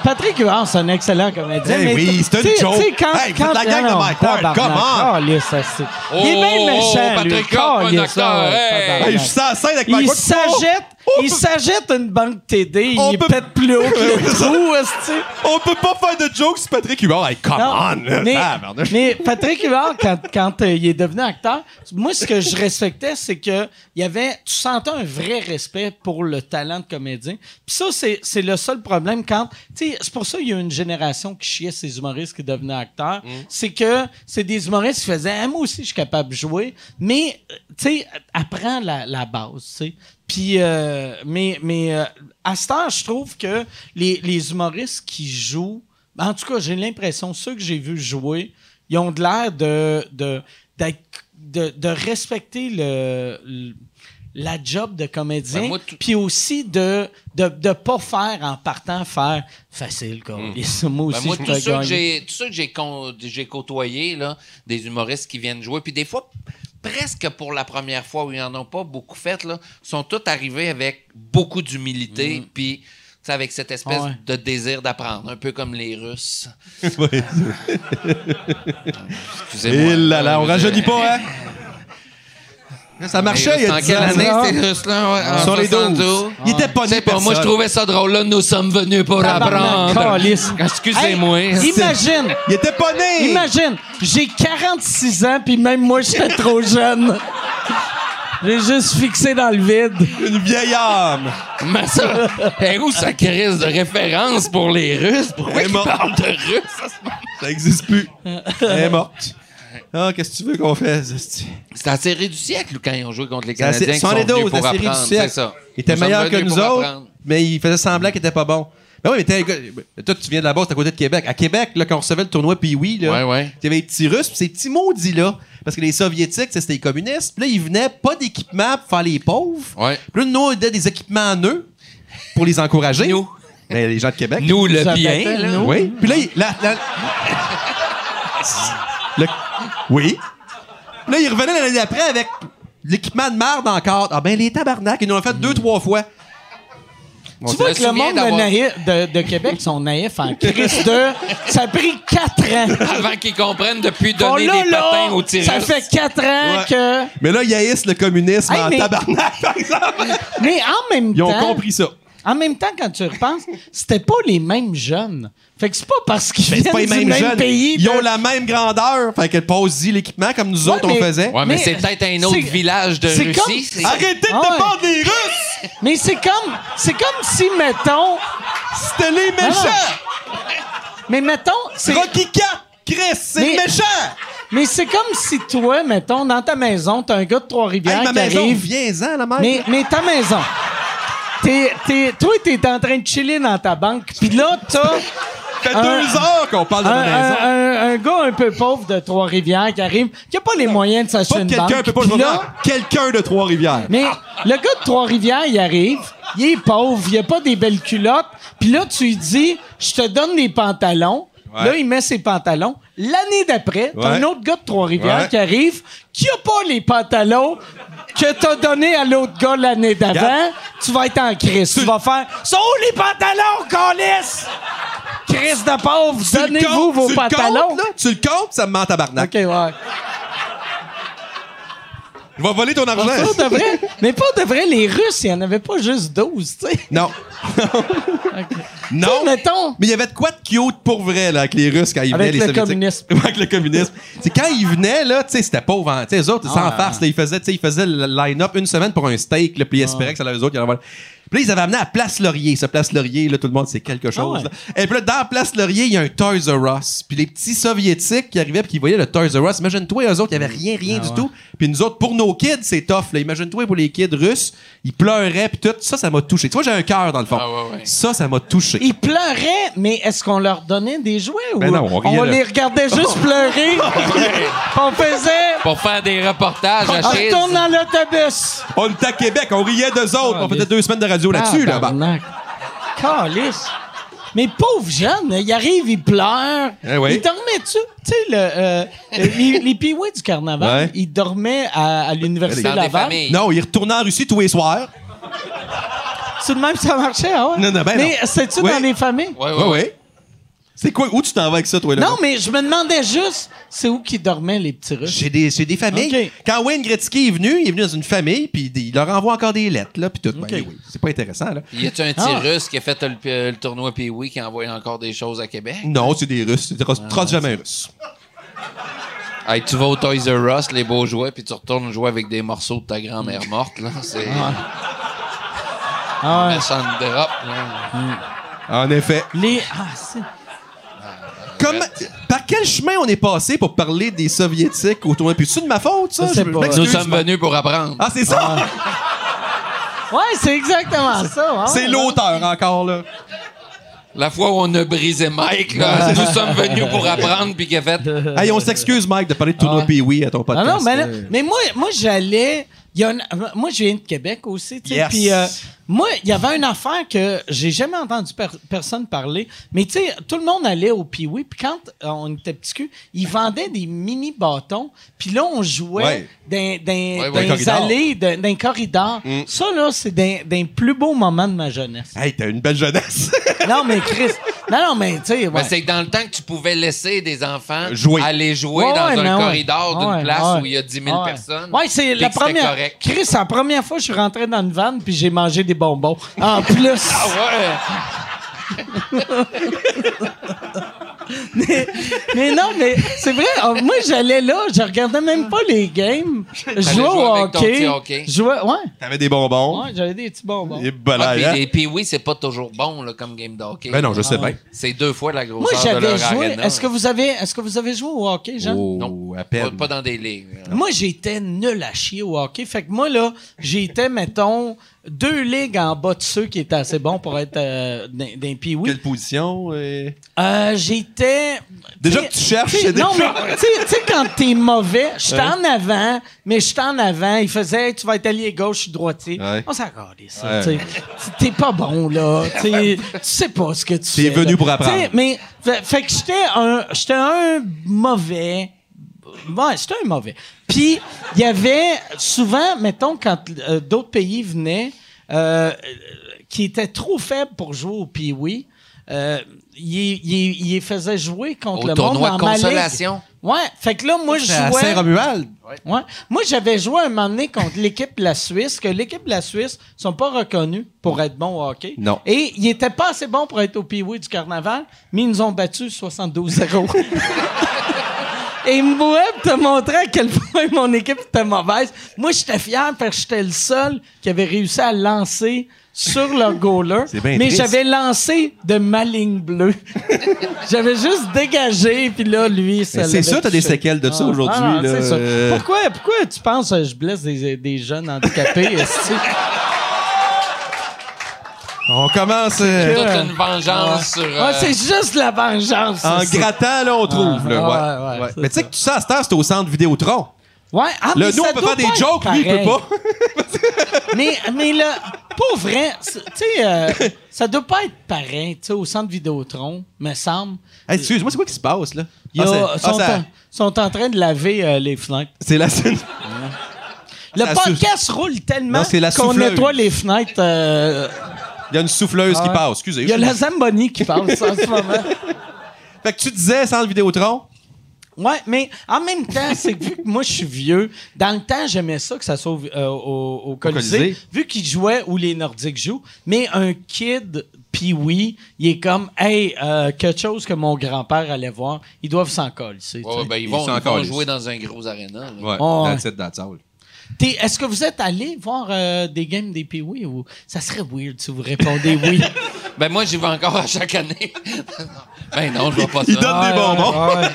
Patrick Huard, c'est un excellent comédien.
Eh
mais
oui,
tu-
c'est une
tu sais-
joke.
tu sais, quand,
Hey,
quand,
la gang de
non,
Mike Ward,
tabarnak.
come on.
Ah, lui, ça, c'est-
Oh,
il est
oh,
bien
oh,
méchant. lui.
Patrick Huard, bon
Calisse, ah,
acteur, hey.
tabarnak.
Hey, je suis sur la scène avec Mike
Il
Ward.
s'ajette,
Oh!
il s'ajette une banque TD,
On
il
peut-
pète plus haut que le trou, est-ce que-
On peut pas faire de jokes sur Patrick Huard. Hey, come
non,
on! là.
mais,
Tabarnouche.
mais Patrick Huard, quand, quand, euh, il est devenu acteur, moi, ce que je respectais, c'est que il y avait, tu sentais un vrai respect pour le talent de comédien. Puis ça, c'est, c'est le seul problème quand, tu sais, c'est pour ça qu'il y a une génération qui chiait ces humoristes qui devenaient acteurs.
Mm.
C'est que c'est des humoristes qui faisaient, Ah, moi aussi, je suis capable de jouer, mais, euh, tu sais, apprends la, la base, tu sais. Puis, euh, mais, mais euh, à ce temps, je trouve que les, les humoristes qui jouent, Ben, en tout cas, j'ai l'impression, ceux que j'ai vus jouer, ils ont de l'air de, de, d'être- de, de respecter le, le- la job de comédien,
Ben, moi, tout-
puis aussi de ne de, de pas faire en partant faire facile. Comme. Moi
Ben,
aussi,
moi,
je
tous
peux
ceux que
gagner.
j'ai, tous ceux que j'ai, con- j'ai côtoyés, là, des humoristes qui viennent jouer, puis des fois, presque pour la première fois où ils n'en ont pas beaucoup fait, là, sont tous arrivés avec beaucoup d'humilité, puis tu sais, avec cette espèce
Mm. Ouais.
de désir d'apprendre, un peu comme les Russes. Excusez-moi.
Et Eh là là, on
Euh,
rajeunit pas, hein? Ça
les Russes,
marchait il y a
en
10
quelle
ans.
année, ces Russes-là? Ouais, en
Sur les
72.
12. Il était pas
Je sais
né
pas, moi, je
personne.
trouvais ça drôle, là. Nous sommes venus pour
Tabarnak,
apprendre.
calisse.
Excusez-moi.
Hey, imagine,
Il était pas né!
imagine, j'ai 46 ans, puis même moi, j'étais trop jeune. J'ai juste fixé dans le vide.
Une vieille âme!
Mais ça, elle est où sa crise de référence pour les Russes? Pourquoi
Elle est
ils
morte.
parlent de Russes? à ce moment?
Ça existe plus. Elle est morte. Ah, qu'est-ce que tu veux qu'on fasse? esti?
C'est la série du siècle quand ils ont joué contre les
C'est la
Canadiens.
sé-
qui sont venus
72,
pour
la série du
apprendre,
siècle.
c'est ça.
Il était
sommes
meilleur que
venus
nous
pour
autres,
apprendre.
mais il faisait semblant qu'il était pas bon. Ah oui, mais t'es un gars- ben, toi, tu viens de la base, t'es à côté de Québec. À Québec, là, quand on recevait le tournoi puis oui, là,
Ouais, ouais.
il y avait les petits Russes, pis ces petits maudits-là, parce que les Soviétiques, c'était les communistes, puis là, ils venaient pas d'équipement pour faire les pauvres.
Ouais.
Puis là, nous, on donnait des équipements à eux pour les encourager.
Nous.
Ben, les gens de Québec.
Nous, le
Ça
bien,
t'appelle,
là.
nous?
Oui. Puis là, il- la- la- le- oui. Puis là, il revenait l'année d'après avec l'équipement de merde encore. Ah ben, les tabarnak, ils nous l'ont fait deux, trois fois.
Tu
se
vois
le
que le
souvient
monde de,
d'avoir-
naïf- de- de Québec sont naïfs en crise de... Ça a pris quatre ans.
Avant qu'ils comprennent depuis
Bon,
donner
Oh là,
des
là,
patins aux tireurs.
ça fait quatre ans
Ouais.
que...
Mais là, ils haïssent le communisme
Hey,
en
mais-
tabarnak, par exemple.
Mais en même
Ils ont
temps...
compris ça.
En même temps, quand tu y repenses, c'était pas les mêmes jeunes. Fait que c'est pas parce qu'ils
Ben,
viennent
c'est pas les
du
mêmes
même
jeunes.
pays.
Ils ont
de-
la même grandeur. Fait que pose-y l'équipement comme nous
Ouais,
autres,
mais-
on faisait.
Ouais, mais,
Mais-
c'est peut-être un autre
c'est-
village de
c'est
Russie.
comme-
c'est-
Arrêtez
Ah
de
ouais.
dépendre des Russes!
Mais c'est comme, c'est comme si mettons,
C'était les méchants!
mais mettons, Ah, c'est,
Rocky 4! Chris, c'est
Mais-
méchant!
mais c'est comme si toi, mettons, dans ta maison, t'as un gars de Trois-Rivières
Hey, ma
qui
maison,
arrive.
viens-en, la mère!
Mais, mais ta maison. T'es, t'es, toi, t'es en train de chiller dans ta banque. Puis là, t'as
Ça fait
un-
deux heures qu'on parle de
un,
ma maison.
un- un- un gars un peu pauvre de Trois-Rivières qui arrive, qui a pas les moyens de s'acheter
Pas
une
quelqu'un,
banque.
peut pas
Puis
je vais
là,
faire Quelqu'un de Trois-Rivières.
Mais le gars de Trois-Rivières, il arrive, il est pauvre, il a pas des belles culottes. Puis là, tu lui dis, je te donne des pantalons. Là, il met ses pantalons. L'année d'après, t'as
Ouais.
un autre gars de Trois-Rivières
Ouais.
qui arrive, qui a pas les pantalons que t'as donné à l'autre gars l'année d'avant.
Regarde.
Tu vas être en crise. Tu vas faire, sont où les pantalons, câlisse? Crise de pauvre,
Tu le
donnez-vous
comptes,
vos
tu le
pantalons.
comptes, là? Tu le comptes, ça me ment tabarnak.
OK, ouais.
Je vais voler ton argent.
Pour Ah, de vrai, mais pour de vrai, les Russes, il n'y en avait pas juste 12, tu sais.
Non.
Tu
non.
sais, mettons-
Mais il y avait de quoi de cute pour vrai, là, avec les Russes quand ils
Avec
venaient, les
le
Soviétiques.
communisme.
avec le communisme. C'est quand ils venaient, là, tu sais, c'était pauvre. hein. Tu sais, eux autres,
Ah,
sans farce, là, ils faisaient, tu sais, ils faisaient le line-up une semaine pour un steak, là, puis ils
Ah.
espéraient que ça allait eux autres. ils allaient avoir- Puis là, ils avaient amené à Place Laurier. Ce Place Laurier, là, tout le monde, c'est quelque chose.
Ah
là. Et puis là, dans Place Laurier, il y a un Toys R Us. Puis les petits Soviétiques qui arrivaient puis qui voyaient le Toys R Us. Imagine-toi, eux autres, il n'y avait rien, rien
Ah,
du tout. Puis nous autres, pour nos kids, c'est tough. Là. Imagine-toi, pour les kids russes, ils pleuraient, puis tout. Ça, ça m'a touché. Tu vois, j'ai un cœur, dans le fond.
Ah ouais, ouais.
Ça, ça m'a touché.
Ils pleuraient, mais est-ce qu'on leur donnait des jouets ou
Ben non, on riait, là.
les regardait juste pleurer? on faisait
Pour faire des reportages à
on
Chiz.
retourne dans l'autobus.
On était à Québec, on riait d'eux autres.
Ah,
on faisait
mais-
deux semaines de radio là-dessus, là-bas.
Tabarnak. Calisse. Mais pauvre jeune, il arrive, il pleure.
Eh oui.
Il dormait tu Tu sais, le, euh, les, les Pee-Wee du carnaval,
Ouais.
ils dormaient à, à l'Université
Dans des
Laval.
familles.
Non, il retournait en Russie tous les soirs.
C'est de même que ça marchait, ah ouais?
Non, non, ben
Mais
non.
c'est-tu
Oui.
dans les familles?
Ouais, ouais,
Ouais,
ouais.
ouais. C'est quoi? Où tu t'en vas avec ça, toi, là?
Non, mais je me demandais juste, c'est où qu'ils dormaient, les petits Russes?
Chez des, chez des familles.
Ok.
Quand Wayne Gretzky est venu, il est venu dans une famille, puis il leur envoie encore des lettres, là, puis tout. Ben, anyway, c'est pas intéressant, là.
Y a-tu un petit
Ah.
russe qui a fait le, euh, le tournoi pee qui a envoyé encore des choses à Québec?
Non, c'est des Russes. Ah, C'est des Russes. Trotte jamais un Russe.
Hey, tu vas au Toys R Us, les beaux jouets, puis tu retournes jouer avec des morceaux de ta grand-mère morte, là. C'est
Ah ouais.
la chante de drop, là.
En effet.
Les... Ah, c'est...
Comme, par quel chemin on est passé pour parler des Soviétiques au tournoi? Puis c'est de ma faute, ça?
Je sais
Je-
pas.
m'excuse.
Nous sommes venus pour apprendre.
Ah, c'est ça?
Ouais, c'est exactement ça. ouais,
c'est
ouais.
l'auteur encore, là.
La fois où on a brisé Mike, là, nous sommes venus pour apprendre, puis qu'il a fait...
Hey, on s'excuse, Mike, de parler de tournoi
Ah.
Pee-Wee à ton
Non,
podcast.
non, mais, là,
Euh,
mais moi, moi j'allais. il y a une- moi, je viens de Québec aussi. tu sais,
Yes.
Puis, euh, moi, il y avait une affaire que j'ai jamais entendu per- personne parler. Mais tu sais, tout le monde allait au Pee-Wee. Puis quand euh, on était petit cul, ils vendaient des mini bâtons. Puis là, on jouait
Ouais.
dans, dans,
ouais. Mm.
dans les
Corridor.
allées, dans, dans les corridors. Ça, là, c'est d'un des plus beaux moments de ma jeunesse.
Hey, t'as une belle jeunesse.
non, mais Chris. Non, non, mais tu sais.
Mais
ouais.
c'est que dans le temps que tu pouvais laisser des enfants
Jouer.
aller jouer
Ouais,
dans
ouais, mais
un
ouais.
corridor d'une
Ouais,
place
ouais.
où il y a 10 000
Ouais.
personnes.
Ouais, c'est
puis
la
que c'était
première.
correct.
Chris, c'est la première fois que je suis rentré dans une vanne puis j'ai mangé des bonbons. En plus.
Ah ouais!
mais, mais non, mais c'est vrai. ah, Moi, j'allais là, je regardais même pas les games. Je jouais
jouer
au
avec ton
hockey.
petit hockey.
Je jouais, ouais,
T'avais des bonbons.
ouais j'avais des petits bonbons.
Et
Ah,
balai,
puis
hein?
les- puis oui, c'est pas toujours bon là, comme game d'hockey.
Ben non, je
Ah,
sais bien.
C'est deux fois la
Moi,
grosseur de
j'avais
leur
joué.
arena.
Est-ce que vous avez, est-ce que vous avez joué au hockey, Jean?
Oh,
Non,
à
pas,
peine.
pas dans des ligues.
Moi, j'étais nul à chier au hockey. Fait que moi, là, j'étais, mettons, deux ligues en bas de ceux qui étaient assez bons pour être euh, d'un d'un pee-wee.
Quelle position? euh?
Euh, j'étais.
Déjà
t'sais,
que tu cherches,
t'sais,
c'est
Non,
déjà-
mais tu sais, quand t'es mauvais, j'étais en avant, mais j'étais en avant. Il faisait, Hey, tu vas être allié gauche, je suis droitier.
Ouais.
On s'en regardait ça.
Ouais.
t'sais. T'es pas bon, là. T'sais, tu sais pas ce que tu fais.
T'es venu
là.
pour apprendre.
T'sais, mais, fait, fait que j'étais un, j'étais un mauvais. Ouais, c'était un mauvais. Puis, il y avait souvent, mettons, quand euh, d'autres pays venaient, euh, euh, qui étaient trop faibles pour jouer au Pee-Wee, euh, ils ils- ils les faisaient jouer contre
Au
le monde
tournoi
en
de
ma ligue.
consolation.
Ouais, fait que là, moi, je
C'est à
jouais...
Saint-Romuald.
Ouais. Moi, j'avais joué un moment donné contre l'équipe de la Suisse, que l'équipe de la Suisse sont pas reconnus pour être bons au hockey.
Non.
Et ils étaient pas assez bons pour être au Pee-Wee du carnaval, mais ils nous ont battus 72-0. Et Mboué te montrer à quel point mon équipe était mauvaise. Moi, j'étais fier parce que j'étais le seul qui avait réussi à lancer sur le goaler.
C'est bien
mais
triste.
j'avais lancé de ma ligne bleue. j'avais juste dégagé, puis là, lui, ça
C'est
l'avait
sûr, t'as des
touché.
séquelles de ça
Ah,
aujourd'hui.
ah,
là.
c'est ça.
Euh,
Pourquoi, pourquoi tu penses que je blesse des, euh, des jeunes handicapés? est-ce que-
On commence euh,
Toute une vengeance sur.
Ah,
euh,
c'est juste la vengeance.
en
ça.
grattant, là, on trouve. là,
ah,
ouais.
ouais, ouais,
Ouais.
c'est
Mais tu sais que tout ça, à cette heure, c'est au centre Vidéotron.
Ouais, ah,
Là,
mais
nous,
ça
on peut
doit
faire des
pas être
jokes, lui, il peut
pareil.
pas.
mais, mais là, pour vrai, c'est- tu sais, euh, ça doit pas être pareil, tu sais, au centre Vidéotron, me semble.
Hey, Excuse-moi, c'est quoi qui se passe, là?
Ils
Ah,
ont-
c'est- ah,
sont,
ça-
en, sont en train de laver euh, les fenêtres.
c'est la scène.
Le
Ah, Ça
podcast roule tellement
Non, c'est la
qu'on
souffleuse.
nettoie les fenêtres. euh,
Il y a une souffleuse qui
Ah ouais.
passe. Excusez.
Il y a la Zamboni qui passe en ce moment.
Fait que tu disais centre Vidéotron.
Ouais, mais en même temps, c'est que vu que moi je suis vieux, dans le temps j'aimais ça que ça soit au- euh, au, au Colisée,
Colisée.
vu qu'ils jouaient où les Nordiques jouent, mais un kid, puis oui, il est comme, hey, euh, quelque chose que mon grand-père allait voir, ils doivent s'en coller. tu sais.
ouais, ouais, ben, ils
Ils
vont,
sont
ils vont
encore
jouer dans un gros aréna. là.
Ouais,
Oh,
that's
ouais.
it, that's all.
T'es- Est-ce que vous êtes allé voir euh, des games des pee ou ça serait weird si vous répondez oui?
Ben moi, j'y vais encore à chaque année. ben non, je vois pas ça.
Il donne des bonbons.
Ah ouais, ouais.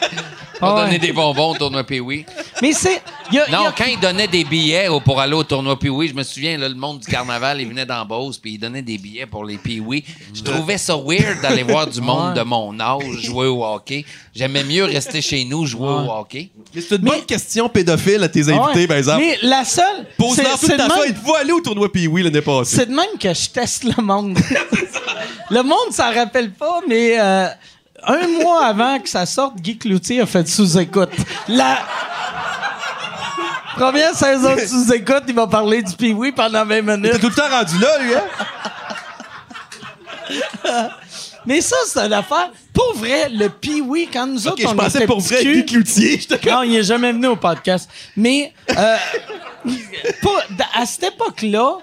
On
Ah ouais.
donnait des bonbons au tournoi Pee-Wee.
Mais c'est. y a- y a-
Non, quand ils donnaient des billets au- pour aller au tournoi Pee-Wee, je me souviens, là, le monde du carnaval, ils venaient dans Beauce, puis ils donnaient des billets pour les Pee-Wee. Je trouvais ça weird d'aller voir du monde de mon âge jouer au hockey. J'aimais mieux rester chez nous jouer au hockey.
Mais c'est une bonne question pédophile à tes
Ah ouais.
invités,
ben,
par exemple.
Mais la seule. c'est-
Pose-leur
c'est
toute ta
le même-
feuille. Vous aller au tournoi Pee-Wee l'année passée.
C'est de même que je teste le monde. le monde s'en rappelle pas, mais euh, un mois avant que ça sorte, Guy Cloutier a fait sous-écoute. La première saison de sous-écoute, il va parler du Pee-Wee pendant 20
T'es
minutes.
tout le temps rendu là, lui, hein?
Mais ça, c'est une affaire. Pour vrai, le Pee-Wee, quand nous
Ok,
autres,
je
on
pensais
était
pour vrai
petits culs-
Guy Cloutier. J'étais comme-
Non, il n'est jamais venu au podcast. Mais euh, pas- d- à cette époque-là,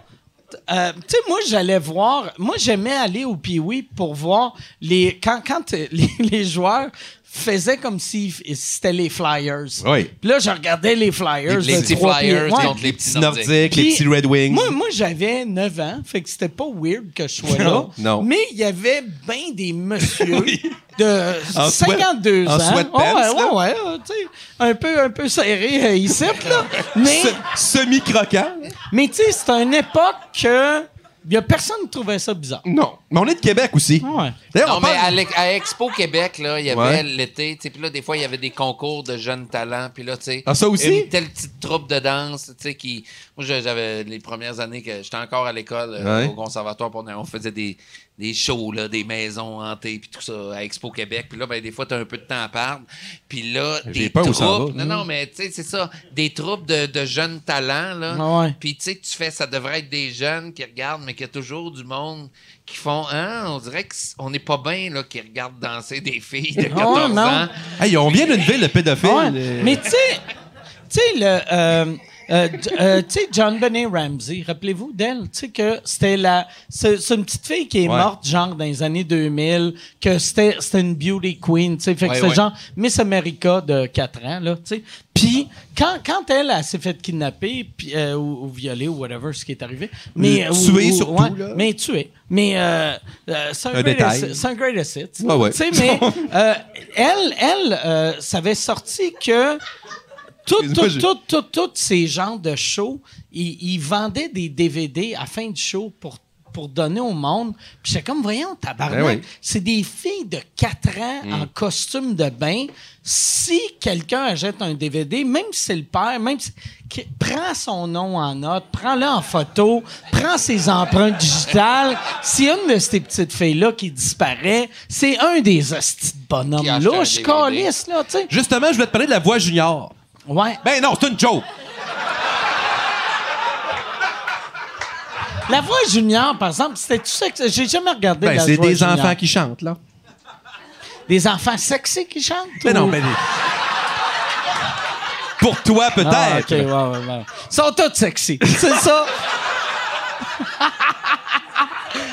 t- euh, tu sais, moi, j'allais voir. Moi, j'aimais aller au Pee-Wee pour voir les. Quand, quand euh, les, les joueurs faisaient comme si f- c'était les Flyers.
Oui.
Puis là, je regardais les Flyers.
Les
de
petits
trois pieds.
Flyers
Ouais.
contre les petits
Petits
Nordiques.
Nordiques, les
Puis,
petits Red Wings.
Moi, moi j'avais 9 ans, fait que c'était pas weird que je sois là.
Non, non.
Mais il y avait bien des messieurs de
En sweat-
52
en
ans.
sweatpants,
ouais,
là.
ouais, ouais, euh, tu sais, un peu, un peu serré euh, ici, là. Mais,
Se- Semi-croquant.
mais tu sais, c'était une époque que y a personne qui trouvait ça bizarre.
Non. Mais on est de Québec aussi.
Ah Ouais.
D'ailleurs,
Non,
on
mais à,
parle...
l'E- à Expo Québec, là, il y avait
Ouais.
l'été, tu sais, puis là, des fois, il y avait des concours de jeunes talents, puis là, tu sais.
Ah, ça aussi?
Une telle petite troupe de danse, tu sais, qui. Moi, je- j'avais les premières années que j'étais encore à l'école, euh,
Ouais.
au conservatoire, puis on, on faisait des, des shows, là, des maisons hantées, puis tout ça, à Expo Québec, puis là, ben, des fois, t'as un peu de temps à perdre, puis là, des
peur où
troupes.
ça va.
Non,
Mm.
non, mais tu sais, c'est ça, des troupes de, de jeunes talents, là.
Ah ouais.
Puis tu sais, que tu fais, ça devrait être des jeunes qui regardent, mais qu'il y a toujours du monde qui font, hein, on dirait qu'on n'est pas bien, là, qui regardent danser des filles de 14
Oh, non. Ah
ans.
Hey, on vient d'une ville de pédophiles.
Ouais.
euh.
Mais tu sais, tu sais, le, euh, Euh, d- euh, tu sais, John Benet Ramsey, rappelez-vous d'elle? Tu sais que c'était la. C'est c'est une petite fille qui est morte, genre, dans les années 2000, que c'était c'était une beauty queen, tu sais. Fait que
Ouais,
c'est
ouais.
genre Miss America de 4 ans, là, tu sais. Puis, quand, quand elle, elle s'est fait kidnapper puis, euh, ou, ou violer ou whatever, ce qui est arrivé. Mais,
Le
euh, ou-
tuer
ou-
surtout,
ouais,
là.
Mais tuer. Mais euh, euh, c'est un,
Un
great
détail.
assi- C'est un great asset.
Ouais, Ah ouais.
Tu sais, mais euh, elle, elle, euh, ça avait sorti que toutes
Excuse-moi,
tout,
j'ai-
tout, tout, tout ces genres de shows, ils, ils vendaient des DVD à fin du show pour pour donner au monde. Puis j'étais comme, voyons, tabarnak,
Ben oui.
c'est des filles de 4 ans en costume de bain. Si quelqu'un achète un DVD, même si c'est le père, même si... qui- Prends son nom en note, prends-le en photo, prends ses empreintes digitales. Si une de ces petites filles-là qui disparaît, c'est un des hosties de
Qui
bonhommes
achète un
louches,
DVD.
calice, là, tu sais.
Justement, je voulais te parler de la voix junior.
Ouais.
Ben non, c'est une joke.
La voix junior, par exemple, c'était tout ça que j'ai jamais regardé.
Ben,
la
c'est
voix
des
junior.
enfants qui chantent, là.
Des enfants sexy qui chantent?
Ben non,
ou-
ben. Pour toi,
Ah,
peut-être.
ok, ouais, ouais, ouais. Ils sont tous sexy. C'est ça.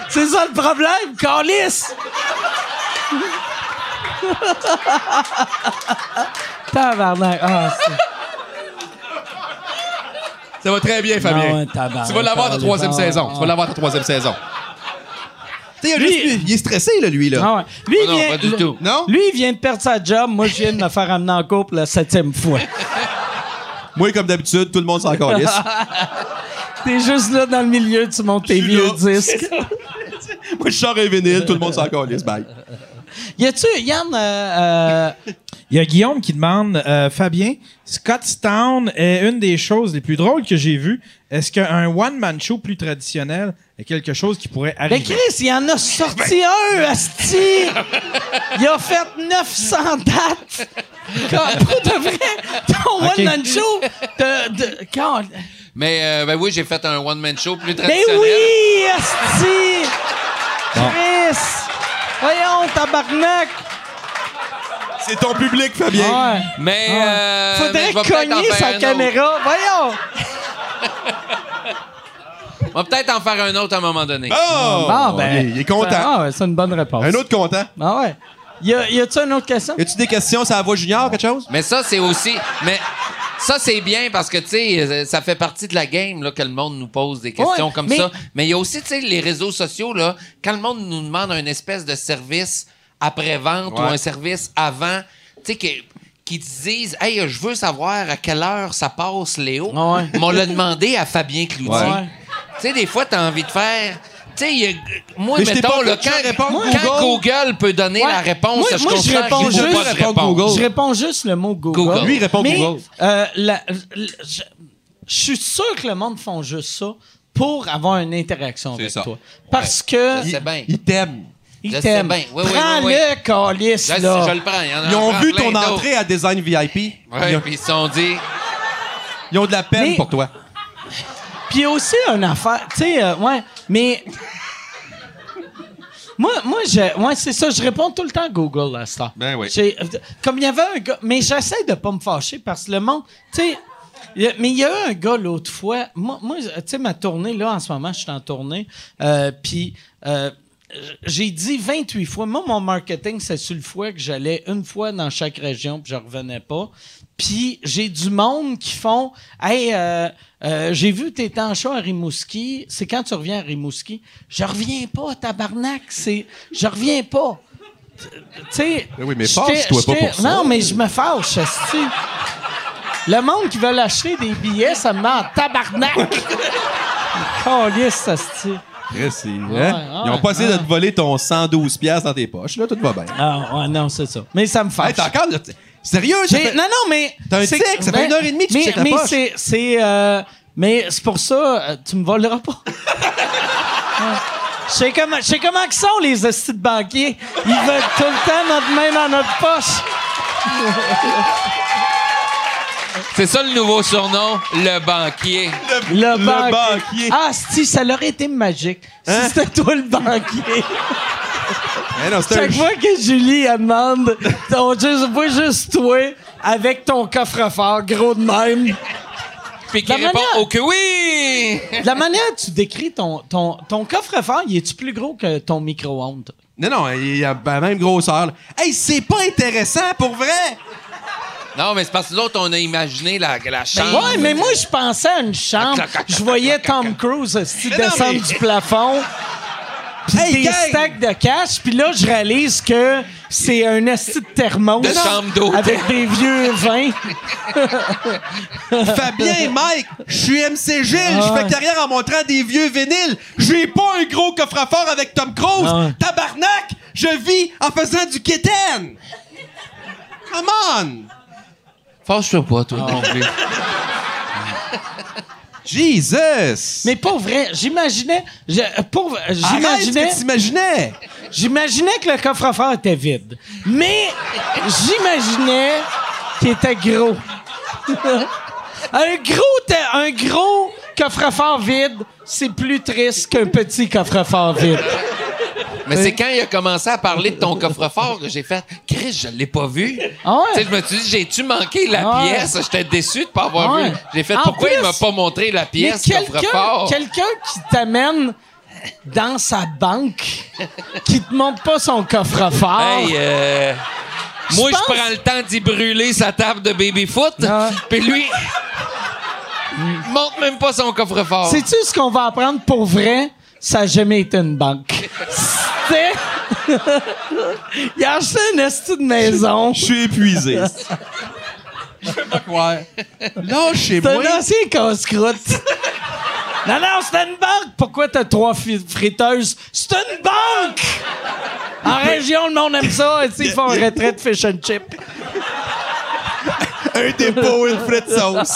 C'est ça le problème, Calice! tabarnak. Ah, c'est-
Ça va très bien,
Non,
Fabien.
ouais, tabarnak.
tu vas l'avoir ta
Calice.
troisième
Ah,
saison.
ouais.
Tu vas l'avoir ta troisième saison.
Tu sais, il, a juste- lui, il est stressé, là, lui, là.
Ah ouais. Lui, il
non,
vient,
pas du
le-
tout.
Non?
Lui, il vient de perdre sa job. Moi, je viens de me faire amener en cours pour la septième fois.
Moi, comme d'habitude, tout le monde s'en calisse.
T'es juste là dans le milieu, tu montes tes
Je suis
vieux
là.
disques.
Moi, je sors un vinyle, tout le monde s'en calisse. Bye.
Y a-tu, Yann, euh, euh,
Il y a Guillaume qui demande euh, Fabien, Scottstown est une des choses les plus drôles que j'ai vues. Est-ce qu'un one-man show plus traditionnel est quelque chose qui pourrait
Ben
arriver
Chris, il en a sorti un,
Ben-
Asti! Il a fait 900 dates! Comme, pour de vrai, ton
Ok.
one-man show de... de quand-
Mais euh, ben oui, j'ai fait un one-man show plus
ben
traditionnel.
oui, Asti! Chris! Voyons, tabarnak!
C'est ton public, Fabien.
Ah Ouais.
Mais, euh, mais
Ah. Faudrait
je vais peut-être en
cogner
faire
sa
un autre.
caméra. Voyons!
On va peut-être en faire un autre à un moment donné.
Oh!
Ah, ben,
il, est- il est content.
Ah, ouais, c'est une bonne réponse. Euh,
Un autre content.
Ah ouais. Y a- y a-tu une autre question?
Y a-tu des questions sur la voix junior, quelque chose?
Mais ça, c'est aussi. Mais ça, c'est bien parce que, tu sais, euh, ça fait partie de la game là, que le monde nous pose des questions
Ouais,
comme
mais-
ça. Mais il y a aussi, tu sais, les réseaux sociaux, là, quand le monde nous demande un espèce de service après-vente ou un service avant, tu sais, qui, qui te disent, hey, euh, je veux savoir à quelle heure ça passe, Léo.
Ah ouais.
Mais on l'a demandé à Fabien Cloutier.
Ouais.
Tu sais, des fois, t'as envie de faire. Tu sais, il y a- moi,
Mais je t'ai
mettons,
pas
là,
fait
quand,
de réponse,
quand Google...
Google.
peut donner
Ouais.
la réponse,
Moi,
je
moi, je
comprends
réponds
qu'il faut
juste-
pas de
Je réponds
réponse.
Google.
Je réponds juste le mot Google.
Google.
Lui, il répond
Mais,
Google.
euh, la- l- je je suis sûr que le monde font juste ça pour avoir une interaction avec
ça.
toi. Parce que
Je sais bien.
Il t'aime.
je
ils
sais
t'aiment.
bien. Oui, oui, oui,
Prends-le,
oui.
câlisse,
Je, sais,
là.
je le prends. il y en a
Ils ont
encore
vu
plein
ton
d'autres.
entrée à Design VIP. Ils,
Ouais,
ont,
puis ils se sont dit.
ils ont de la peine
Mais-
pour toi.
Puis il y a aussi une affaire, tu sais, euh, ouais, mais. moi, moi je, ouais, c'est ça, je réponds tout le temps à Google à ça.
Ben oui.
J'ai- euh, Comme il y avait un gars, mais j'essaie de pas me fâcher parce que le monde, tu sais. il y a- Mais il y a eu un gars l'autre fois. Moi, moi tu sais, ma tournée, là, en ce moment, je suis en tournée. euh, Puis, euh, j'ai dit 28 fois. Moi, mon marketing, c'est sur le fois que j'allais une fois dans chaque région, puis je revenais pas. Puis j'ai du monde qui font Hey, euh, euh, j'ai vu que t'étais en show à Rimouski. C'est quand tu reviens à Rimouski? Je reviens pas, tabarnak. C'est... Je reviens pas. Tu sais.
Ben oui, mais
j'étais-
fâche-toi pas
j'étais-
pour ça.
Non, mais je me fâche, esti. Le monde qui veut l'acheter des billets, ça me met en tabarnak. Calisse, esti.
Chris, c'est- hein?
ouais,
ils ont pas essayé de te voler ton 112$ piastres dans tes poches. Là, tout va bien.
Ah, ouais, non, c'est ça. Mais ça me fâche.
Hey, t'as encore. le- Sérieux? ça
J'ai-
fait-
Non, non, mais.
T'as un
c'est-
tic, ça fait
ben,
une heure et demie que tu
mais-
checkes la
mais
poche.
c'est- c'est. euh, mais c'est pour ça, euh, tu me voleras pas. Ouais. Je sais comment, je sais comment qu'ils sont, les hosties de banquiers. Ils veulent tout le temps notre main dans notre poche.
C'est ça le nouveau surnom, le banquier.
Le,
Le
banquier.
banquier. Hein?
Ah, si, ça leur aurait été magique. Si c'était toi le banquier.
Eh non, c'est un
Chaque fois que Julie, elle demande, on juste, voit juste toi avec ton coffre-fort gros de même.
Puis qui
La
répond
manière-
Oh que oui!
De la manière que tu décris ton, ton, ton coffre-fort, il est-tu plus gros que ton micro-ondes?
Non, non, il y a la même grosseur. là. Hey, c'est pas intéressant pour vrai!
Non, mais c'est parce que l'autre, on a imaginé la, la
Ben,
chambre.
Ben, Ouais,
euh,
mais moi, je pensais à une chambre. Je voyais Tom Cruise esti,
Mais non,
descendre
mais-
du plafond. Puis
Hey,
des
gang!
stacks de cash. Puis là, je réalise que c'est un esti de thermos.
De chambre d'hôtel.
Avec des vieux vins.
Fabien, Mike, je suis MC Gilles, je fais carrière en montrant des vieux vinyles. J'ai pas un gros coffre-fort avec Tom Cruise.
Ah ouais.
Tabarnak, je vis en faisant du kitten. Come on!
Fâche-toi pas, toi,
Ah.
non plus.
Jesus!
Mais pour vrai, j'imaginais... je- pour-
Arrête ce
J'imaginais...
que t'imaginais!
J'imaginais que le coffre-fort était vide. Mais j'imaginais qu'il était gros. un gros, te- un gros coffre-fort vide, c'est plus triste qu'un petit coffre-fort vide.
Mais c'est quand il a commencé à parler de ton coffre-fort que j'ai fait Chris, je l'ai pas vu.
Ah ouais?
Tu sais, je me suis dit, j'ai-tu manqué la
Ah ouais.
pièce? J'étais déçu de pas avoir
Ah ouais.
vu. J'ai fait
En
pourquoi il
plus-
m'a pas montré la
Mais
pièce
quelqu'un
coffre-fort?
quelqu'un qui t'amène dans sa banque, qui te montre pas son coffre-fort.
Hey, euh, moi, je
pense-
prends le temps d'y brûler sa table de baby-foot.
Ah.
Puis lui, montre même pas son coffre-fort.
Sais-tu ce qu'on va apprendre pour vrai? Ça n'a jamais été une banque. C'était. Il a acheté une esti de maison.
Je suis épuisé. ouais. Là, chez
C'est
moi.
un ancien casse-croûte. Non, non, c'est une banque. Pourquoi t'as trois fi- friteuses? C'est une banque! En région, le monde aime ça. Et tu sais, ils font un retrait de fish and chip.
un dépôt, une frite sauce.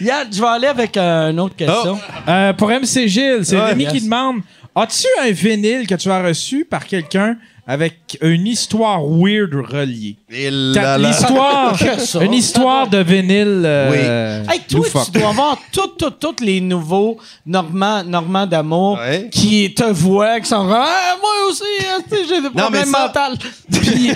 Yann, je vais aller avec euh, une autre question.
Oh.
Euh, pour MC Gilles, c'est
Ouais.
Rémi
Yes.
qui demande As-tu un vinyle que tu as reçu par quelqu'un avec une histoire weird reliée
Et
T'as
là, là.
L'histoire,
Que ça.
une histoire de vinyle. euh,
Hey, toi,
loufoque.
tu dois avoir tous tout, tout les nouveaux Normands Normand d'amour
Ouais.
qui te voient, qui sont comme, Ah, Moi aussi, euh, tu sais, j'ai des problèmes
mais ça-
mentaux. Puis,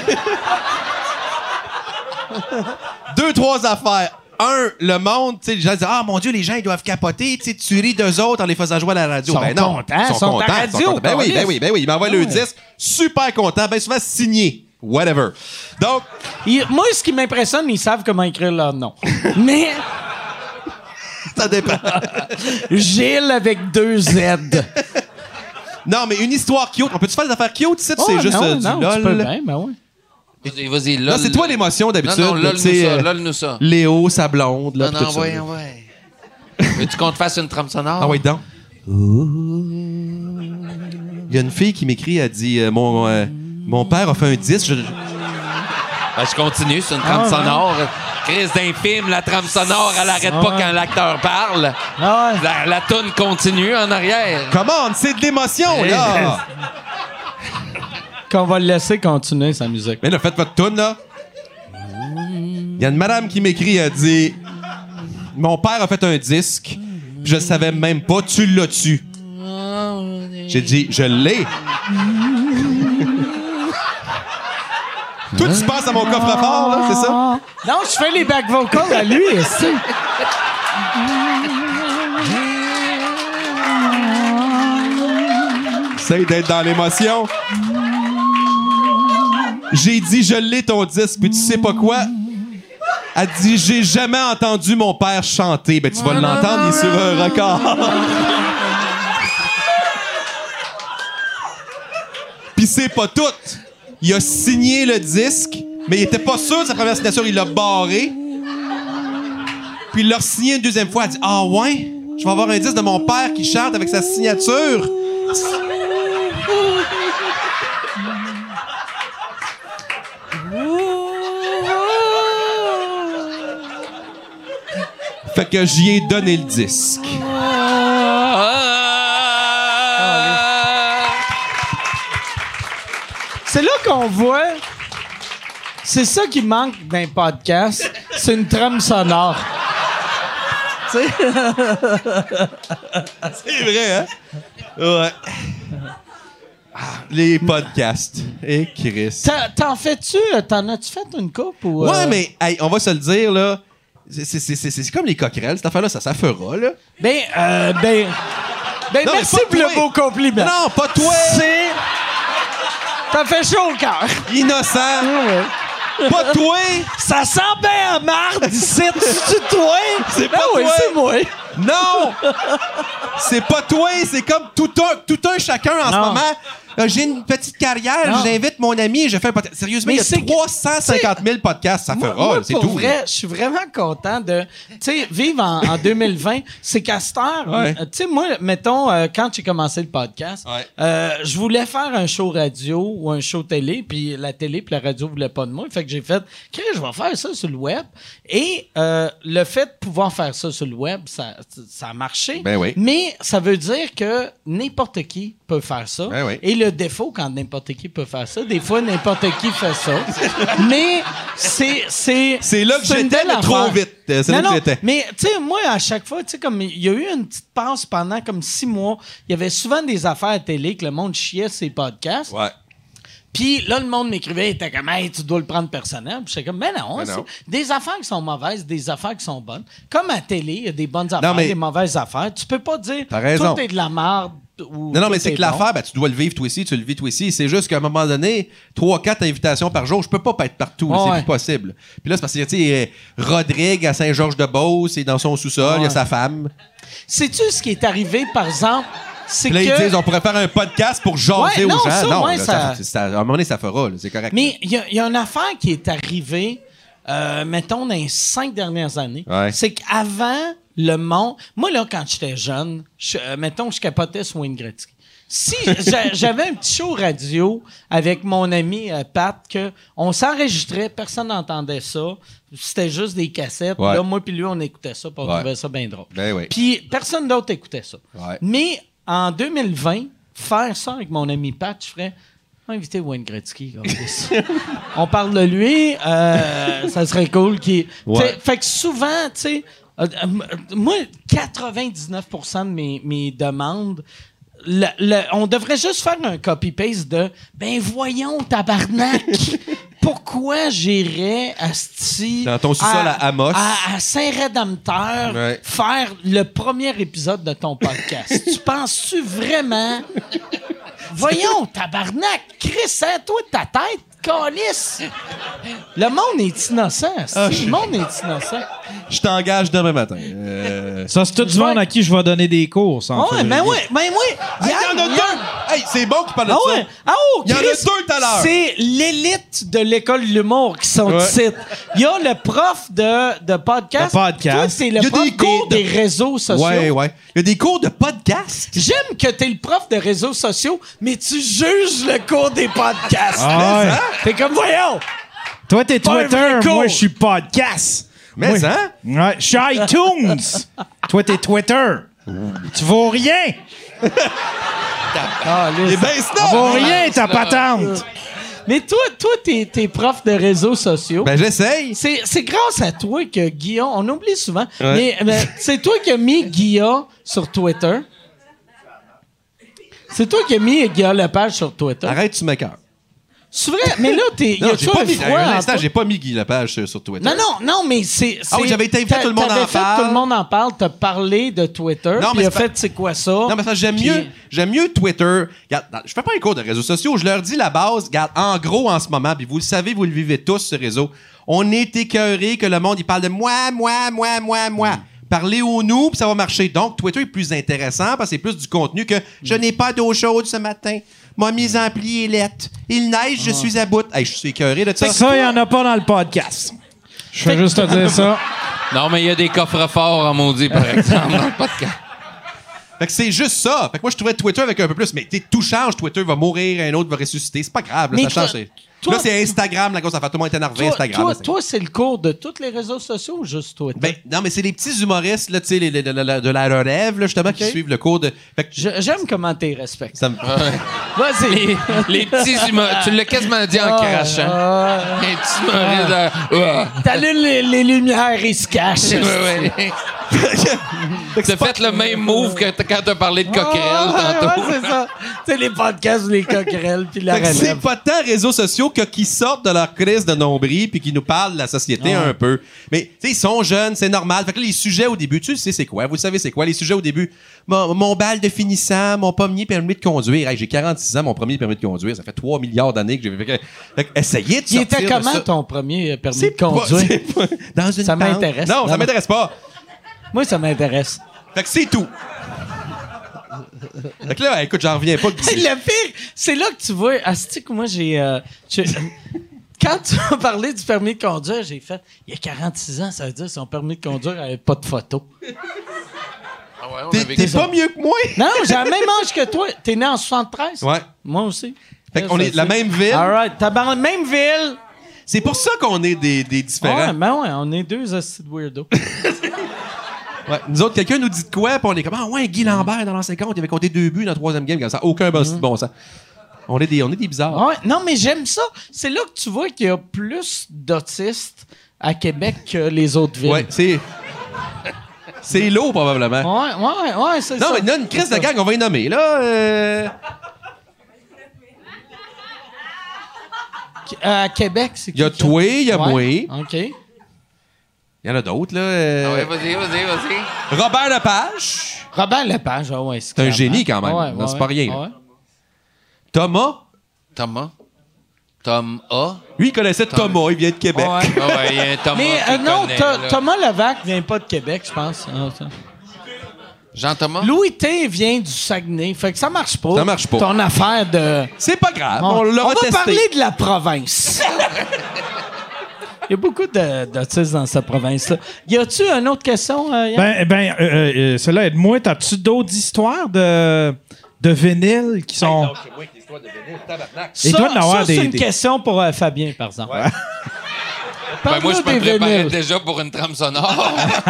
Deux, trois affaires. Un, le monde, tu sais, les gens disent Ah mon Dieu, les gens, ils doivent capoter. Tu sais, tu ris d'eux autres en les faisant jouer à la radio.
Sont
ben non.
contents, Ah sont à la radio,
Ben oui, ben
câlisse.
oui, ben oui. Ils m'envoient le disque. Super content. Ben souvent signé. Whatever. Donc,
ils- moi, ce qui m'impressionne, ils savent comment écrire leur nom. Mais
ça dépend.
Gilles avec deux Z.
non, mais une histoire cute. On peut-tu faire des affaires cute ici?
Oh,
c'est juste
non,
euh, du
non,
lol.
Tu peux bien, ben ouais.
Vas-y, vas-y,
Là,
lol.
c'est toi l'émotion d'habitude.
Non, non,
là,
lol
tu
nous
sais,
ça,
euh,
lol nous ça.
Léo, sa blonde. Là,
Ah Non,
pis
non,
tout ça.
ouais, ouais. Veux-tu qu'on te fasse une trame sonore?
Ah ouais, donc. Il y a une fille qui m'écrit, elle dit euh, mon, euh, mon père a fait un 10. Je- je-
Ben, je continue, c'est une
Ah,
trame sonore. Crise d'infime, la trame sonore, elle arrête
Ah,
pas quand l'acteur parle.
Ah ouais.
La, la toune continue en arrière.
Come on, c'est de l'émotion, là!
Qu'on va le laisser continuer sa musique.
Mais là, faites votre tune, là. Il y a une madame qui m'écrit, elle dit Mon père a fait un disque, je le savais même pas, tu l'as tu. J'ai dit Je l'ai. Toi, tu penses à mon coffre-fort, là, c'est ça?
Non, je fais les back vocals à lui ici.
Essaye d'être dans l'émotion. J'ai dit, je l'ai ton disque, mais tu sais pas quoi? Elle dit, j'ai jamais entendu mon père chanter. Ben, tu vas l'entendre, il est sur un record. Puis c'est pas tout. Il a signé le disque, mais il était pas sûr de sa première signature, il l'a barré. Puis il l'a signé une deuxième fois. Elle dit, ah ouais? Je vais avoir un disque de mon père qui chante avec sa signature. Fait que j'y ai donné le disque. Ah,
C'est là qu'on voit. C'est ça qui manque d'un podcast. C'est une trame sonore. Tu sais?
C'est vrai, hein? Ouais. Les podcasts. Et Chris.
T'en- T'en fais-tu? euh, T'en as-tu fait une coupe? Ou,
Ouais,
euh,
mais hey, on va se le dire, là. C'est- c'est- C'est c'est- c'est comme les coquerelles, cette affaire-là, ça, ça fera, là.
Ben, euh, ben. Ben,
Non,
merci
mais pas
pour le
toi.
beau compliment.
Non, pas toi!
C'est. T'as fait chaud au cœur.
Innocent! pas toi!
Ça sent bien à marde ici. C'est toi?
C'est
Ben
pas
oui,
toi.
c'est moi.
Non! c'est pas toi, c'est comme tout un, tout un chacun en ce
Non.
moment. Euh, J'ai une petite carrière,
Non.
j'invite mon ami et je fais un podcast. Sérieusement,
Mais
il y
c'est
a
que-
350 000 podcasts, ça
Moi,
fera,
moi,
c'est
pour
tout.
vrai, je suis vraiment content de, tu sais, vivre en, en 2020. C'est qu'à cette heure,
Ouais.
euh, tu sais, moi, mettons, euh, quand j'ai commencé le podcast,
Ouais.
euh, je voulais faire un show radio ou un show télé, puis la télé puis la radio voulaient pas de moi. Fait que j'ai fait, Chris, je vais faire ça sur le web. Et euh, le fait de pouvoir faire ça sur le web, ça, ça a marché.
Ben oui.
Mais ça veut dire que n'importe qui peut faire ça.
Ben oui.
Et le défaut, quand n'importe qui peut faire ça, des fois, n'importe qui fait ça. Mais c'est. C'est
C'est là que
c'est une
j'étais,
belle
mais trop
affaire.
vite. Euh, c'est
Non,
là que
non,
j'étais.
Mais, tu sais, moi, à chaque fois, tu sais, comme il y a eu une petite passe pendant comme six mois, il y avait souvent des affaires à télé que le monde chiait ses podcasts.
Ouais.
Puis là, le monde m'écrivait, il était comme, hey, tu dois le prendre personnel. Puis j'étais comme, mais non,
Mais
c'est
Ben non.
des affaires qui sont mauvaises, des affaires qui sont bonnes. Comme à télé, il y a des bonnes affaires,
mais-
des mauvaises affaires. Tu peux pas dire,
T'as raison.
tout est de la merde. Ou
Non, non, mais
tout
c'est
est
que
bon.
l'affaire, ben, tu dois le vivre toi aussi, tu le vis toi aussi. C'est juste qu'à un moment donné, 3-4 invitations par jour, je peux pas être partout,
Ah
c'est
ouais.
plus possible. Puis là, c'est parce que, tu sais, euh, Rodrigue à Saint-Georges-de-Beauce, c'est dans son sous-sol, il y
Ouais.
a sa femme.
Sais-tu ce qui est arrivé, par exemple? C'est
Puis là,
que...
ils disent, on pourrait faire un podcast pour jaser
Ouais,
aux
non,
gens.
ça,
non,
ouais,
là,
ça-
ça- ça- à un moment donné, ça fera, là, c'est correct.
Mais il y, a- il y a une affaire qui est arrivée, euh, mettons, dans les cinq dernières années.
Ouais.
C'est qu'avant, le monde. Moi, là, quand j'étais jeune, je- euh, mettons, je capotais sur Wayne Gretzky. Si j'a- j'avais un petit show radio avec mon ami euh, Pat, que on s'enregistrait, personne n'entendait ça, c'était juste des cassettes.
Ouais.
Là, moi puis lui, on écoutait ça, puis on
Ouais.
trouvait ça bien drôle.
Ben oui.
Puis personne d'autre écoutait ça.
Ouais.
Mais en 2020, faire ça avec mon ami Pat, je ferais inviter Wayne Gretzky. câlisse. On parle de lui, euh, ça serait cool qu'il.
Ouais.
T'sais, Fait que souvent, tu sais, euh, euh, m- moi, 99% de mes, mes demandes. le- le- on devrait juste faire un copy-paste de Ben voyons, tabarnak! Pourquoi j'irais à Sti.
Dans ton sous-sol à Amos.
à- à Saint-Rédempteur
Ouais.
faire le premier épisode de ton podcast. tu penses-tu vraiment? Voyons, tabarnak, Chris, hein, toi de ta tête, calice! Le monde est innocent. si,
Ah, je
le
suis-
monde est innocent.
Je t'engage demain matin. Euh,
Ça, c'est tout du monde à qui je vais donner des courses. En
Ah Ouais,
février.
mais ouais, mais ouais.
hey, Ah, il y en a
Yann, Yann.
deux! Hey, c'est bon que tu parles de
Ah
ça.
ouais? Ah oh,
Il y en a
Chris,
deux tout à l'heure.
C'est l'élite de l'école de l'humour qui sont
Ouais.
ici. Il y a le prof de, de podcast.
Le podcast.
Toi, c'est
Il y
le
a
prof
des
des,
cours de-
des réseaux sociaux.
Ouais, ouais. Il y a des cours de podcast.
J'aime que t'es le prof de réseaux sociaux, mais tu juges le cours des podcasts. hein?
Ah ouais.
T'es comme, voyons!
Toi, t'es
Pas un vrai
Twitter,
con.
moi, je suis podcast.
Mais
Oui.
hein?
Ouais, je suis iTunes. Toi, t'es Twitter. tu vaux rien.
Ah, Euh, là,
Eh
c'est-
ben,
Tu
sinon!
vaux rien, ta patente.
Mais toi, toi, t'es, t'es prof de réseaux sociaux.
Ben, j'essaye.
c'est, c'est grâce à toi que Guillaume, on oublie souvent, mais euh, c'est toi qui as mis Guillaume sur Twitter. C'est toi qui as mis Guillaume Lepage sur Twitter.
Arrête, tu m'écœures.
C'est vrai, mais là, t'es.
Non,
y
j'ai
a-tu
pas
un
mis.
froid
Un
en
instant,
toi?
j'ai pas mis Guy Lepage sur, sur Twitter.
Non, non, non, mais c'est.
Ah oui,
c'est-
j'avais été invité,
t'a-
tout le monde
t'avais
en
fait,
parle.
Tout le monde en parle, t'as parlé de Twitter.
Non,
Non,
mais
mais
c'est
fait,
pas-
c'est quoi ça?
Non, mais ça, j'aime
Puis-
mieux, j'aime mieux Twitter. Regarde, non, je fais pas un cours de réseaux sociaux. Je leur dis la base. Regarde, en gros, en ce moment, puis vous le savez, vous le vivez tous, ce réseau. On est écœuré que le monde, il parle de moi, moi, moi, moi, moi.
Mm.
Parlez au nous, puis ça va marcher. Donc, Twitter est plus intéressant parce que c'est plus du contenu
Mm.
que je n'ai pas d'eau chaude ce matin. Ma mise en pli est lette. Il neige,
Ah.
je suis à bout. Hey, je suis écœuré de ça.
Ça, il n'y en a pas dans le podcast. Je veux juste te dire ça.
Non, mais il y a des coffres forts en maudit, par exemple, dans le podcast.
Fait que c'est juste ça. Fait que moi, je trouvais Twitter avec un peu plus. Mais t'es- tout change. Twitter va mourir, un autre va ressusciter. C'est pas grave. Là,
Mais
ça
toi-
change. c'est-
toi-
là, c'est Instagram, la grosse affaire. Tout le monde est énervé.
Toi,
Instagram.
toi,
là, c'est-
toi, c'est le cours de tous les réseaux sociaux ou juste Twitter?
Ben, non, mais c'est les petits humoristes, là, tu sais, les- les- les- les- de la relève, là, justement,
Ok.
qui suivent le cours de. Fait que
Je- Ah, J'aime comment t'es respecté.
ça me-
Vas-y.
Les petits humains. Tu l'as quasiment dit en
Ah,
crachant.
ah,
Les petits humoristes. euh, ouais.
T'allumes les, les lumières, ils se cachent.
Ouais, ouais. T'as fait le même move que t- quand t'as parlé de coquerelle tantôt.
Ah, Ouais, c'est ça. Tu sais, les podcasts où les coquerelles puis la
Fait que c'est
relève.
pas tant réseaux sociaux que qu'ils sortent de leur crise de nombril puis qu'ils nous parlent de la société un peu. Mais, tu sais, ils sont jeunes, c'est normal. Fait que là, les sujets au début, tu le sais c'est quoi? Vous le savez c'est quoi? Les sujets au début, mon, mon bal de finissant, mon premier permis de conduire. Hey, j'ai 46 ans, mon premier permis de conduire. Ça fait 3 milliards d'années que j'ai... Fait que, fait que essayez de
Il
sortir
était
de
comment
ça.
ton premier euh, permis de
pas-
conduire?
c'est pas- dans une
Ça
tente.
m'intéresse.
Non,
Non,
ça
non.
m'intéresse pas.
Moi, ça m'intéresse.
Fait que c'est tout. fait que là, écoute, j'en reviens pas. que-
Hey, le pire, c'est là que tu vois. Asti, que moi, j'ai. euh, j'ai- quand tu as parlé du permis de conduire, j'ai fait. Il y a 46 ans, ça veut dire que son permis de conduire n'avait pas de photo.
Ah ouais, on
T'es
avait-
t'es pas mieux que moi?
Non, j'ai le même âge que toi. T'es né en 73?
Ouais.
Moi aussi.
Fait qu'on est de la même ville.
All right. Tabarnak, même ville.
C'est pour ça qu'on est des, des
Ouais,
différents.
ben ouais, on est deux hosties de weirdo.
Ouais. Nous autres, quelqu'un nous dit de quoi, puis on est comme Ah ouais, Guy Lambert dans l'an 50, il avait compté deux buts dans le troisième game, comme ça. Aucun boss
Mm-hmm.
de bon sens. On est des, on est des bizarres.
Ah Ouais, non, mais j'aime ça. C'est là que tu vois qu'il y a plus d'autistes à Québec que les autres villes.
ouais, c'est. c'est l'eau, probablement.
Ouais, ouais, ouais, c'est
non,
ça.
mais non, une crise de gang, on va y nommer, là. euh,
Qu- À Québec, c'est
Il y a
qui qui
toi, il y a
Ouais,
moi. Il
OK.
y en a d'autres, là. euh,
Ah ouais, vas-y, vas-y, vas-y.
Robert Lepage.
Robert Lepage, ah ouais.
C'est un
clairement.
génie, quand même.
Ouais,
Non,
ouais,
c'est pas rien,
ouais.
Thomas.
Thomas. Tom A.
Lui, il connaissait Thomas, il vient de Québec.
Ouais.
Ah ouais, il y a un Thomas.
Mais
qui
euh, non,
connaît,
Tho-
là.
Thomas Levac vient pas de Québec, je pense. Ah, ça.
Jean-Thomas.
Louis T vient du Saguenay. Fait que ça marche pas.
Ça marche pas.
Ton affaire de.
C'est pas grave,
Bon,
on l'a
va
retesté.
parler de la province. Il y a beaucoup de- d'autistes dans cette province-là. Y a-tu une autre question, euh, Yann?
Ben, ben euh, euh, euh, celle-là, aide-moi. T'as-tu d'autres histoires de, de vinyles qui sont.
ça,
il doit en avoir
ça,
des-
c'est une
des-
question pour euh, Fabien, par exemple.
Ben, moi,
Parle-nous
je me
des
préparais
vinyles. Ah,
déjà pour une trame sonore.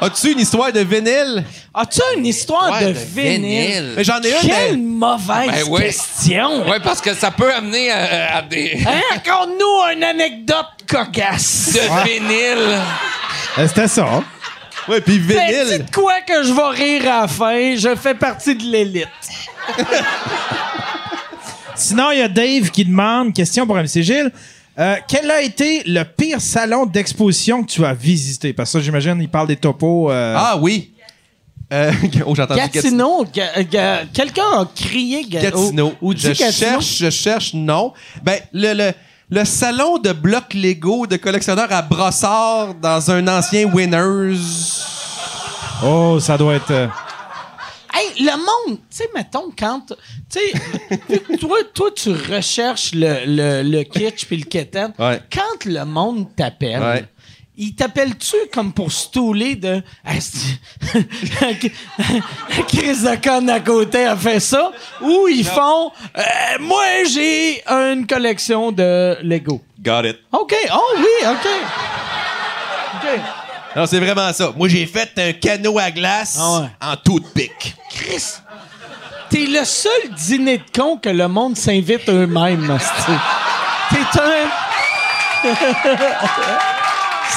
As-tu une histoire de vinyle?
As-tu une histoire
Ouais,
de,
de
vinyle?
vinyle.
Mais j'en ai une.
Quelle
mais-
mauvaise
Ben oui.
question!
ouais, parce que ça peut amener à, à des.
Hein, Raconte-nous une anecdote cocasse!
De vinyle.
Euh, C'était ça.
Ouais, puis
Ben,
vinyle.
Dites quoi que je vais rire à la fin, je fais partie de l'élite.
Sinon, il y a Dave qui demande question pour MC Gilles. Euh, quel a été le pire salon d'exposition que tu as visité? Parce que ça, j'imagine, il parle des topos. euh,
Ah oui. Euh, oh, j'entends
Gatineau, Ga- Ga- quelqu'un a crié Ga-
Gatineau.
Ou, ou dit
je
Gatineau.
cherche, je cherche, non. Ben, le, le, le salon de blocs Lego de collectionneurs à brossard dans un ancien Winners.
Oh, ça doit être. euh,
Hey, le monde, tu sais, mettons, quand. Tu sais, toi, toi, tu recherches le, le, le kitsch puis le keten.
Ouais.
Quand le monde t'appelle.
Ouais.
Il t'appelle-tu comme pour stouler de. Ah, c'est- Chris de Conne à côté a fait ça? Ou ils font. euh, moi, j'ai une collection de Lego.
Got it.
OK. Oh oui, OK. OK.
Non, c'est vraiment ça. Moi, j'ai fait un canot à glace
Ah ouais.
en tout de pique.
Chris! T'es le seul dîner de con que le monde s'invite eux-mêmes, hostie. T'es un.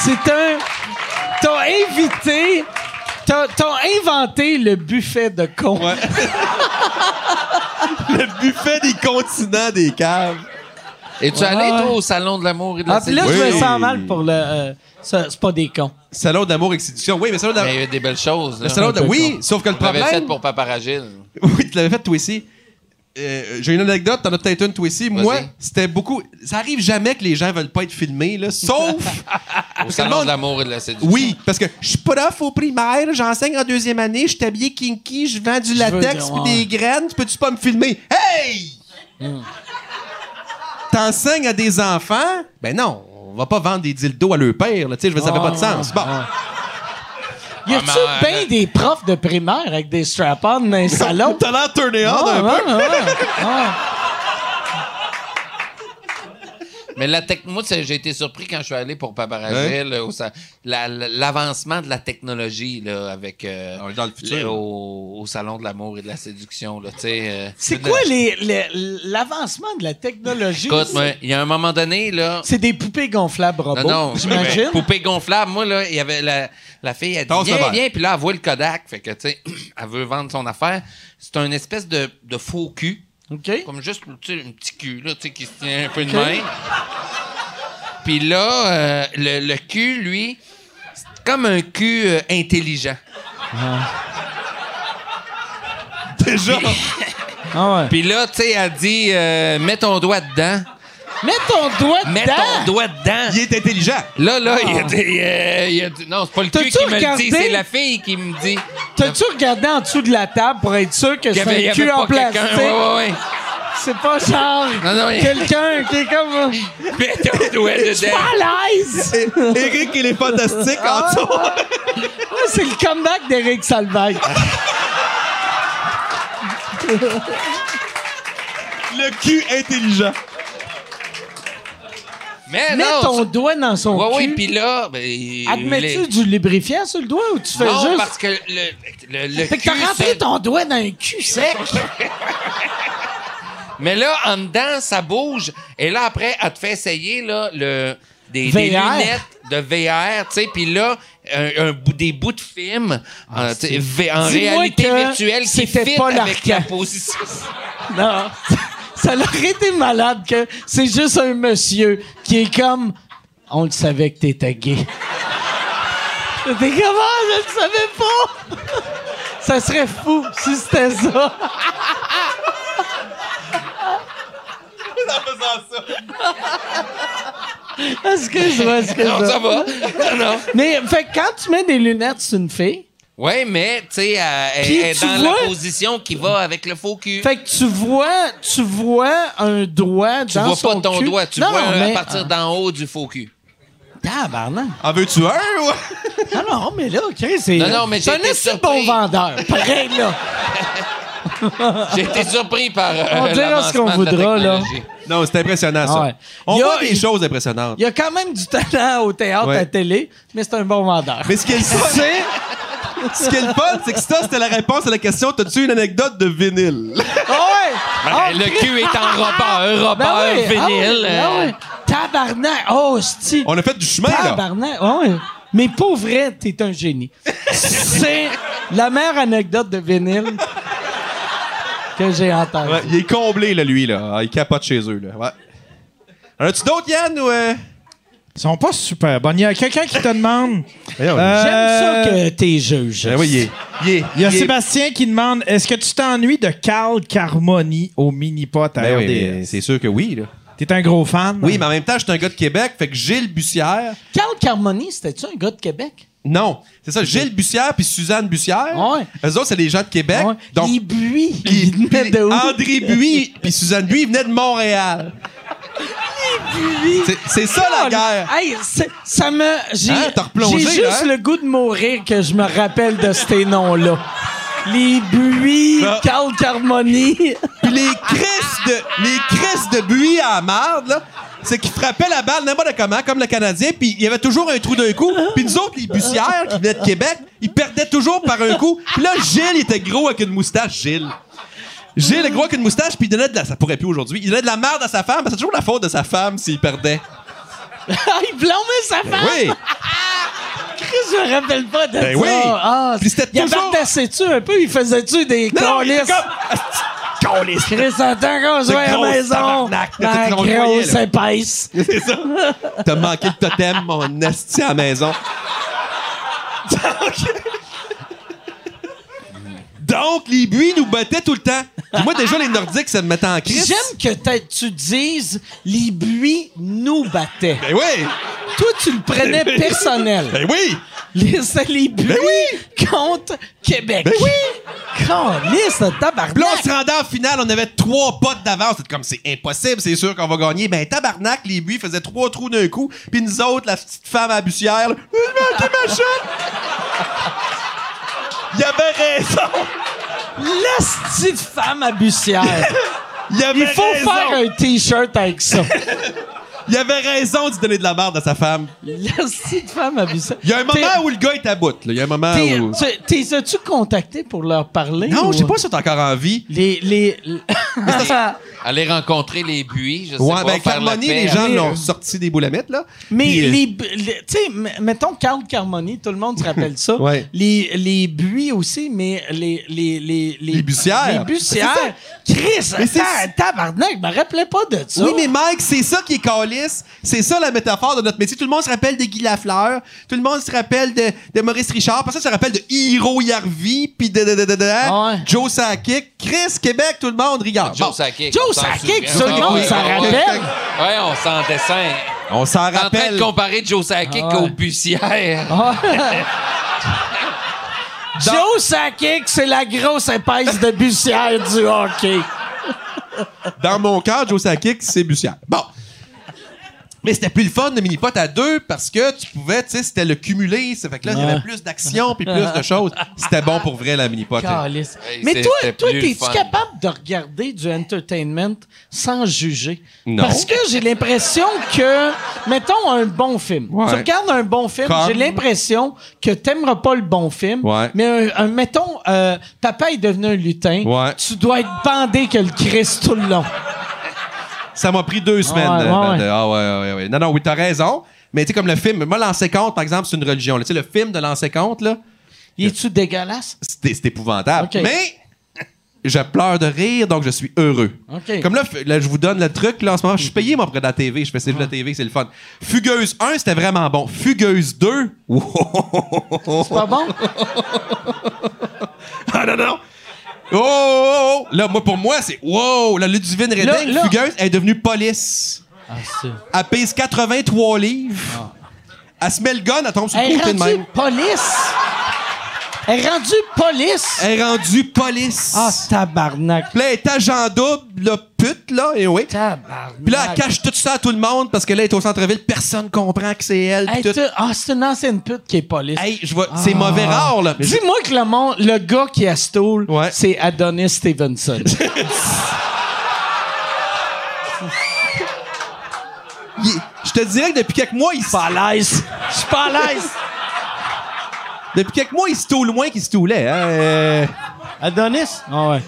C'est un. T'as invité. T'as t'as inventé le buffet de con.
Le buffet des continents des caves.
Es-tu allé, toi, au Salon de l'amour et de la
Ah, puis là, je me
Oui.
sens mal pour le. euh, ça, c'est pas des cons.
Salon d'amour et de séduction. Oui, mais salon
Mais il y
Ben,
d'amour.
a eu des belles choses.
Le salon de... Oui, sauf que le
On avait fait
problème. Ah,
pour Paparagile.
Oui, tu l'avais fait toi aussi. Euh, J'ai une anecdote, t'en as peut-être une toi aussi. Moi,
Vas-y.
c'était beaucoup. Ça arrive jamais que les gens veulent pas être filmés, là, sauf.
Au
le
Salon
monde-
de l'amour et de la séduction.
oui, parce que je suis prof au primaire, j'enseigne en deuxième année, je suis habillé kinky, je vends du latex
dire,
puis
ouais. Hmm.
des graines, tu peux-tu pas me filmer? Hey! T'enseignes à des enfants? Ben non, on va pas vendre des dildos à leur père, là, tu sais, je veux dire, ça fait pas de
Ah,
sens. Bon.
Y a-tu
Ah, mais,
bien des profs de primaire avec des strap-ons dans les salons?
T'as l'air turné on
Ah,
un peu.
ouais, ouais, ouais. Ah.
Mais la tech- moi, c'est- j'ai été surpris quand je suis allé pour Paparagel, euh, au sa- la- la- l'avancement de la technologie là, avec euh,
On est dans le futur.
le- au, au salon de l'amour et de la séduction. Là, tu sais, euh,
C'est
de-
quoi les- les- l'avancement de la technologie?
Écoute, moi, il y a un moment donné, là.
C'est des poupées gonflables robots,
Non, non,
j'imagine.
mais poupée gonflable. Moi, là, il y avait la, la fille, elle dit
Tasse le
Viens,
verre.
viens, puis là, elle voit le Kodak. Fait que, tu sais, elle veut vendre son affaire. C'est un espèce de, de faux cul.
OK.
Comme juste, tu sais, un petit cul, là, tu sais, qui se tient un peu de main. Puis là, euh, le, le cul, lui, c'est comme un cul euh, intelligent.
Déjà,
Ah ouais.
Puis là, tu sais, elle dit euh, Mets ton doigt dedans.
Mets ton doigt
Mets ton
dedans!
doigt
ah.
dedans.
il est intelligent.
Là, là, il y a des. euh, il y a du- non, c'est pas le cul
T'as-tu
qui me le
regardé?
dit, c'est la fille qui me dit.
T'as-tu regardé en dessous de la table pour être sûr que
Il y avait, il y
c'est un
avait
cul en
pas quelqu'un.
plastique?
Ouais, ouais, ouais.
C'est pas genre
Non, non, il-
quelqu'un qui est comme... euh,
Mets ton doigt dedans.
À l'aise!
Eric, il est fantastique
Ah.
en dessous.
Ouais, c'est le comeback d'Éric Salvaille.
Le cul intelligent.
Mais
Mets
Eh, non.
ton doigt dans son
Ouais, ouais,
cul.
puis là. ben, il-
Admets-tu
les-
du lubrifiant sur le doigt ou tu fais
Non,
juste...
parce que le, le, le
Fait que
cul.
t'as rentré
c'est-
ton doigt dans un cul sec.
Mais là, en dedans, ça bouge. Et là, après, elle te fait essayer là, le, des, des
VR.
lunettes de VR, tu sais, puis là, un, un bout- des bouts de film en, tu sais, v- en
Ah, Dis-moi
réalité
que
virtuelle qui
c'était
fit
pas
avec la
l'arcade.
position.
Non. Ça aurait été malade que c'est juste un monsieur qui est comme on le savait que t'étais gay. T'es comment? Je le savais pas! Ça serait fou si c'était ça! Excuse-moi,
Non, ça
excuse-moi.
va. Non, non.
Mais fait que quand tu mets des lunettes sur une fille,
Oui, mais, tu sais, elle, elle
Puis
est
tu
dans
vois-
la position qui va avec le faux cul.
fait que tu vois, tu vois un doigt
tu
dans
vois
son
pas ton
cul.
doigt, tu
Non,
vois euh,
mais-
à partir d'en haut du faux cul.
Tabarnak.
En veux-tu un? ouais?
Non, non, mais là, OK, c'est.
Non, non, mais
c'est
j'ai
un
été
assez bon
surpris.
vendeur. Pareil, là.
J'ai été surpris par. euh,
On dira ce qu'on
l'avancement de la
voudra, là.
technologie.
Non, c'est impressionnant, ça.
Ah ouais.
On
Il y a-
voit des choses impressionnantes.
Il y a quand même du talent au théâtre,
Ouais.
à la télé, mais c'est un bon vendeur.
Mais ce qui est le fun,
C'est.
ce qui est le fun, c'est que ça, c'était la réponse à la question « T'as-tu une anecdote de vinyle?
Ah ouais!
Ben,
Ah,
le cul est en robeur, un
ben
robeur
oui, ah oui,
vinyle.
ah
euh,
oui. Tabarnak. Oh, sti. »
On a fait du chemin, là.
Tabarnak. Ah ouais. Mais pour vrai, t'es un génie. c'est la meilleure anecdote de vinyle que j'ai entendue.
Ouais, il est comblé, là, lui, là. Ah, Il capote chez eux, là. Ouais. En as-tu d'autres, Yann, ou... euh?
Ils sont pas super bonnes. Il y a quelqu'un qui te demande.
Euh,
J'aime ça
Euh,
que t'es juge.
ben oui, il est... Il est-
Il y a
il est-
Sébastien qui demande Est-ce que tu t'ennuies de Carl Carmoni au mini-pot à
Ben oui, mais
RDS
c'est sûr que oui, là.
T'es un gros fan
Oui, mais en même temps, je suis un gars de Québec, fait que Gilles Bussière...
Carl Carmoni, c'était-tu un gars de Québec?
Non, c'est ça, Gilles Bussière puis Suzanne Bussière.
Ah Ouais. Ah
Eux autres, c'est des gens de Québec.
Ouais.
Hein? Donc, Ah,
il buit.
puis-
Il venait
puis
de où?
André Buis puis Suzanne Buis, ils venaient de Montréal.
Buis.
C'est- C'est ça, la guerre.
Hey, c'est- ça me. J'ai
Hein, t'as replongé,
j'ai
là,
juste
hein?
le goût de mourir que je me rappelle de ces noms-là. Les buis,
Ah.
Carl Carmoni.
Puis les crises de, les crises de buis à la marde, là, c'est qu'ils frappaient la balle n'importe comment, comme le Canadien, puis il y avait toujours un trou d'un coup. Puis nous autres, les bussières qui venaient de Québec, ils perdaient toujours par un coup. Puis là, Gilles il était gros avec une moustache, Gilles. Gilles est gros avec une moustache, puis il donnait de la... Ça pourrait plus aujourd'hui. Il donnait de la merde à sa femme, parce que c'est toujours la faute de sa femme s'il perdait.
Ah, il blâmait sa femme.
Oui!
Chris, je me rappelle pas de
Ben
ça.
oui.
Ah,
Puis c'était
il
toujours-
abardassait-tu un peu? Il faisait-tu des
Non, non, il
câlisses?
était comme... Câlisse.
Chris, attends qu'on se voit à la
gros
maison.
tabarnak, là,
La
c'est qu'on le voyait,
grosse
là.
épaisse.
C'est ça. T'as manqué le totem, mon esti à la maison. Donc... Donc, les buis nous battaient tout le temps. Puis moi, déjà, les Nordiques, ça me mettait en crise.
J'aime que t'aies- tu dises les buis nous battaient.
Ben oui!
Toi, tu le prenais personnel.
Ben oui!
Les- C'était les buts
Ben
contre Québec. Ben oui! Calisse, tabarnak!
Puis là, on se rendait en finale, on avait trois potes d'avance. C'était comme, c'est impossible, c'est sûr qu'on va gagner. Ben, tabarnak, les buis faisaient trois trous d'un coup. Puis nous autres, la petite femme à la bussière, là, j'ai manqué ma shot! Il avait raison!
L'esti de femme à bussière.
Il avait
Il faut
raison!
faire un T-shirt avec ça.
Il avait raison de donner de la merde à sa femme.
L'hostie de femme abusée.
Il y a un moment où le gars est à bout. là. Il y a un moment
T'es-
où.
tu- T'es as-tu contacté pour leur parler?
Non,
ou-
je sais pas si t'es encore en vie.
Les. les...
Aller rencontrer les buis, je sais
Ouais,
pas,
ben,
faire la
Carmoni,
paix
les gens
avec-
l'ont sorti des boules à mettre, là.
mais
Puis, euh,
les. bu- les- tu sais, m- mettons Carl Carmoni, tout le monde se rappelle ça.
Ouais.
les, les buis aussi, mais les. Les, les,
Les
Les
bussières.
bussières. Chris,
Mais c'est-
attends, tabarnak, je me rappelais pas de ça.
Oui, mais Mike, c'est ça qui est calice. C'est ça la métaphore de notre métier. Tout le monde se rappelle de Guy Lafleur. Tout le monde se rappelle de, de Maurice Richard. Personne se rappelle de Hiro Yarvi, puis de, de, de, de, de-
Ah Ouais.
Joe Sakic. Chris, Québec, tout le monde, regarde.
Joe
Bon.
Sakic.
Joe
on s'en
Sakic,
souvient. Ah,
ça, le monde
Ouais,
s'en
ouais,
rappelle.
ouais. Ouais, on s'en dessin.
On s'en
T'es en train de
rappelle.
comparer Joe Sakic
Ah ouais.
aux bussières.
Joe Sakic, c'est la grosse épaisse de bussière du hockey.
Dans mon cœur, Joe Sakic, c'est Bussière. Bon. Mais c'était plus le fun de mini-pot à deux parce que tu pouvais, tu sais, c'était le cumulé. Ça fait que là, il y avait plus d'action puis plus de choses. C'était bon pour vrai, la mini-pot.
Calisse.
Hey,
Mais
c'est-
toi,
c'était
toi
plus
t'es-tu
le fun.
capable de regarder du entertainment sans juger?
Non.
Parce que j'ai l'impression que, mettons un bon film. Tu regardes un bon film,
Comme-
j'ai l'impression que t'aimeras pas le bon film.
Ouais.
Mais un, un- mettons, euh, papa est devenu un lutin.
Ouais.
Tu dois être bandé que le Christ tout le long.
Ça m'a pris deux semaines.
ouais,
euh,
ouais,
de- Ah ouais, ouais, ouais. Non, non, oui, t'as raison. Mais tu sais, comme le film, moi, Lancer Compte, par exemple, c'est une religion. là. Tu sais, le film de Lancer Compte, là,
Y Es-tu dégueulasse?
c'est c'est épouvantable.
Ok.
Mais je pleure de rire, donc je suis heureux.
Ok.
Comme là, f- là, je vous donne le truc. Là, en ce moment, je suis payé, moi, pour de la TV. Je fais c'est de la
Ah.
TV, c'est le fun. Fugueuse 1, c'était vraiment bon. Fugueuse 2, wow.
C'est pas bon?
Ah non, non. Oh, oh, oh. Là, moi, pour moi, c'est wow. La Ludivine Redding,
là-
fugueuse, elle est devenue police. Elle pèse 83 livres. Elle se met le gun, elle tombe sur
Ah. Elle
le
est
côté de
rendue
même.
police. Elle est rendue police.
Elle est rendue police.
Ah, tabarnak.
Puis là, elle est agent double, la pute, là, et oui.
Tabarnak.
Puis là, elle cache tout ça à tout le monde parce que là, elle est au centre-ville, personne comprend que c'est elle. puis
Hey, Ah.
tout.
tu- Ah, c'est une ancienne pute qui est police.
Hey, je vois, c'est mauvais rare, là. Mais je-
Dis-moi que le, monde, le gars qui a stool,
Ouais.
c'est Adonis Stevenson.
il- je te dirais que depuis quelques mois, il,
pas à l'aise. Je suis pas à l'aise.
depuis quelques mois, il se toule loin qu'il se toulait. hein, euh.
Adonis? Ah ouais.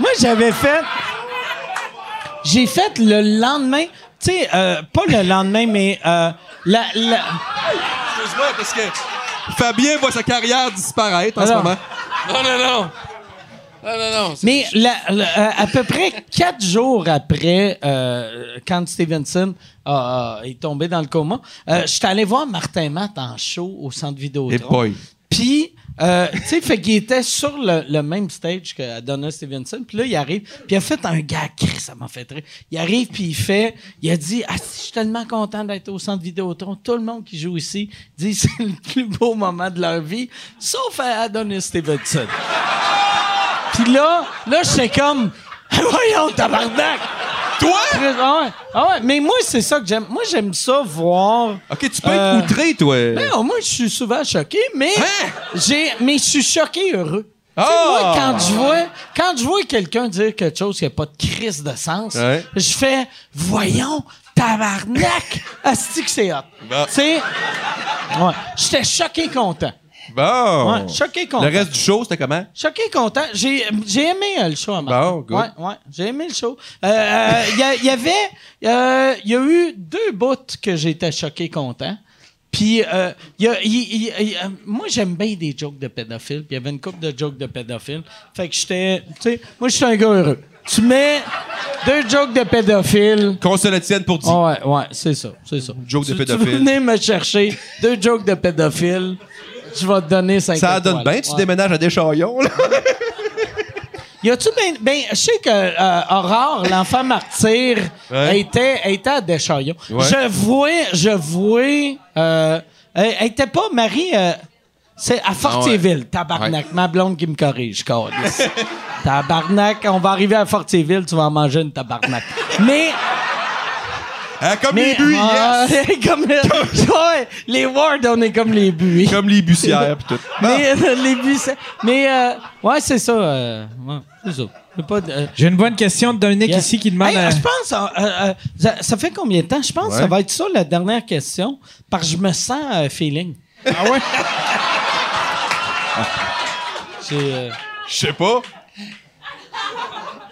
Moi, j'avais fait. J'ai fait le lendemain. Tu sais, euh, pas le lendemain, mais euh, la, la-
Excuse-moi, parce que Fabien voit sa carrière disparaître en
Alors.
ce moment.
Non, non, non. Non, non, non.
mais la- la- euh, à peu près quatre jours après, euh, quand Stevenson a- a- est tombé dans le coma, euh, je suis allé voir Martin Matt en show au centre vidéo. Puis, euh, tu sais, fait qu'il était sur le, le même stage que Adonis Stevenson. Puis là, il arrive. Puis il a fait un gag. Christ, Ça m'a fait rire. Il arrive, puis il fait. Il a dit Ah, si, je suis tellement content d'être au centre Vidéotron. Tout le monde qui joue ici dit que c'est le plus beau moment de leur vie, sauf à Adonis Stevenson. puis là, là, j'étais comme Ah, Voyons, tabarnak! Toi? Ah ouais, ah ouais, mais moi, c'est ça que j'aime. Moi, j'aime ça voir.
Ok, tu peux
Euh,
être outré, toi.
Non, moi, je suis souvent choqué, mais
Hein?
j'ai, mais je suis choqué heureux. Tu sais,
Ah!
Moi, quand je vois, quand je vois quelqu'un dire quelque chose qui n'a pas de crise de sens,
Ouais.
je fais, voyons, tabarnak, asti que c'est hot.
Bon.
Tu sais, ouais, j'étais choqué content.
Bon.
Ouais, choqué content.
Oh. Le reste du show, c'était comment?
Choqué content. J'ai j'ai aimé euh, le show à Martin.
Bon, good.
Ouais, ouais, j'ai aimé le show. Euh, euh, Il y a- il y, avait... euh, Il y a eu deux bouts que j'étais choqué content. Puis, euh, il y a- il- il- il- euh, moi, j'aime bien des jokes de pédophiles. Puis, il y avait une couple de jokes de pédophiles. Fait que j'étais... Tu sais, moi, je suis un gars heureux. Tu mets deux jokes de pédophiles...
Qu'on se le tienne pour dire.
Ah ouais, ouais, c'est ça, c'est ça.
Joke de
Tu- Tu
pédophile.
veux venir me chercher deux jokes de pédophiles, je vais te donner 5
ça donne bien, tu déménages à Deschaillons, là.
Y a-tu ben, ben, je sais que euh, Aurore, l'enfant martyr,
Ouais.
était, était à Deschaillons.
Ouais.
Je vois, je vois, euh, elle elle était pas Marie, euh, c'est à Fortierville,
Ah
tabarnak. Ma blonde qui me corrige, câlisse. tabarnak, on va arriver à Fortierville, tu vas en manger une tabarnak. Mais
Hein, comme
mais
les buis,
ah,
yes!
comme ouais, les wards, on est comme les buis.
Comme les bussières, pis tout. Ah,
Mais euh, les buis, c'est- mais euh, ouais, c'est ça. euh, ouais, c'est ça. Je veux pas de- euh,
J'ai une bonne question de Dominique
Yeah.
ici qui demande.
Hey,
à-
Je pense, euh, euh, ça, ça fait combien de temps? Je pense que ça va être ça la dernière question, parce que je me sens euh, feeling. Ah ouais?
Je sais pas.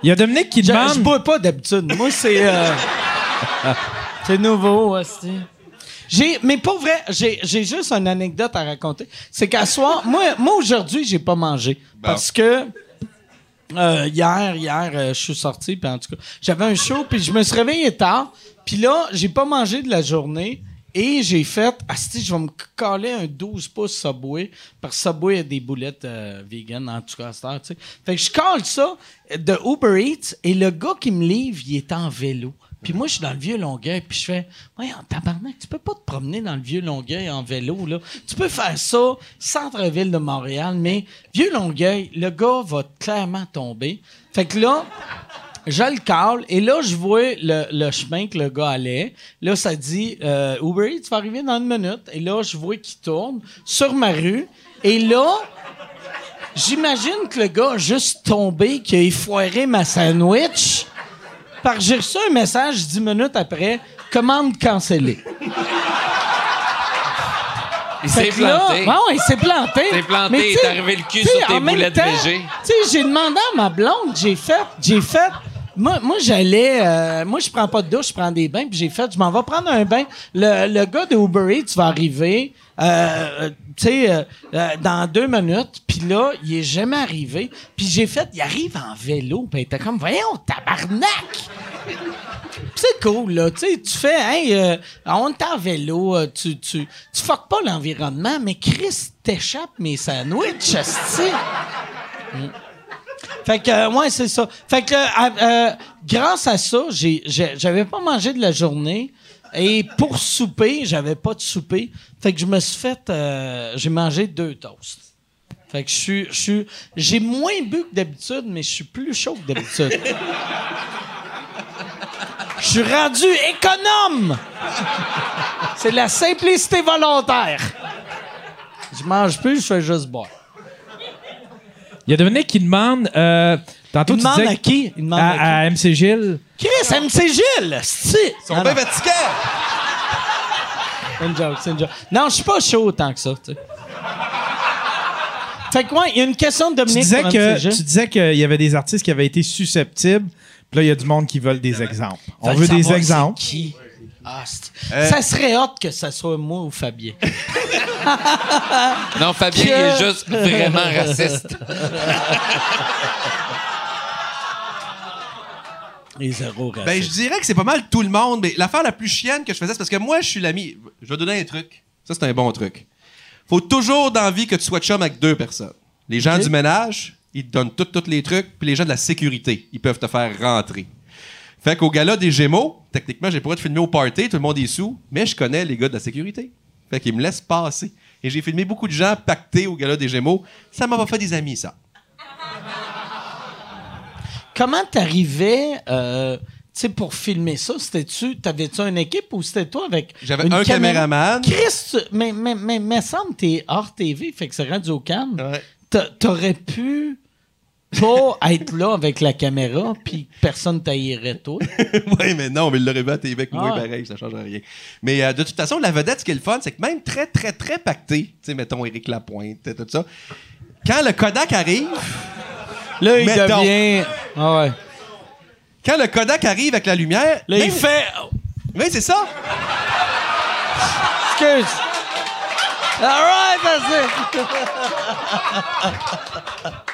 Il y a Dominique qui
je, je
demande.
bois pas d'habitude. Moi, c'est. euh, c'est nouveau, aussi. J'ai, mais pour vrai, j'ai, j'ai juste une anecdote à raconter. C'est qu'à soir, moi, moi aujourd'hui, j'ai pas mangé. Parce que. Euh, hier, hier, euh, je suis sorti, puis en tout cas, j'avais un show, puis je me suis réveillé tard, puis là, j'ai pas mangé de la journée, et j'ai fait, asti, je vais me coller un 12 pouces Subway, parce que Subway a des boulettes euh, vegan, en tout cas, à cette heure, tu sais. Fait que je colle ça euh, de Uber Eats, et le gars qui me livre, il est en vélo. Puis moi, je suis dans le vieux Longueuil, puis je fais, ouais, en tabarnak, tu peux pas te promener dans le vieux Longueuil en vélo, là. Tu peux faire ça, centre-ville de Montréal, mais vieux Longueuil, le gars va clairement tomber. Fait que là, je le cale, et là, je vois le, le chemin que le gars allait. Là, ça dit, euh, Uber Eats va arriver dans une minute. Et là, je vois qu'il tourne sur ma rue, et là, J'imagine que le gars a juste tombé, qu'il a effoiré ma sandwich. Par j'ai reçu un message dix minutes après, commande cancellée.
Il
Fait
s'est
que là-
planté.
Ah ouais, il s'est planté.
Il s'est planté,
Mais
il
tu sais-
est arrivé le cul
tu sais,
sur tes
en même
boulettes
temps,
végé.
Tu sais, j'ai demandé à ma blonde, j'ai fait, j'ai fait. Moi, moi j'allais, euh, moi, je prends pas de douche, je prends des bains, puis j'ai fait, je m'en vais prendre un bain. Le, le gars de Uber Eats va arriver, euh, euh, tu sais, euh, euh, dans deux minutes, puis là, il est jamais arrivé. Puis j'ai fait, il arrive en vélo, puis il était comme, voyons, tabarnak! Pis c'est cool, là. Tu sais, tu fais, hey, euh, on est en vélo, euh, tu, tu, tu fuck pas l'environnement, mais Chris t'échappe mes sandwichs, esti. Mm. Fait que, euh, ouais, c'est ça. Fait que, euh, euh, grâce à ça, j'ai, j'ai- j'avais pas mangé de la journée. Et pour souper, j'avais pas de souper. Fait que je me suis fait, euh, j'ai mangé deux toasts. Fait que je suis, je suis, j'ai moins bu que d'habitude, mais je suis plus chaud que d'habitude. Je suis rendu économe. C'est de la simplicité volontaire. Je mange plus, je fais juste boire.
Il y a Dominique qui demande. euh, tantôt,
Il
tu
demande
disais Ah,
à qui? Il demande
à,
à qui?
à MC Gilles.
Chris, MC Gilles, c'est
Ils sont bien fatigants.
C'est une joke, c'est une joke. Non, je suis pas chaud autant que ça, tu sais. Fait que, ouais, il y a une question de
Tu
Dominique.
disais
pour
que
MC Gilles.
tu disais qu'il y avait des artistes qui avaient été susceptibles. Puis là, il y a du monde qui veulent des exemples. On
Fait
veut
savoir
des
c'est
exemples.
Qui? Ah, c'est-
Euh.
Ça serait hot que ça soit moi ou Fabien.
Non, Fabien,
Que-
il est juste vraiment raciste.
Les zéros
Ben, je dirais que c'est pas mal tout le monde, mais l'affaire la plus chienne que je faisais, c'est parce que moi, je suis l'ami. Je vais donner un truc. Ça, c'est un bon truc. Faut toujours dans la vie que tu sois chum avec deux personnes. Les gens du ménage, ils te donnent tous tous les trucs, puis les gens de la sécurité, ils peuvent te faire rentrer. Fait qu'au gala des Gémeaux, techniquement, j'ai pas le droit de filmer au party, tout le monde est sous, mais je connais les gars de la sécurité. Fait qu'ils me laissent passer. Et j'ai filmé beaucoup de gens pactés au gala des Gémeaux. Ça m'a pas fait des amis, ça.
Comment t'arrivais, euh, tu sais, pour filmer ça? C'était-tu, t'avais-tu une équipe ou c'était toi avec.
J'avais
une
un
caméra-
caméraman.
Chris, tu- mais, mais, mais, mais semble que t'es hors TV, fait que c'est radio cam.
Ouais.
T'a- T'aurais pu pas être là avec la caméra, puis personne t'haïrait toi.
oui, mais non, mais il l'aurait vu à TV avec moi,
Ah.
pareil, ça change rien. Mais euh, de toute façon, la vedette, ce qui est le fun, c'est que même très, très, très pacté, tu sais, mettons Éric Lapointe, tout ça, quand le Kodak arrive,
Là, il
Mettons.
devient. Ah ouais.
quand le Kodak arrive avec la lumière,
Là,
même-
il fait.
Oui, c'est ça.
Excuse. All right, vas-y.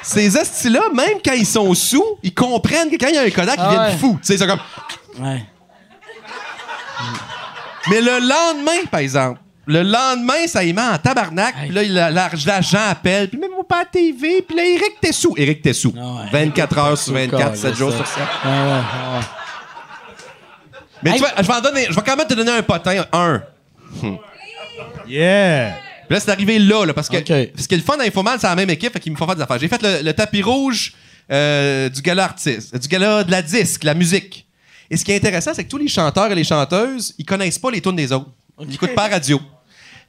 Ces hosties-là, même quand ils sont sous, ils comprennent que quand il y a un Kodak,
Ah
ils
ouais.
viennent fous. Tu sais, c'est comme...
Ouais.
Mais le lendemain, par exemple, le lendemain, ça y met en tabarnak. Puis là, il- la- la- l'agent appelle. Puis même pas à TV. Puis là, Éric, t'es sous. Éric, t'es sous.
Ah ouais.
24 heures sur 24, 7 jours
ça.
sur 7.
Ah ouais, ah ouais.
Mais
Hey.
tu vois, je vais, en donner- je vais quand même te donner un potin, un.
Yeah!
Puis là, c'est arrivé là, là, parce que
Ok.
parce que le fun d'Infoman, c'est la même équipe, fait qu'ils me font faire des affaires. J'ai fait le, le tapis rouge euh, du gala artiste, euh, du gala de la disque, la musique. Et ce qui est intéressant, c'est que tous les chanteurs et les chanteuses, ils connaissent pas les tunes des autres. Ils écoutent pas la radio.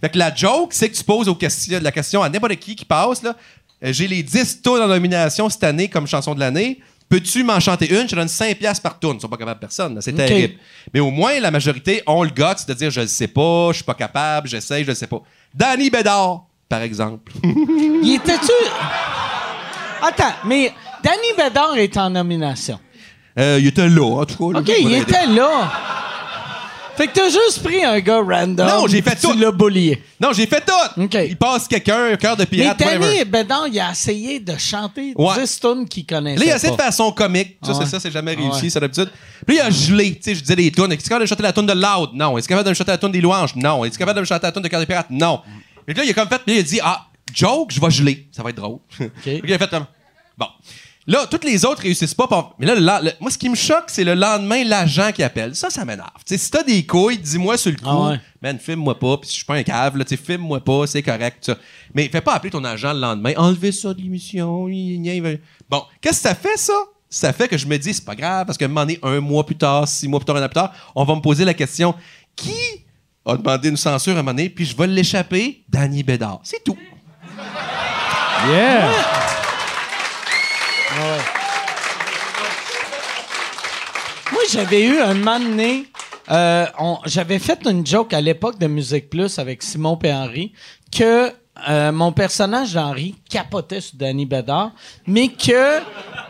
Fait que la joke, c'est que tu poses aux questions- la question à n'importe qui qui passe, là, euh, j'ai les 10 tunes en nomination cette année comme chanson de l'année. Peux-tu m'en chanter une? Je te donne 5 piastres par tourne. Ils sont pas capables, personne. là. C'est terrible. Mais au moins, la majorité ont le guts de dire je le sais pas, je suis pas capable, j'essaye, je le sais pas. Danny Bédard, par exemple.
Il était-tu. Attends, mais Danny Bédard est en nomination.
Euh, il était là, en tout cas. là.
OK,
Je vais
il
l'aider.
était là. Fait que t'as juste pris un gars random.
Non, j'ai fait
puis
tout.
Tu l'as bullié.
Non, j'ai fait tout!
OK.
Il passe quelqu'un, cœur de
Mais
pirate, whatever.
Danny Bédard, il a essayé de chanter
Ouais.
10 tunes qu'il connaissait.
Là, il a essayé de
pas.
faire son comique. Ça,
Ah ouais.
c'est ça, c'est jamais
Ah
réussi,
ouais.
c'est d'habitude. Puis là, il a gelé. Tu sais, je disais les tunes. Est-ce qu'il est capable de chanter la tune de Loud? Non. Est-ce qu'il est capable de me chanter la tune des louanges? Non. Est-ce qu'il est capable de me chanter la tune de Cœur des Pirates? Non. Et là, il a comme fait, puis là, il a dit, ah, joke, je vais geler. Ça va être drôle. Fait qu'il a fait comme, bon. Là, toutes les autres réussissent pas. pour- Mais là, le lan- le- moi, ce qui me choque, c'est le lendemain, l'agent qui appelle. Ça, ça m'énerve. Tu sais, si t'as des couilles, dis-moi sur le coup,
Ah ouais.
man, filme-moi pas, puis je suis pas un cave, là, tu sais, filme-moi pas, c'est correct, ça. Mais fais pas appeler ton agent le lendemain, enlevez ça de l'émission, gna, gna, gna. Bon, qu'est-ce que ça fait, ça? Ça fait que je me dis, c'est pas grave, parce que m'en est un mois plus tard, six mois plus tard, un an plus tard, on va me poser la question, qui a demandé une censure à un moment donné, puis je vais l'échapper, Danny Bédard. C'est tout.
Yeah!
Ah! Moi, j'avais eu un moment donné, euh, on- j'avais fait une joke à l'époque de Musique Plus avec Simon et Henri que euh, mon personnage d'Henri capotait sur Danny Bédard, mais que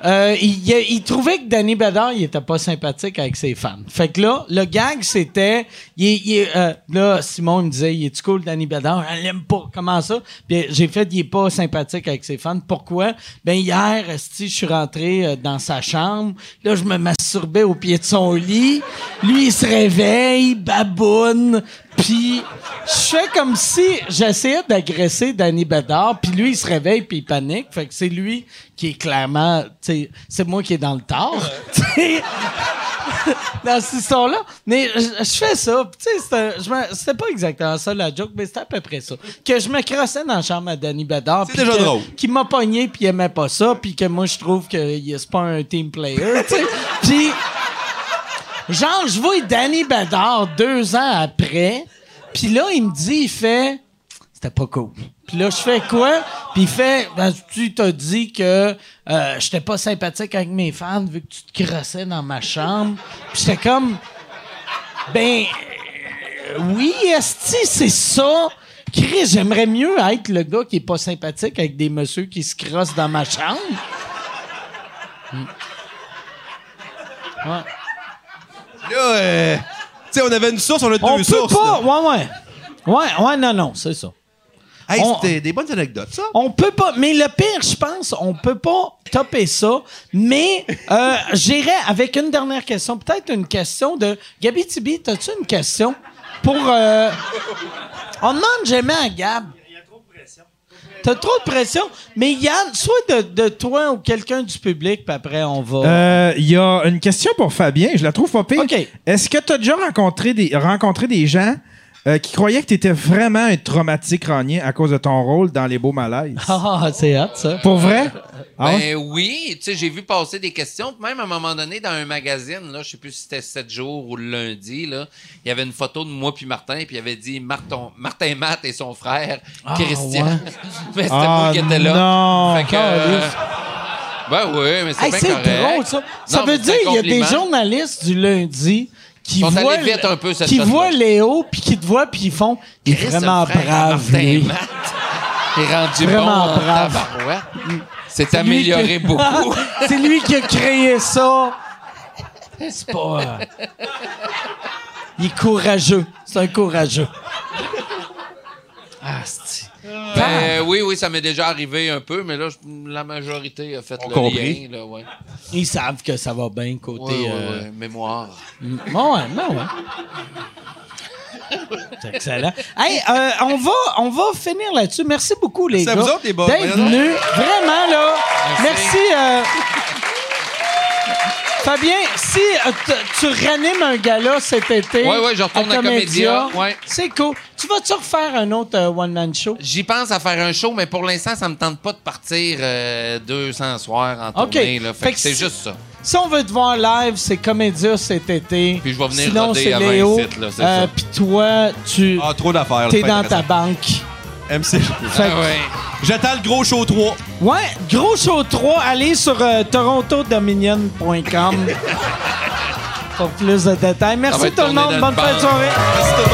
euh, il, il- il trouvait que Danny Bédard, il était pas sympathique avec ses fans. Fait que là, le gag, c'était... il est- il est, euh, là, Simon, il me disait, il est cool, Danny Bédard? Elle l'aime pas. Comment ça? Puis euh, j'ai fait, il est pas sympathique avec ses fans. Pourquoi? Ben, hier, esti, je suis rentré euh, dans sa chambre. Là, je me masturbais au pied de son lit. Lui, il se réveille, baboune. Puis je fais comme si j'essayais d'agresser Danny Bédard. Puis lui, il se réveille, puis il panique. Fait que c'est lui qui est clairement... tu sais, C'est moi qui est dans le tort. Tu sais, dans cette histoire-là. Mais je je fais ça. Puis, Tu sais, c'était- je me- c'était pas exactement ça la joke, mais c'était à peu près ça. Que je me crossais dans la chambre à Danny Bédard.
C'est
puis
déjà
que-
drôle.
Qui m'a pogné, puis il aimait pas ça, puis que moi, je trouve que il- c'est pas un team player, tu sais. Puis, genre, je vois Danny Bédard deux ans après, puis là, il me dit, il fait c'était pas cool. Puis là, je fais quoi? Puis il fait, ben, tu t'as dit que euh, j'étais pas sympathique avec mes fans vu que tu te crossais dans ma chambre. Puis j'étais comme, ben, euh, oui, esti, c'est ça. Chris, j'aimerais mieux être le gars qui est pas sympathique avec des messieurs qui se crossent dans ma chambre.
Là, euh, tu sais, on avait une source, on a
On
deux
peut
sources.
pas.
là.
Ouais, ouais. Ouais, ouais, non, non, c'est ça.
Hey,
On-
c'était des bonnes anecdotes, ça.
On peut pas, mais le pire, je pense, on peut pas topper ça. Mais euh, j'irai avec une dernière question, peut-être une question de Gabi Tibi. T'as-tu une question pour euh, On demande jamais à Gab.
T'as trop de pression. Mais Yann, soit de, de toi ou quelqu'un du public, puis après, on va.
Euh, Il y a une question pour Fabien, je la trouve pas pire.
OK.
Est-ce que tu as déjà rencontré des, rencontré des gens euh, qui croyaient que tu étais vraiment un traumatique crânien à cause de ton rôle dans Les Beaux Malaises?
Ah, c'est hâte, ça.
Pour vrai? Ah ouais?
Ben oui, tu sais, j'ai vu passer des questions. puis Même à un moment donné, dans un magazine, là, je sais plus si c'était 7 jours ou le lundi, là, il y avait une photo de moi puis Martin, puis il avait dit Martin, Martin Matt et son frère Christian.
Ah, ouais.
mais c'était
Ah,
moi qui étais là.
non.
Fait que, euh, ben oui, mais c'est
Hey,
bien
c'est
correct.
drôle, ça. ça
Non,
veut
mais
dire
c'est un
qu'il y a des
compliment.
journalistes du lundi qui
Sont allés
voient,
vite un peu, cette
qui
semaine-là.
voient Léo, puis qui te voient, puis ils font « Il est
Chris,
vraiment
le frère à
brave,
Martin
lui.
Matt. Il est rendu
Vraiment
bon en
brave.
tabarouette. C'est
C'est lui qui-
amélioré beaucoup.
c'est lui qui a créé ça. C'est pas... euh, Il est courageux. C'est un courageux. Ah, c'est...
Ben, oui, oui, ça m'est déjà arrivé un peu, mais là, je- la majorité a fait le
compris.
lien. Là, ouais.
Ils savent que ça va bien côté...
Ouais, ouais,
euh,
ouais, Mémoire.
Mm. Bon, ouais, ben ouais. C'est excellent. Hey, euh, on, va, on va finir là-dessus. Merci beaucoup, les
Merci à
gars.
vous autres, les boys.
D'être venus. Vraiment, là. Merci.
Merci.
euh, Fabien, si euh, t- tu ranimes un gala cet été.
Ouais, ouais, je retourne à Comédia, ouais.
C'est cool. Tu vas-tu refaire un autre euh, one-man show?
J'y pense à faire un show, mais pour l'instant, ça me tente pas de partir euh, 200 soirs en
OK.
tournée. Là. Fait,
Fait
que
que
c'est
si-
juste ça.
Si on veut te voir live, c'est Comédia cet été.
Puis je vais venir
Sinon,
roder
c'est
avant
Léo.
ici, là, c'est
Euh,
ça.
Puis toi, tu
Ah, trop d'affaires. là,
es
pas
dans ta
intéressant.
banque.
MC.
Ah ouais.
J'attends le gros show 3.
Ouais, gros show 3, allez sur euh, torontodominion.com pour plus de détails.
Ça va
Merci
être
tout le
tourné
monde,
dans
bonne
une
fin de
bar.
soirée.
Merci tout le monde.